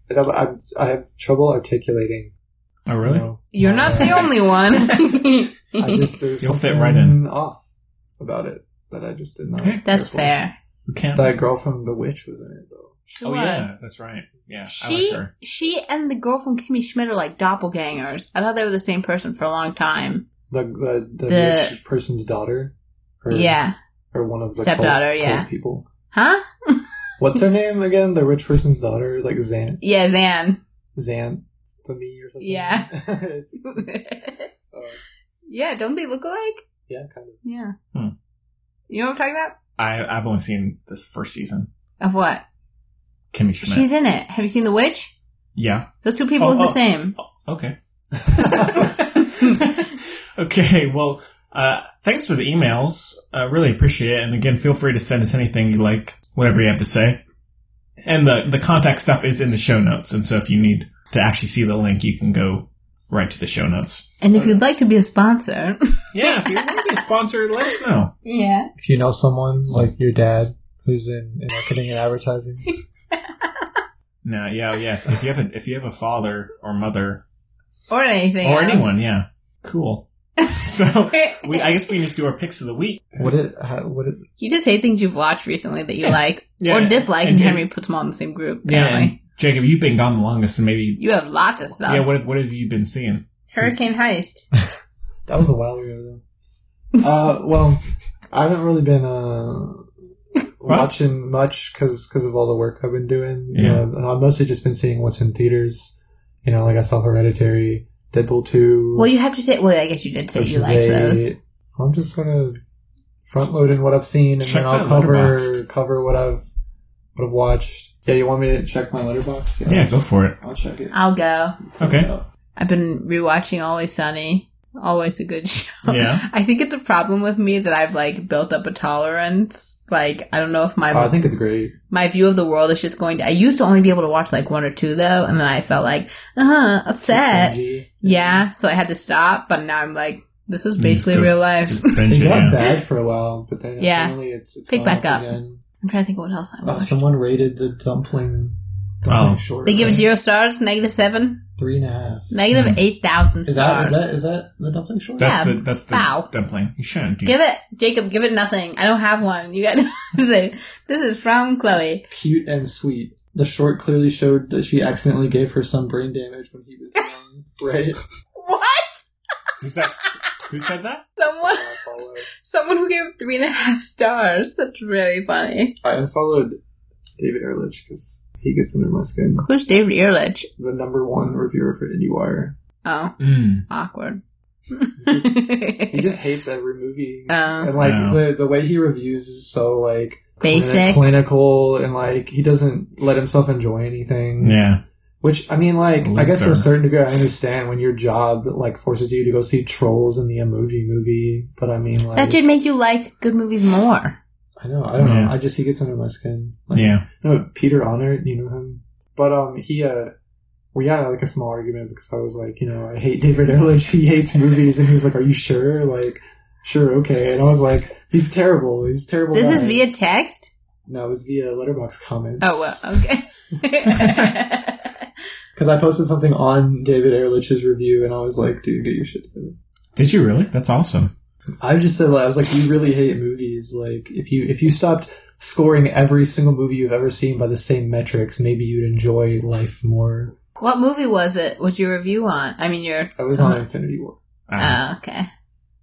Speaker 3: And I'm, I'm, I have trouble articulating.
Speaker 1: Oh, really?
Speaker 2: You're not the only one.
Speaker 3: I just there's
Speaker 1: You'll fit
Speaker 3: something
Speaker 1: right in.
Speaker 3: off about it that I just did not.
Speaker 2: That's
Speaker 3: care for.
Speaker 2: fair.
Speaker 3: That girl from The Witch was in it though.
Speaker 2: She
Speaker 1: Oh
Speaker 2: was.
Speaker 1: yeah, that's right. Yeah, I
Speaker 2: She
Speaker 1: like her.
Speaker 2: she and the girl from Kimmy Schmidt are like doppelgangers. I thought they were the same person for a long time.
Speaker 3: The the, the,
Speaker 2: The-
Speaker 3: rich person's daughter. Or,
Speaker 2: Yeah.
Speaker 3: Or one of the
Speaker 2: Stepdaughter,
Speaker 3: cult- cult
Speaker 2: yeah.
Speaker 3: people.
Speaker 2: Huh?
Speaker 3: What's her name again? The rich person's daughter, like Zan
Speaker 2: Yeah, Zan.
Speaker 3: Zan the me or something.
Speaker 2: Yeah.
Speaker 3: It's- Uh,
Speaker 2: yeah, don't they look alike?
Speaker 3: yeah, kind of.
Speaker 2: Yeah.
Speaker 1: Hmm.
Speaker 2: You know what I'm talking about?
Speaker 1: I I've only seen this first season.
Speaker 2: Of what?
Speaker 1: Kimmy Schmidt.
Speaker 2: She's in it. Have you seen The Witch?
Speaker 1: yeah.
Speaker 2: Those two people
Speaker 1: Oh, oh.
Speaker 2: look the same.
Speaker 1: Okay. okay. Well, uh, thanks for the emails. I really appreciate it. And again, feel free to send us anything you like, whatever you have to say. And the, the contact stuff is in the show notes. And so if you need to actually see the link, you can go right to the show notes.
Speaker 2: And if you'd like to be a sponsor.
Speaker 1: Yeah. If you want to be a sponsor, let us know.
Speaker 2: yeah.
Speaker 3: If you know someone like your dad who's in, in marketing and advertising,
Speaker 1: No. Yeah. Yeah. If, if you have a, if you have a father or mother
Speaker 2: Or anything.
Speaker 1: or
Speaker 2: else.
Speaker 1: anyone, yeah. Cool. So we, I guess we just do our picks of the week.
Speaker 3: would it ha- would it
Speaker 2: You just say things you've watched recently that you
Speaker 1: Yeah.
Speaker 2: like
Speaker 1: Yeah,
Speaker 2: or dislike,
Speaker 1: and
Speaker 2: and
Speaker 1: Jake-
Speaker 2: Henry puts them all in the same group.
Speaker 1: Yeah,
Speaker 2: Apparently,
Speaker 1: and Jacob, you've been gone the longest, and maybe
Speaker 2: you have lots of stuff.
Speaker 1: yeah. What what have you been seeing?
Speaker 2: Hurricane heist.
Speaker 3: That was a while ago, though. uh, well, I haven't really been uh, watching much because of all the work I've been doing.
Speaker 1: Yeah.
Speaker 3: Uh, I've mostly just been seeing what's in theaters. You know, like I saw Hereditary, Deadpool 2.
Speaker 2: Well, you have to say. Well, I guess you did say you
Speaker 3: Ocean's
Speaker 2: liked
Speaker 3: 8.
Speaker 2: those.
Speaker 3: I'm just sort of front loading what I've seen and
Speaker 1: Check
Speaker 3: then I'll
Speaker 1: that
Speaker 3: cover
Speaker 1: Letterboxd.
Speaker 3: cover what I've what I've watched. Yeah, you want me to check my letterbox?
Speaker 1: Yeah, go for it.
Speaker 3: I'll check it. Uh,
Speaker 2: I'll go.
Speaker 1: Okay.
Speaker 2: I've been rewatching Always Sunny. Always a good show.
Speaker 1: Yeah.
Speaker 2: I think it's a problem with me that I've like built up a tolerance. Like I don't know if my
Speaker 3: Oh, I think it's great.
Speaker 2: my view of the world is just going to. I used to only be able to watch like one or two though, and then I felt like uh huh upset.
Speaker 3: Benji.
Speaker 2: Yeah, so I had to stop, but now I'm like, this is
Speaker 1: You
Speaker 2: basically
Speaker 1: just go-
Speaker 2: real life.
Speaker 1: Just binge
Speaker 3: It
Speaker 1: it,
Speaker 3: got
Speaker 1: yeah.
Speaker 3: bad for a while, but then
Speaker 2: Yeah.
Speaker 3: finally it's, it's
Speaker 2: Pick
Speaker 3: gone
Speaker 2: back up.
Speaker 3: again.
Speaker 2: I'm trying to think of what else I
Speaker 3: Uh,
Speaker 2: watched.
Speaker 3: someone rated the dumpling, dumpling
Speaker 1: Oh.
Speaker 3: short.
Speaker 2: they give it
Speaker 3: as
Speaker 2: zero stars, negative seven,
Speaker 3: three and a half.
Speaker 2: negative
Speaker 1: Mm.
Speaker 2: eight thousand
Speaker 3: Hmm. Is that,
Speaker 2: stars.
Speaker 3: is that is that the dumpling short?
Speaker 1: That's
Speaker 2: Yeah,
Speaker 1: the that's the
Speaker 2: bow.
Speaker 1: dumpling. You shouldn't do.
Speaker 2: give it, Jacob. Give it nothing. I don't have one. You got to say this is from Chloe.
Speaker 3: Cute and sweet. The short clearly showed that she accidentally gave her son brain damage when he was young. right.
Speaker 2: What?
Speaker 1: Who said who said that?
Speaker 2: Someone,
Speaker 3: I followed-
Speaker 2: someone who gave it three and a half stars. That's really funny.
Speaker 3: I unfollowed David Erlich because he gets under my skin.
Speaker 2: Who's David Ehrlich?
Speaker 3: The number one reviewer for IndieWire.
Speaker 2: Oh,
Speaker 1: Mm.
Speaker 2: awkward.
Speaker 3: He just hates every movie.
Speaker 2: Oh,
Speaker 3: and like
Speaker 1: Yeah.
Speaker 3: the the way he reviews is so like
Speaker 2: basic.
Speaker 3: clinical, and like he doesn't let himself enjoy anything.
Speaker 1: Yeah.
Speaker 3: Which I mean, like I guess to
Speaker 1: Loser.
Speaker 3: a certain degree, I understand when your job like forces you to go see Trolls in the Emoji Movie. But I mean, like
Speaker 2: That should make you like good movies more.
Speaker 3: I know, I don't
Speaker 1: Yeah.
Speaker 3: know. I just he gets under my skin. Like,
Speaker 1: Yeah.
Speaker 3: No, Peter Honor, you know him, but um, he uh. We had like a small argument because I was like, you know, I hate David Erlich. He hates movies, and he was like, "Are you sure?" Like, sure, okay. And I was like, "He's terrible. He's a terrible."
Speaker 2: This is
Speaker 3: guy."
Speaker 2: via text.
Speaker 3: No, it was via letterbox comments.
Speaker 2: Oh well, okay.
Speaker 3: Because I posted something on David Erlich's review, and I was like, dude, get your shit together.
Speaker 1: Did you really? That's awesome.
Speaker 3: I just said, like, I was like, you really hate movies. Like, if you if you stopped scoring every single movie you've ever seen by the same metrics, maybe you'd enjoy life more.
Speaker 2: what movie was it? Was your review on? I mean, your.
Speaker 3: I was on Infinity
Speaker 1: Uh,
Speaker 3: War.
Speaker 2: Oh, okay.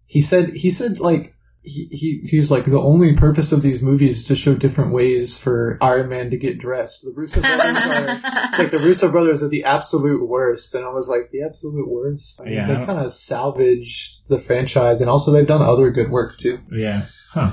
Speaker 3: He said, he said, like, he, he, he was like, the only purpose of these movies is to show different ways for Iron Man to get dressed. The Russo brothers are. It's like the Russo brothers are the absolute worst, and I was like, the absolute worst. I mean,
Speaker 1: Yeah, I
Speaker 3: they
Speaker 1: don't-
Speaker 3: kind of salvaged the franchise, and also they've done other good work too.
Speaker 1: yeah. Huh.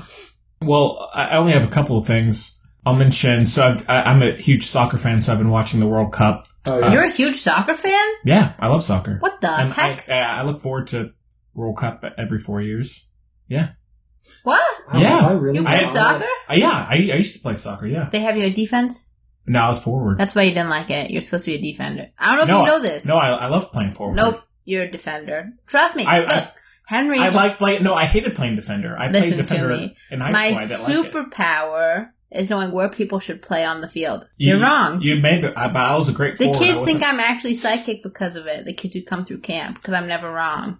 Speaker 1: Well, I I only have a couple of things I'll mention. So I've, I, I'm a huge soccer fan, so I've been watching the World Cup.
Speaker 3: Oh,
Speaker 2: You're a huge soccer fan.
Speaker 1: Yeah, I love soccer.
Speaker 2: What the
Speaker 1: And I,
Speaker 2: heck?
Speaker 1: I I look forward to World Cup every four years.
Speaker 2: what?
Speaker 3: Wow,
Speaker 1: yeah.
Speaker 3: I really
Speaker 2: You
Speaker 1: I-
Speaker 2: play
Speaker 3: don't know.
Speaker 2: soccer?
Speaker 1: Uh, yeah, I, I used to play soccer. Yeah.
Speaker 2: They have you a defense.
Speaker 1: No, I was forward.
Speaker 2: That's why you didn't like it. You're supposed to be a defender. I don't
Speaker 1: no,
Speaker 2: know if you know
Speaker 1: I-
Speaker 2: this.
Speaker 1: No, I, I love playing forward.
Speaker 2: Nope, you're a defender. Trust me.
Speaker 1: I-
Speaker 2: Look,
Speaker 1: I-
Speaker 2: Henry.
Speaker 1: I like playing. No, I hated playing defender. I
Speaker 2: Listen
Speaker 1: played defender
Speaker 2: to me.
Speaker 1: in high
Speaker 2: My
Speaker 1: school. I didn't like it.
Speaker 2: superpower is knowing where people should play on the field.
Speaker 1: You-
Speaker 2: You're wrong.
Speaker 1: You may, be, I, but I was a great.
Speaker 2: The
Speaker 1: forward. I
Speaker 2: kids think
Speaker 1: wasn't-
Speaker 2: I'm actually psychic because of it. The kids who come through camp because I'm never wrong.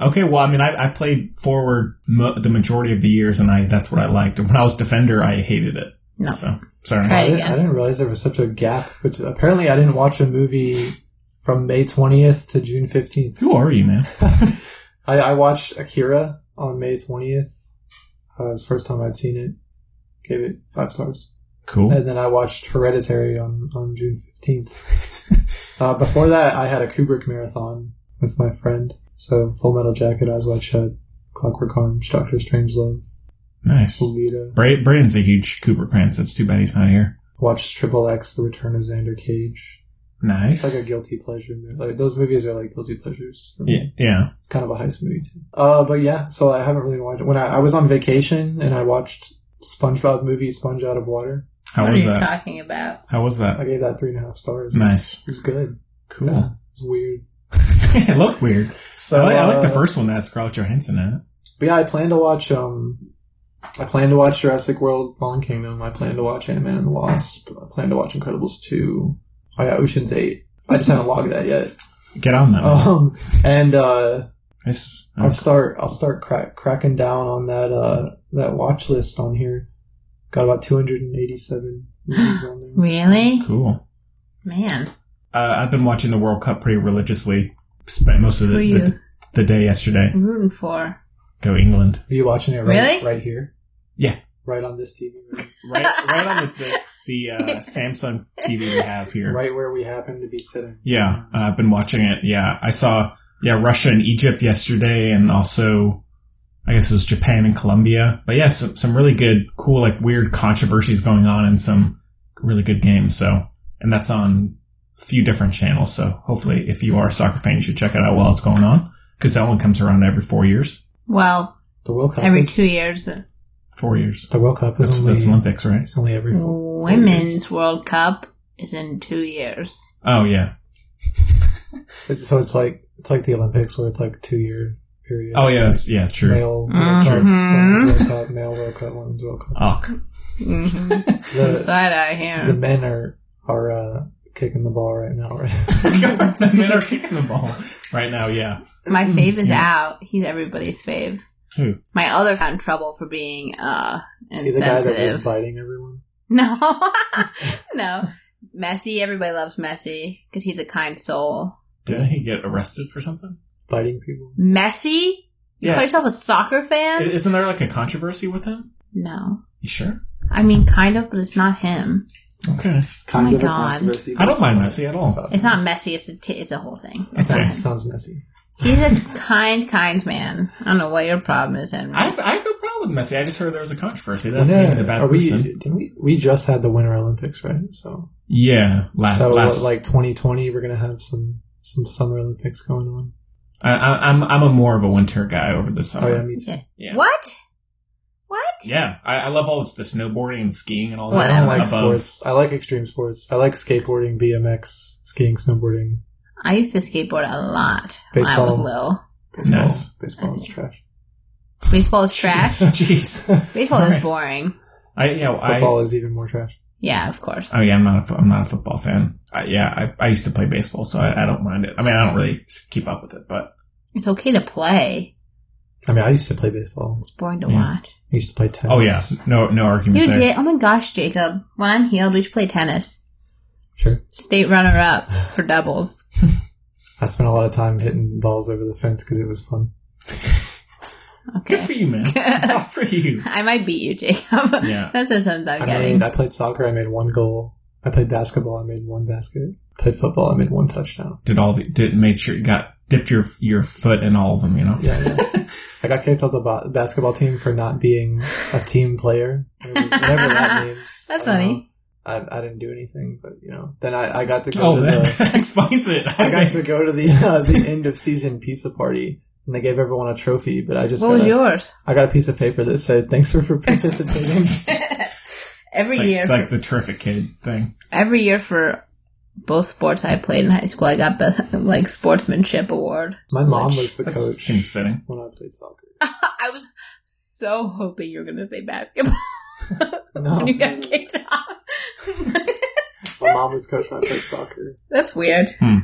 Speaker 1: Okay, well, I mean, I, I played forward mo- the majority of the years, and I that's what I liked. And when I was defender, I hated it.
Speaker 2: No.
Speaker 1: So sorry.
Speaker 3: I, didn't, I didn't realize there was such a gap. But apparently, I didn't watch a movie from May 20th to June 15th.
Speaker 1: Who are you, man?
Speaker 3: I, I watched Akira on May 20th. Uh, it was the first time I'd seen it. Gave it five stars.
Speaker 1: Cool.
Speaker 3: And then I watched Hereditary on, on June 15th. uh, before that, I had a Kubrick marathon with my friend. So Full Metal Jacket, Eyes Wide Shut, Clockwork Orange, Doctor Strangelove,
Speaker 1: Nice.
Speaker 3: Lolita.
Speaker 1: Bra- Braden's a huge Cooper Prince. It's too bad he's not here.
Speaker 3: Watched Triple X, The Return of Xander Cage. It's like
Speaker 1: Nice.
Speaker 3: a guilty pleasure. Like, those movies are like guilty pleasures. For me.
Speaker 1: Yeah. yeah.
Speaker 3: It's kind of a heist movie too. Uh, but yeah, so I haven't really watched it. When I, I was on vacation and I watched SpongeBob movie Sponge Out of Water.
Speaker 1: How
Speaker 2: what
Speaker 1: was
Speaker 2: are you
Speaker 1: that?
Speaker 2: talking about?
Speaker 1: How was that?
Speaker 3: I gave that three and a half stars.
Speaker 1: Nice.
Speaker 3: It was, it was good.
Speaker 1: Cool.
Speaker 3: Yeah, it was weird.
Speaker 1: it looked weird.
Speaker 3: So
Speaker 1: I, like, I like the
Speaker 3: uh,
Speaker 1: first one that had Scarlett Johansson in it.
Speaker 3: But yeah, I plan to watch. Um, I plan to watch Jurassic World: Fallen Kingdom. I plan to watch Ant Man and the Wasp. I plan to watch Incredibles two. I got Ocean's Eight. I just haven't logged that yet.
Speaker 1: Get on that. one.
Speaker 3: Um, and uh,
Speaker 1: It's-
Speaker 3: I'll start. I'll start crack, cracking down on that uh, that watch list on here. Got about two hundred and eighty-seven movies on there.
Speaker 2: Really,
Speaker 1: cool.
Speaker 2: man?
Speaker 1: Uh, I've been watching the World Cup pretty religiously. Spent most of the,
Speaker 2: For you.
Speaker 1: the the day yesterday.
Speaker 2: I'm rooting for.
Speaker 1: Go England.
Speaker 3: Are you watching it right,
Speaker 2: Really?
Speaker 3: right here?
Speaker 1: Yeah.
Speaker 3: Right on this TV, right,
Speaker 1: Right, right on the the, the uh, Samsung TV we have here.
Speaker 3: right where we happen to be sitting.
Speaker 1: Yeah, uh, I've been watching it. Yeah, I saw yeah Russia and Egypt yesterday, and also I guess it was Japan and Colombia. But yeah, some some really good, cool, like weird controversies going on, and some really good games. So, and that's on a few different channels. So hopefully, if you are a soccer fan, you should check it out while it's going on because that one comes around every four years.
Speaker 2: Well,
Speaker 3: The World Cup.
Speaker 2: every
Speaker 3: is-
Speaker 2: two years,
Speaker 1: Four years.
Speaker 3: The World Cup is
Speaker 1: That's,
Speaker 3: only
Speaker 1: that's Olympics, right?
Speaker 3: it's only every four.
Speaker 2: Women's World Cup is in two years.
Speaker 1: Oh yeah.
Speaker 3: It's, so it's like it's like the Olympics where it's like two year period.
Speaker 1: Oh yeah. That's, yeah. True.
Speaker 3: Male World Cup,
Speaker 2: Mm-hmm.
Speaker 3: women's World Cup, male World Cup, women's World Cup.
Speaker 1: Oh,
Speaker 3: Mm-hmm. The,
Speaker 2: Side eye
Speaker 3: the
Speaker 2: here.
Speaker 3: men are are uh, kicking the ball right now. Right?
Speaker 1: the men are kicking the ball right now. Yeah.
Speaker 2: My fave is out. He's everybody's fave.
Speaker 1: Who?
Speaker 2: My other got in trouble for being uh
Speaker 3: See the guy that was
Speaker 2: insensitive.
Speaker 3: biting everyone.
Speaker 2: No, no. Messi. Everybody loves Messi because he's a kind soul.
Speaker 1: Didn't he get arrested for something?
Speaker 3: Biting people.
Speaker 2: Messi. You
Speaker 1: Yeah.
Speaker 2: call yourself a soccer fan?
Speaker 1: I- Isn't there like a controversy with him?
Speaker 2: no.
Speaker 1: You sure?
Speaker 2: I mean, kind of, but it's not him. Oh
Speaker 1: Okay.
Speaker 3: Kind
Speaker 2: my
Speaker 3: of a
Speaker 2: God.
Speaker 3: controversy,
Speaker 1: I
Speaker 3: but
Speaker 1: don't
Speaker 3: it's
Speaker 1: mind
Speaker 3: fine.
Speaker 1: Messi at all.
Speaker 2: It's not Messi. It's a t- it's a whole thing. It's
Speaker 1: Okay.
Speaker 2: not him.
Speaker 3: Sounds messy.
Speaker 2: He's a kind, kind man. I don't know what your problem is, Henry.
Speaker 1: I have, I have no problem with Messi. I just heard there was a controversy. That's he was a bad
Speaker 3: are we,
Speaker 1: person.
Speaker 3: didn't we? We just had the Winter Olympics, right? So,
Speaker 1: yeah. la- Last.
Speaker 3: so what, like 2020, we're gonna have some some Summer Olympics going on.
Speaker 1: I, I, I'm I'm a more of a winter guy over the summer.
Speaker 3: Oh yeah, me too.
Speaker 2: Yeah.
Speaker 1: Yeah.
Speaker 2: What? What?
Speaker 1: Yeah, I, I love all this, the snowboarding and skiing and all that.
Speaker 3: I
Speaker 2: Whatever.
Speaker 3: don't like
Speaker 1: above.
Speaker 3: sports. I like extreme sports. I like skateboarding, BMX, skiing, snowboarding,
Speaker 2: I used to skateboard a lot when I was
Speaker 3: Baseball.
Speaker 2: little.
Speaker 3: baseball.
Speaker 1: Nice.
Speaker 3: Baseball is trash.
Speaker 2: Baseball is trash.
Speaker 1: Jeez.
Speaker 2: Baseball
Speaker 1: All
Speaker 2: is
Speaker 1: right.
Speaker 2: boring.
Speaker 1: I yeah.
Speaker 3: Football
Speaker 1: I,
Speaker 3: is even more trash.
Speaker 2: Yeah, of course.
Speaker 1: oh yeah. I'm not a fo- I'm not a football fan. I, yeah. I, I used to play baseball, so I, I don't mind it. I mean, I don't really s- keep up with it, but
Speaker 2: It's okay to play.
Speaker 3: I mean, I used to play baseball.
Speaker 2: It's boring to
Speaker 1: Yeah.
Speaker 2: watch.
Speaker 3: I used to play tennis.
Speaker 1: oh yeah. No no argument.
Speaker 2: You
Speaker 1: there.
Speaker 2: did. Oh my gosh, Jacob. When I'm healed, we should play tennis.
Speaker 3: Sure.
Speaker 2: State runner up for doubles.
Speaker 3: I spent a lot of time hitting balls over the fence because it was fun.
Speaker 1: Good for
Speaker 2: Okay.
Speaker 1: you, man. Good for you.
Speaker 2: I might beat you, Jacob.
Speaker 1: Yeah.
Speaker 2: That's the sense I'm
Speaker 3: I
Speaker 2: getting.
Speaker 3: made. I played soccer. I made one goal. I played basketball. I made one basket. Played football. I made one touchdown.
Speaker 1: did all the did made sure you got dipped your your foot in all of them. You know.
Speaker 3: Yeah. yeah. I got kicked off the bo- basketball team for not being a team player. Whatever that means.
Speaker 2: That's
Speaker 3: I don't
Speaker 2: funny.
Speaker 3: know. I, I didn't do anything, but you know, then I, I got to go
Speaker 1: Oh,
Speaker 3: to
Speaker 1: that,
Speaker 3: the
Speaker 1: that explains it. I,
Speaker 3: I got to
Speaker 1: think.
Speaker 3: go to the uh, the end of season pizza party, and they gave everyone a trophy. But I just
Speaker 2: What
Speaker 3: got
Speaker 2: was
Speaker 3: a,
Speaker 2: yours?
Speaker 3: I got a piece of paper that said thanks for, for participating.
Speaker 2: Every
Speaker 1: It's like,
Speaker 2: year, for-
Speaker 1: like the terrific kid thing.
Speaker 2: every year for both sports I played in high school, I got the like sportsmanship award.
Speaker 3: My mom was the
Speaker 1: That's-
Speaker 3: coach.
Speaker 1: Seems fitting.
Speaker 3: When I played soccer.
Speaker 2: I was so hoping you were going to say basketball
Speaker 3: No.
Speaker 2: when you
Speaker 3: Oh,
Speaker 2: got kicked off.
Speaker 3: My mom was coach when I played soccer.
Speaker 2: That's weird.
Speaker 1: Hmm.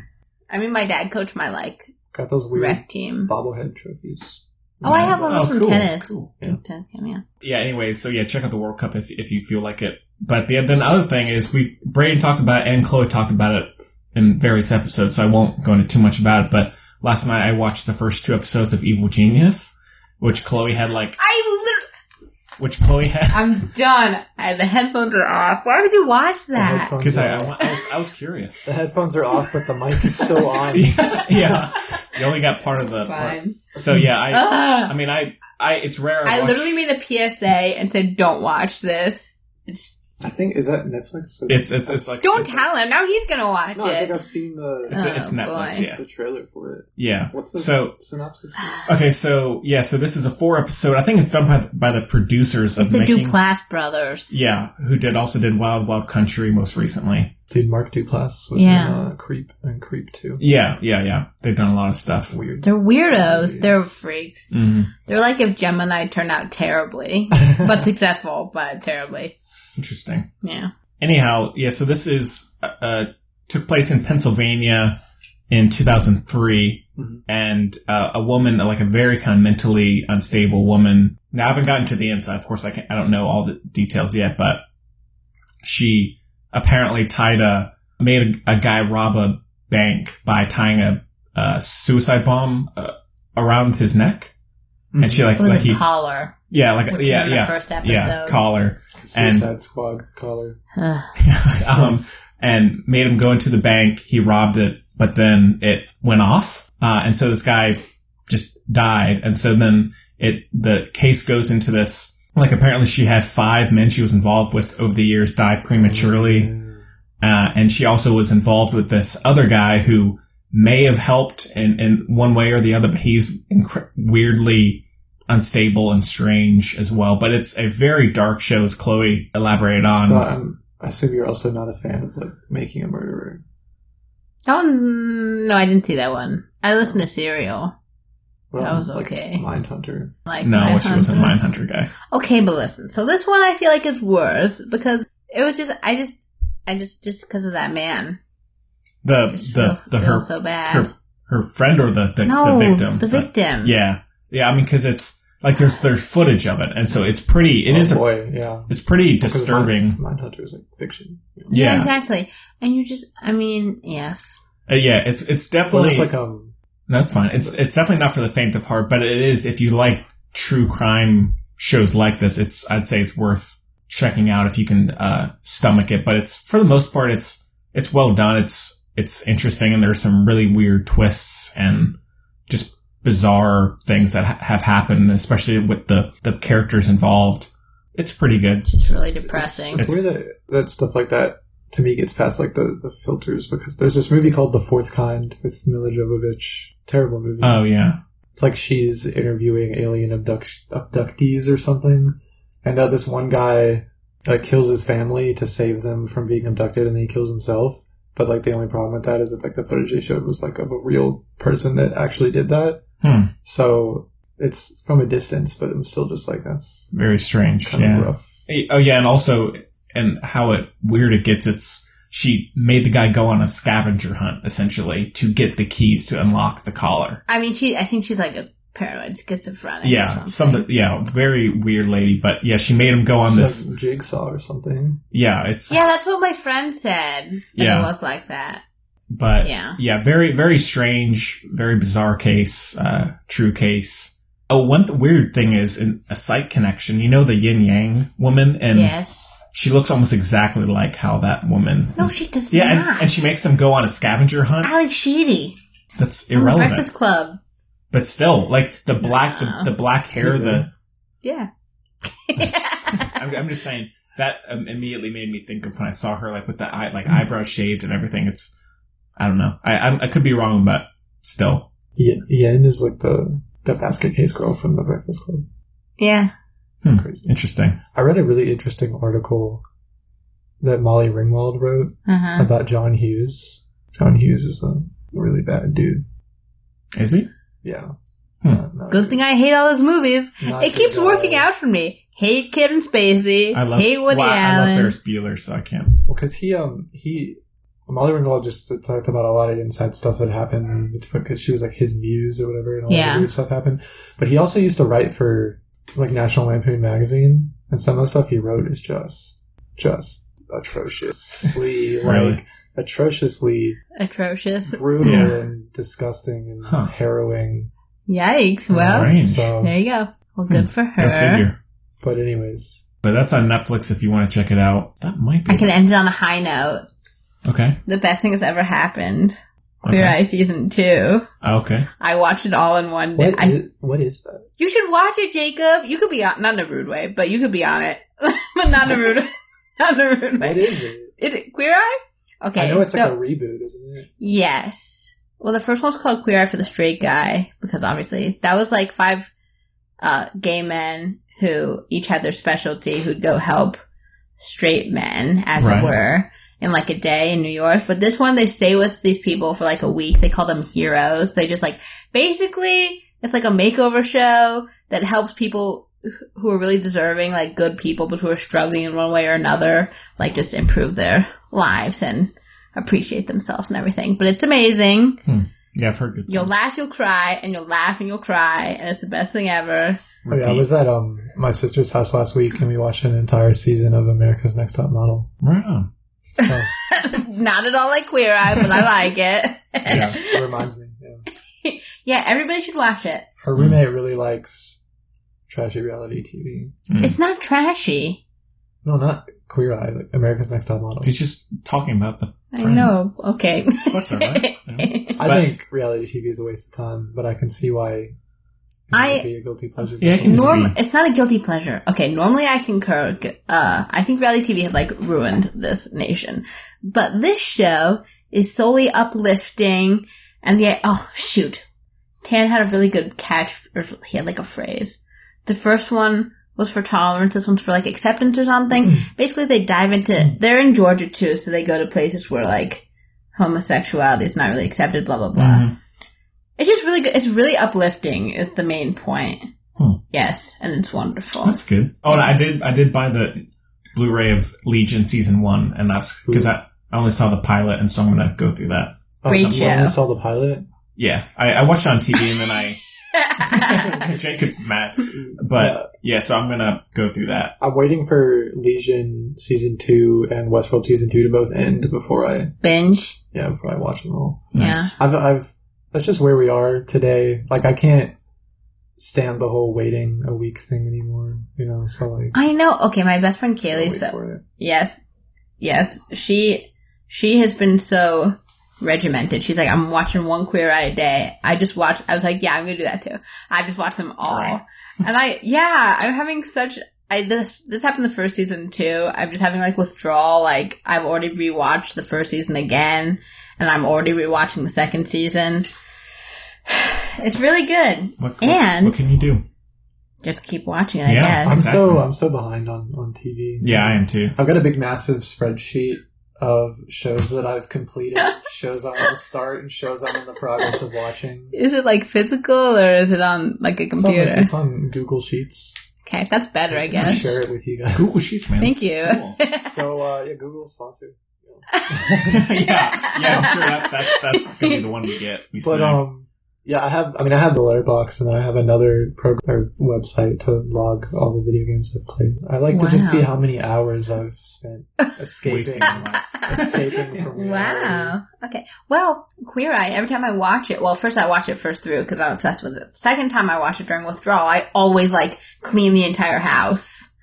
Speaker 2: I mean, my dad coached my like.
Speaker 3: Got those weird Oh,
Speaker 2: Rec team.
Speaker 3: bobblehead trophies.
Speaker 2: Oh, I have one
Speaker 1: Oh,
Speaker 2: from
Speaker 1: cool,
Speaker 2: tennis.
Speaker 1: cool,
Speaker 2: From tennis game, yeah.
Speaker 1: yeah, anyway, so yeah, check out the World Cup if, if you feel like it. But the, then the other thing is we've, Braden talked about it and Chloe talked about it in various episodes, so I won't go into too much about it, but last night I watched the first two episodes of Evil Genius, which Chloe had like,
Speaker 2: I literally,
Speaker 1: which Chloe had,
Speaker 2: I'm done. I, the headphones are off. Why would you watch that?
Speaker 3: headphones
Speaker 1: because I,
Speaker 3: are
Speaker 1: I, wa-
Speaker 3: off.
Speaker 1: I was, I was curious.
Speaker 3: The headphones are off, but the mic is still on.
Speaker 1: yeah. You only got part of the, part.
Speaker 2: Fine.
Speaker 1: so yeah, I,
Speaker 2: Ugh.
Speaker 1: I mean, I, I, it's rare I,
Speaker 2: I
Speaker 1: watch-
Speaker 2: literally made a PSA and said, "Don't watch this." It's,
Speaker 3: I think is that Netflix? Or
Speaker 1: It's- it's- it's like-
Speaker 2: don't tell him. Now he's gonna watch
Speaker 3: No, I
Speaker 2: it.
Speaker 3: think I've seen the
Speaker 1: It's, it's
Speaker 2: Oh,
Speaker 1: Netflix,
Speaker 2: boy.
Speaker 1: yeah.
Speaker 3: the trailer for it.
Speaker 1: Yeah.
Speaker 3: What's the
Speaker 1: So-
Speaker 3: synopsis?
Speaker 1: Okay, so yeah, so this is a four episode. I think it's done by by the producers of
Speaker 2: It's the
Speaker 1: making.
Speaker 2: Duplass brothers.
Speaker 1: Yeah, who did also did Wild Wild Country most recently.
Speaker 3: Dude, Mark Duplass was
Speaker 2: Yeah.
Speaker 3: in uh, Creep and Creep Two.
Speaker 1: Yeah, yeah, yeah. They've done a lot of stuff.
Speaker 3: Weird.
Speaker 2: They're weirdos. They're freaks.
Speaker 1: Mm-hmm.
Speaker 2: They're like if Gemini turned out terribly, but successful, but terribly.
Speaker 1: Interesting.
Speaker 2: Yeah.
Speaker 1: Anyhow, yeah. So this is uh, uh, took place in Pennsylvania in 2003,
Speaker 3: Mhm.
Speaker 1: and uh, a woman, like a very kind of mentally unstable woman. Now I haven't gotten to the end, so of course I can I don't know all the details yet, but she apparently tied a made a, a guy rob a bank by tying a, a suicide bomb uh, around his neck, and she like
Speaker 2: It was
Speaker 1: like
Speaker 2: a
Speaker 1: he
Speaker 2: collar.
Speaker 1: yeah like
Speaker 2: Which
Speaker 1: yeah
Speaker 2: is in the
Speaker 1: yeah
Speaker 2: first
Speaker 1: yeah
Speaker 2: episode.
Speaker 1: collar
Speaker 3: Suicide Squad collar.
Speaker 2: Ugh.
Speaker 1: um, and made him go into the bank. He robbed it, but then it went off, uh, and so this guy just died. And so then it the case goes into this like apparently she had five men she was involved with over the years die prematurely, uh, and she also was involved with this other guy who may have helped in, in one way or the other, but he's incre- weirdly unstable and strange as well. But it's a very dark show, as Chloe elaborated on.
Speaker 3: So I'm, I assume you're also not a fan of like making a murderer.
Speaker 2: That one, no, I didn't see that one. I listened to Serial.
Speaker 3: What
Speaker 2: That
Speaker 3: about,
Speaker 2: was
Speaker 3: like,
Speaker 2: okay.
Speaker 3: Mindhunter.
Speaker 2: Like
Speaker 1: No, well, she wasn't a
Speaker 2: Mindhunter.
Speaker 1: Mindhunter guy.
Speaker 2: Okay, but listen. So this one I feel like is worse because it was just I just I just just because of that man.
Speaker 1: The
Speaker 2: Just
Speaker 1: the
Speaker 2: feels-
Speaker 1: the her
Speaker 2: feels so bad.
Speaker 1: her her friend or the the,
Speaker 2: no,
Speaker 1: the victim. Uh,
Speaker 2: The victim.
Speaker 1: yeah, yeah. I mean, because it's like there's there's footage of it, and so it's pretty. It is
Speaker 3: oh,
Speaker 1: a,
Speaker 3: boy, yeah.
Speaker 1: it's pretty
Speaker 3: 'Cause Mind-
Speaker 1: disturbing.
Speaker 3: Mindhunter is like fiction. Yeah.
Speaker 2: Yeah,
Speaker 1: Yeah,
Speaker 2: exactly. And you just, I mean, yes.
Speaker 1: Uh, yeah. It's it's
Speaker 3: Well,
Speaker 1: definitely
Speaker 3: it's like um,
Speaker 1: no, it's fine. It's it's definitely not for the faint of heart, but it is if you like true crime shows like this. It's I'd say it's worth checking out if you can uh, stomach it. But it's for the most part, it's it's well done. It's it's interesting, and there's some really weird twists and just bizarre things that ha- have happened, especially with the the characters involved. It's pretty good.
Speaker 2: It's really depressing.
Speaker 3: it's, weird that, that stuff like that to me gets past like the, the filters because there's this movie called The Fourth Kind with Mila Jovovich. Terrible movie.
Speaker 1: Oh yeah,
Speaker 3: it's like she's interviewing alien abduct- abductees or something, and uh, this one guy uh, kills his family to save them from being abducted, and then he kills himself. But like the only problem with that is that like the footage they showed was like of a real person that actually did that.
Speaker 1: Hmm.
Speaker 3: So it's from a distance, but I'm still just like that's
Speaker 1: very strange.
Speaker 3: kind
Speaker 1: yeah.
Speaker 3: of rough.
Speaker 1: Oh yeah, and also and how it weird it gets. It's she made the guy go on a scavenger hunt essentially to get the keys to unlock the collar.
Speaker 2: I mean, she, I think she's like a paranoid schizophrenic. Or
Speaker 1: Yeah,
Speaker 2: something.
Speaker 1: some yeah, very weird lady, but yeah, she made him go on
Speaker 3: She
Speaker 1: this.
Speaker 3: has jigsaw or something.
Speaker 1: Yeah, it's
Speaker 2: Yeah, that's what my friend said. That
Speaker 1: Yeah.
Speaker 2: It was like that.
Speaker 1: but
Speaker 2: Yeah.
Speaker 1: yeah, very very strange, very bizarre case, uh, true case. Oh, one th- weird thing is in a site connection. You know the yin yang woman, and
Speaker 2: yes.
Speaker 1: she looks almost exactly like how that woman.
Speaker 2: No,
Speaker 1: is-
Speaker 2: she does
Speaker 1: yeah,
Speaker 2: not.
Speaker 1: and, and she makes them go on a scavenger hunt.
Speaker 2: Alex Sheedy.
Speaker 1: That's
Speaker 2: from Oh, The
Speaker 1: irrelevant.
Speaker 2: Breakfast Club.
Speaker 1: But still, like the black, the, the black hair, the
Speaker 2: Yeah.
Speaker 1: I'm, I'm just saying that um, immediately made me think of when I saw her, like with the eye,
Speaker 2: Mm.
Speaker 1: like eyebrows shaved and everything. It's, I don't know. I I'm, I could be wrong, but still,
Speaker 3: Y- Yen is like the the basket case girl from The Breakfast Club.
Speaker 2: Yeah.
Speaker 3: It's crazy.
Speaker 1: interesting.
Speaker 3: I read a really interesting article that Molly Ringwald wrote
Speaker 2: Uh-huh.
Speaker 3: about John Hughes. John Hughes is a really bad dude.
Speaker 1: Is he?
Speaker 3: Yeah.
Speaker 2: Good thing I hate all those movies.
Speaker 3: Not
Speaker 2: it keeps working out for me. Hate Kevin Spacey.
Speaker 3: I love-
Speaker 2: hate Woody
Speaker 3: wow, I love
Speaker 2: Allen.
Speaker 1: Ferris Bueller, so I can't.
Speaker 3: Well, because he um he Molly Ringwald just talked about a lot of inside stuff that happened because she was like his muse or whatever, and all
Speaker 2: Yeah.
Speaker 3: that weird stuff happened. But he also used to write for like National Lampoon magazine, and some of the stuff he wrote is just just atrociously like
Speaker 1: Really?
Speaker 3: atrociously
Speaker 2: Atrocious.
Speaker 3: brutal and disgusting and harrowing.
Speaker 2: Yikes. Well,
Speaker 1: Strange.
Speaker 2: there you go. Well, good for
Speaker 1: Go
Speaker 2: her.
Speaker 1: figure.
Speaker 3: But anyways,
Speaker 1: but that's on Netflix if you want to check it out. That might
Speaker 2: I
Speaker 1: be
Speaker 2: can end it on a high note.
Speaker 1: okay.
Speaker 2: The best thing that's ever happened. Queer
Speaker 1: Okay.
Speaker 2: Eye Season 2.
Speaker 1: Ah, Okay,
Speaker 2: I watched it all in one day.
Speaker 3: What
Speaker 2: I-
Speaker 3: is- what is that?
Speaker 2: you should watch it, Jacob. You could be on, not in a rude way, but you could be on it. but not in a rude, not in a rude way.
Speaker 3: What is it?
Speaker 2: It, Queer Eye? Okay.
Speaker 3: I know it's like
Speaker 2: so-
Speaker 3: a reboot, isn't it?
Speaker 2: Yes. Well, the first one's called Queer Eye for the Straight Guy because obviously that was like five uh, gay men who each had their specialty who'd go help straight men, as
Speaker 12: Right.
Speaker 2: it were, in like a day in New York. But this one, they stay with these people for like a week. They call them heroes. They just like basically it's like a makeover show that helps people wh- who are really deserving, like good people, but who are struggling in one way or another, like just improve their lives and appreciate themselves and everything. But it's amazing.
Speaker 1: yeah, I've heard good.
Speaker 2: You'll laugh, you'll cry, and you'll laugh and you'll cry, and it's the best thing ever.
Speaker 3: Oh, yeah, I was at um my sister's house last week, and we watched an entire season of America's Next Top Model.
Speaker 1: Right on.
Speaker 2: Not at all like Queer Eye, but I like it.
Speaker 3: Yeah, it reminds me. Yeah.
Speaker 2: Yeah, everybody should watch it.
Speaker 3: Her roommate really likes trashy reality TV.
Speaker 2: It's not trashy.
Speaker 3: No, not Queer Eye, like America's Next Top Model.
Speaker 1: He's just talking about the.
Speaker 2: I know. Okay.
Speaker 1: That's all right.
Speaker 3: I
Speaker 1: But-
Speaker 3: think reality TV is a waste of time, but I can see why it
Speaker 2: I-
Speaker 3: would be a guilty pleasure.
Speaker 1: Yeah, I can
Speaker 3: for
Speaker 2: Norm,
Speaker 3: someone.
Speaker 2: it's not a guilty pleasure. Okay, normally I concur. Uh, I think reality TV has like ruined this nation, but this show is solely uplifting. And the oh shoot, Tan had a really good catch. Or he had like a phrase. The first one was for tolerance. This one's for like acceptance or something. Basically, they dive into. They're in Georgia too, so they go to places where like homosexuality is not really accepted. Blah blah blah. It's just really good. It's really uplifting. Is the main point. Yes, and it's wonderful.
Speaker 1: That's good. Oh, and I did. I did buy the Blu-ray of Legion season one, and that's because I, I only saw the pilot, and so I'm gonna go through that.
Speaker 3: Oh,
Speaker 1: Great
Speaker 3: so you only
Speaker 1: show.
Speaker 3: saw the pilot.
Speaker 1: Yeah, I, I watched it on TV, and then I Jacob Matt, but yeah, so I'm gonna go through that.
Speaker 3: I'm waiting for Legion season two and Westworld season two to both end before I
Speaker 2: binge.
Speaker 3: Yeah, before I watch them all.
Speaker 2: Yeah.
Speaker 3: I've, I've that's just where we are today. Like I can't stand the whole waiting a week thing anymore. You know, so like
Speaker 2: I know. Okay, my best friend Kaylee. So yes, yes, she she has been so regimented. She's like, I'm watching one Queer Eye a day. I just watch. I was like, yeah, I'm gonna do that too. I just watch them all. and I, yeah, I'm having such. I this this happened the first season too. I'm just having like withdrawal. Like I've already rewatched the first season again, and I'm already rewatching the second season. It's really good.
Speaker 1: What, what-
Speaker 2: and
Speaker 1: what can you do?
Speaker 2: just keep watching it. I
Speaker 1: Yeah,
Speaker 2: guess.
Speaker 3: I'm so I'm so behind on on TV.
Speaker 1: Yeah, I am too.
Speaker 3: I've got a big massive spreadsheet of shows that I've completed, shows I want to start, and shows I'm in the progress of watching.
Speaker 2: Is it like physical or is it on like a
Speaker 3: It's on,
Speaker 2: computer?
Speaker 3: it's on Google Sheets.
Speaker 2: Okay, that's better, I
Speaker 3: I'll
Speaker 2: guess.
Speaker 3: share it with you guys.
Speaker 1: Google Sheets, man.
Speaker 2: Thank you.
Speaker 3: so uh, yeah, Google sponsor.
Speaker 1: Yeah, I'm sure that, that's that's gonna be the one we get. We
Speaker 3: But
Speaker 1: snag.
Speaker 3: um, yeah, I have. I mean, I have the letterbox, and then I have another program or website to log all the video games I've played. I like to just
Speaker 2: Wow.
Speaker 3: see how many hours I've spent escaping,
Speaker 1: Wasting life.
Speaker 3: escaping from.
Speaker 2: Wow. Okay. Well, Queer Eye, every time I watch it, well, first I watch it first through because I'm obsessed with it. Second time I watch it during withdrawal, I always like clean the entire house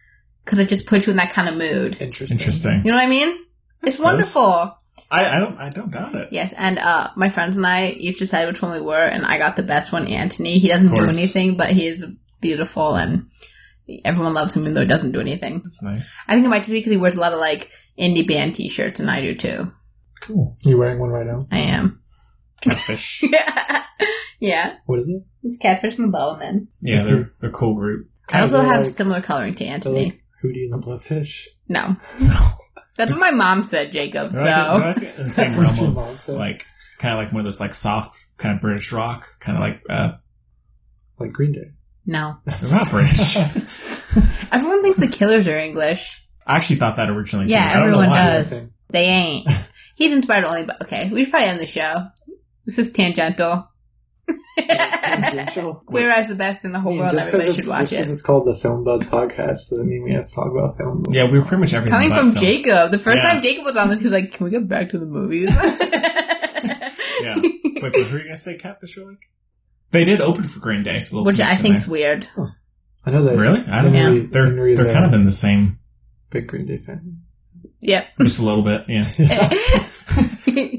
Speaker 2: because it just puts you in that kind of mood.
Speaker 3: Interesting.
Speaker 1: Interesting.
Speaker 2: You know what I mean? It's
Speaker 1: suppose.
Speaker 2: wonderful.
Speaker 1: I, I don't I don't doubt it.
Speaker 2: Yes, and uh, my friends and I each decided which one we were, and I got the best one, Anthony. He doesn't
Speaker 1: Of
Speaker 2: do
Speaker 1: course.
Speaker 2: anything, but he is beautiful, and everyone loves him even though he doesn't do anything.
Speaker 1: That's nice.
Speaker 2: I think it might just be because he wears a lot of like indie band T-shirts, and I do too.
Speaker 1: Cool.
Speaker 3: You wearing one right now?
Speaker 2: I am.
Speaker 1: Catfish.
Speaker 2: Yeah,
Speaker 3: What is it?
Speaker 2: it's Catfish and the Bowman.
Speaker 1: Yeah, they're they're cool group.
Speaker 2: I also
Speaker 3: They're
Speaker 2: have
Speaker 3: like-
Speaker 2: similar coloring to
Speaker 3: they're
Speaker 2: Anthony.
Speaker 3: like Hootie and the Blowfish.
Speaker 2: No. That's what my mom said, Jacob. So
Speaker 1: They're like- they're like in the same
Speaker 3: That's what
Speaker 1: realm
Speaker 3: your mom
Speaker 1: of
Speaker 3: said.
Speaker 1: like kind of like one of those like soft kind of British rock, kind of like uh,
Speaker 3: like Green Day.
Speaker 2: no,
Speaker 1: They're not British.
Speaker 2: everyone thinks the Killers are English.
Speaker 1: I actually thought that originally. too.
Speaker 2: Yeah,
Speaker 1: I don't know
Speaker 2: everyone
Speaker 1: why.
Speaker 2: does. They ain't. He's inspired only by. Okay, we should probably end the show. This is tangential. Whereas the best in the whole world,
Speaker 3: just
Speaker 2: everybody
Speaker 3: because it's,
Speaker 2: should
Speaker 3: just
Speaker 2: watch
Speaker 3: 'cause
Speaker 2: it.
Speaker 3: it's called the Film Buds podcast doesn't mean we have to talk about films.
Speaker 1: Yeah, we were pretty much everything.
Speaker 2: Coming
Speaker 1: about
Speaker 2: from
Speaker 1: film.
Speaker 2: Jacob, the first
Speaker 1: Yeah.
Speaker 2: time Jacob was on this, he was like, "Can we go back to the movies?"
Speaker 1: Yeah. Wait, but who are you gonna say capped the show like? They did open for Green Day, so a little
Speaker 2: Which I
Speaker 1: connection
Speaker 2: think's
Speaker 1: there.
Speaker 2: weird.
Speaker 3: I know that.
Speaker 1: really. I don't know.
Speaker 3: Henry-
Speaker 1: They're
Speaker 3: Henry's
Speaker 1: they're
Speaker 3: a
Speaker 1: kind of in the same,
Speaker 3: big Green Day fan.
Speaker 2: Yep.
Speaker 1: just a little bit, yeah.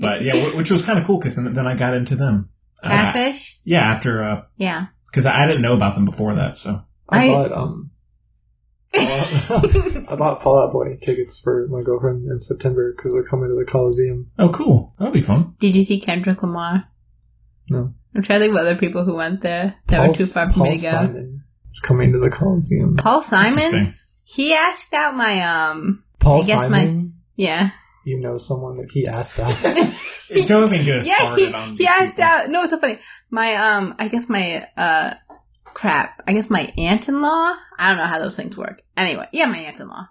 Speaker 1: but yeah, wh- which was kind of cool because then, then I got into them. Uh,
Speaker 2: Catfish.
Speaker 1: yeah, after
Speaker 2: Yeah.
Speaker 1: because I I didn't know about them before that, so
Speaker 3: I,
Speaker 2: I-
Speaker 3: bought um, Fallout- I bought Fallout Boy tickets for my girlfriend in September because they're coming to the Coliseum.
Speaker 1: oh, cool. That'll be fun.
Speaker 2: Did you see Kendrick Lamar?
Speaker 3: No.
Speaker 2: I'm trying to think of other people who went there that were too far for
Speaker 3: Paul
Speaker 2: me to go.
Speaker 3: Simon is coming to the Coliseum.
Speaker 2: Paul
Speaker 1: Interesting.
Speaker 2: Simon. He asked out my um.
Speaker 3: Paul
Speaker 2: I guess my-
Speaker 3: Simon.
Speaker 2: Yeah.
Speaker 3: You know someone that he asked out.
Speaker 1: It don't even get us
Speaker 2: Yeah. He,
Speaker 1: started on.
Speaker 2: he
Speaker 1: these
Speaker 2: asked
Speaker 1: people.
Speaker 2: out. No, it's so funny. My um. I guess my uh. Crap. I guess my aunt-in-law. I don't know how those things work. Anyway, yeah, my aunt-in-law.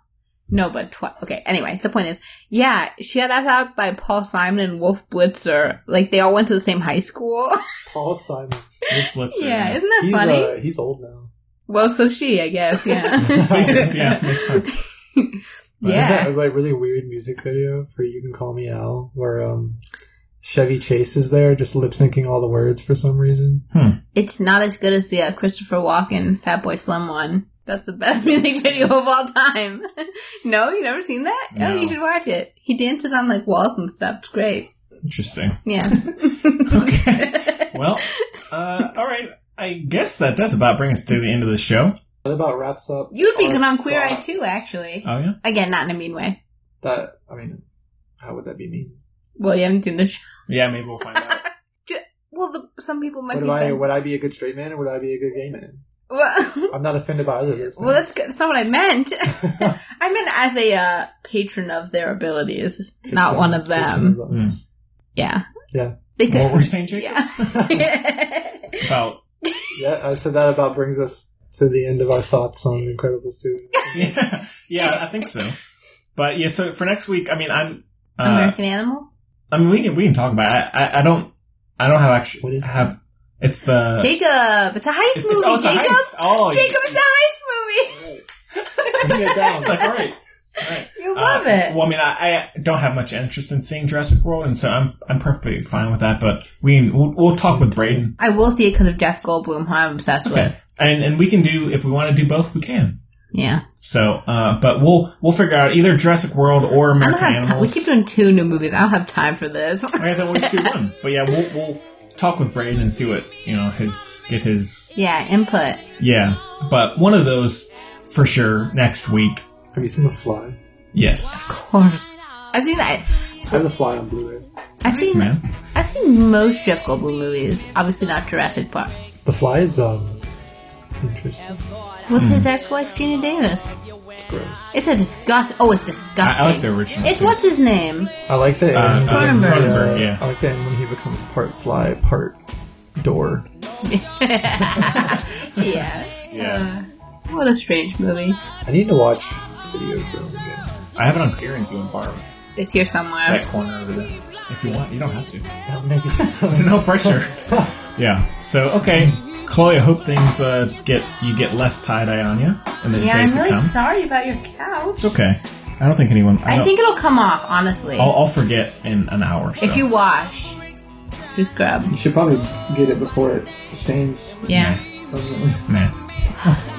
Speaker 2: No, but twi- okay. Anyway, the point is, yeah, she had asked out by Paul Simon and Wolf Blitzer. Like they all went to the same high school.
Speaker 3: Paul Simon.
Speaker 1: Wolf Blitzer,
Speaker 2: yeah, isn't that
Speaker 3: He's
Speaker 2: funny?
Speaker 3: uh, he's old now.
Speaker 2: Well, so she, I guess, yeah.
Speaker 1: I guess, yeah, makes sense.
Speaker 3: There's
Speaker 2: yeah.
Speaker 3: that like really weird music video for "You Can Call Me Al" where um, Chevy Chase is there just lip syncing all the words for some reason.
Speaker 2: It's not as good as the uh, Christopher Walken Fatboy Slim one. That's the best music video of all time. no, you never seen that? Oh,
Speaker 1: No.
Speaker 2: you should watch it. He dances on like walls and stuff. It's great.
Speaker 1: Interesting.
Speaker 2: Yeah.
Speaker 1: Well, uh, all right. I guess that does about bring us to the end of the show.
Speaker 3: That about wraps up.
Speaker 2: You'd be
Speaker 3: our
Speaker 2: good on Queer Eye
Speaker 3: thoughts.
Speaker 2: too, actually.
Speaker 1: Oh yeah,
Speaker 2: Again, not in a mean way.
Speaker 3: That I mean, how would that be mean?
Speaker 2: Well, you haven't seen the show.
Speaker 1: yeah. Maybe we'll find out.
Speaker 2: Well, the, some people might
Speaker 3: Would
Speaker 2: be.
Speaker 3: I
Speaker 2: offended.
Speaker 3: would I be a good straight man or would I be a good gay man?
Speaker 2: well,
Speaker 3: I'm not offended by either of those. Things.
Speaker 2: well, that's good. That's not what I meant. I meant as a uh, patron of their abilities, not
Speaker 3: Patron-
Speaker 2: one of
Speaker 3: patron
Speaker 2: them.
Speaker 3: of those.
Speaker 2: Yeah.
Speaker 3: Yeah,
Speaker 2: They could.
Speaker 1: What were you saying, Jake?
Speaker 2: Yeah.
Speaker 1: About
Speaker 3: yeah. uh, So that about brings us to the end of our thoughts on Incredibles two.
Speaker 1: yeah, yeah, I think so. But yeah, so for next week, I mean, I'm. Uh,
Speaker 2: American Animals?
Speaker 1: I mean, we can we can talk about. It. I, I I don't I don't have actually
Speaker 3: What is
Speaker 1: have. It's the
Speaker 2: Jacob! It's a heist
Speaker 1: it's,
Speaker 2: movie,
Speaker 1: it's, oh, it's a
Speaker 2: Jacob!
Speaker 1: heist. Oh,
Speaker 2: Jacob, it's a heist movie!
Speaker 3: Bring it down.
Speaker 1: It's like all right. all right.
Speaker 2: You love
Speaker 1: Uh,
Speaker 2: it!
Speaker 1: Well, I mean, I, I don't have much interest in seeing Jurassic World, and so I'm I'm perfectly fine with that. But we we'll, we'll talk with Braden,
Speaker 2: I will see it because of Jeff Goldblum, who I'm obsessed with.
Speaker 1: and and we can do if we want to do both, we can.
Speaker 2: Yeah.
Speaker 1: So, uh, but we'll we'll figure out either Jurassic World or
Speaker 2: I don't
Speaker 1: American
Speaker 2: have time. We
Speaker 1: Animals.
Speaker 2: keep doing two new movies. I don't have time for this.
Speaker 1: All right, then we'll just do one. But yeah, we'll we'll talk with Braden and see what you know his get his
Speaker 2: yeah, input.
Speaker 1: yeah. But one of those for sure next week.
Speaker 3: Have you seen The Fly?
Speaker 1: Yes,
Speaker 2: Of course. I've seen that.
Speaker 3: I have The Fly on Blu-ray.
Speaker 2: I've seen
Speaker 1: man.
Speaker 2: I've seen most Jeff Goldblum movies. Obviously not Jurassic Park.
Speaker 3: The Fly is um interesting.
Speaker 1: Hmm.
Speaker 2: With his ex-wife Gina Davis.
Speaker 3: It's gross.
Speaker 2: It's a disgust. Oh, it's
Speaker 1: I,
Speaker 2: disgusting.
Speaker 1: I like the original.
Speaker 2: It's
Speaker 1: too.
Speaker 2: what's his name?
Speaker 3: I like the
Speaker 1: Uh,
Speaker 3: end.
Speaker 1: Cronenberg.
Speaker 3: when,
Speaker 1: Cronenberg, yeah.
Speaker 3: I like the end when he becomes part fly, part door.
Speaker 2: Yeah.
Speaker 1: Yeah,
Speaker 2: What a strange movie.
Speaker 3: I need to watch video film again.
Speaker 2: uh,
Speaker 1: I have it on Pier if you want to borrow it.
Speaker 2: It's here somewhere.
Speaker 1: that corner over there. If you want, you don't have to.
Speaker 3: Oh, maybe.
Speaker 1: no pressure. yeah. So okay, Chloe, I hope things uh, get you get less tie dye on you in the
Speaker 2: Yeah, I'm
Speaker 1: days
Speaker 2: really
Speaker 1: to come.
Speaker 2: sorry about your couch.
Speaker 1: it's okay. I don't think anyone. I,
Speaker 2: I
Speaker 1: don't-
Speaker 2: think it'll come off, honestly.
Speaker 1: I'll, I'll forget in an hour. Oh, So.
Speaker 2: If you wash, if you scrub.
Speaker 3: you should probably get it before it stains.
Speaker 2: Yeah.
Speaker 3: permanently.
Speaker 1: Nah.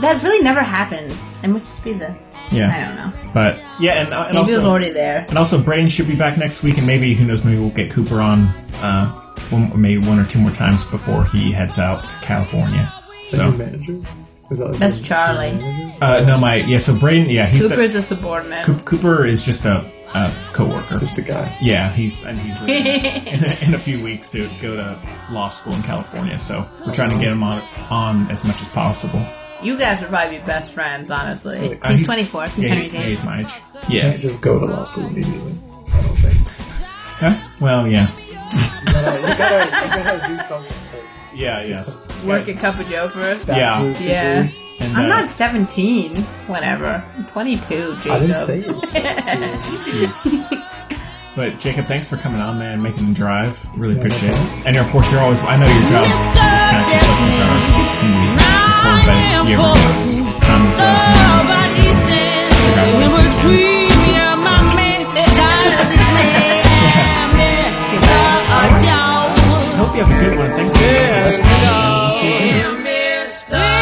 Speaker 2: That really never happens. It might just be the. I
Speaker 1: Yeah.
Speaker 2: don't know.
Speaker 1: But yeah, and, and
Speaker 2: Maybe it was
Speaker 1: also
Speaker 2: already there.
Speaker 1: and also Brain should be back next week, and maybe who knows? Maybe we'll get Cooper on. Uh, one, maybe one or two more times before he heads out to California.
Speaker 3: Is that your
Speaker 1: So
Speaker 3: manager? Is that like
Speaker 2: That's
Speaker 3: your-
Speaker 2: Charlie.
Speaker 3: your manager?
Speaker 1: uh, no, my yeah. So Brain, yeah, he's the-
Speaker 2: Cooper's a subordinate.
Speaker 1: Coop- Cooper is just a, a coworker.
Speaker 3: Just a guy.
Speaker 1: Yeah, he's and he's leaving in, a, in a few weeks to
Speaker 2: Oh,
Speaker 1: go to law school in California. So we're trying to get him on on as much as possible.
Speaker 2: You guys would probably be best friends, honestly.
Speaker 1: Uh,
Speaker 2: he's, 24. He's
Speaker 1: yeah,
Speaker 2: Henry's
Speaker 1: yeah,
Speaker 2: age.
Speaker 1: He's my age. Yeah.
Speaker 3: Can't just go to law school immediately.
Speaker 1: Huh? Well, yeah.
Speaker 3: you gotta, you gotta do something first.
Speaker 1: Yeah, yes.
Speaker 2: Work at Cup of Joe first.
Speaker 1: Yeah.
Speaker 2: Yeah.
Speaker 1: And,
Speaker 2: I'm
Speaker 1: uh,
Speaker 2: not 17. Whatever. I'm 22, Jacob.
Speaker 1: I didn't say you were
Speaker 2: 17.
Speaker 1: But Jacob, thanks for coming on, man, making the drive. Really appreciate it. And of course, you're always. I know your job is kind of such a better movie before, but you ever do comedy slams and
Speaker 2: Oh.
Speaker 1: I hope you have a good one. Thanks for listening. See you later.
Speaker 12: Mr.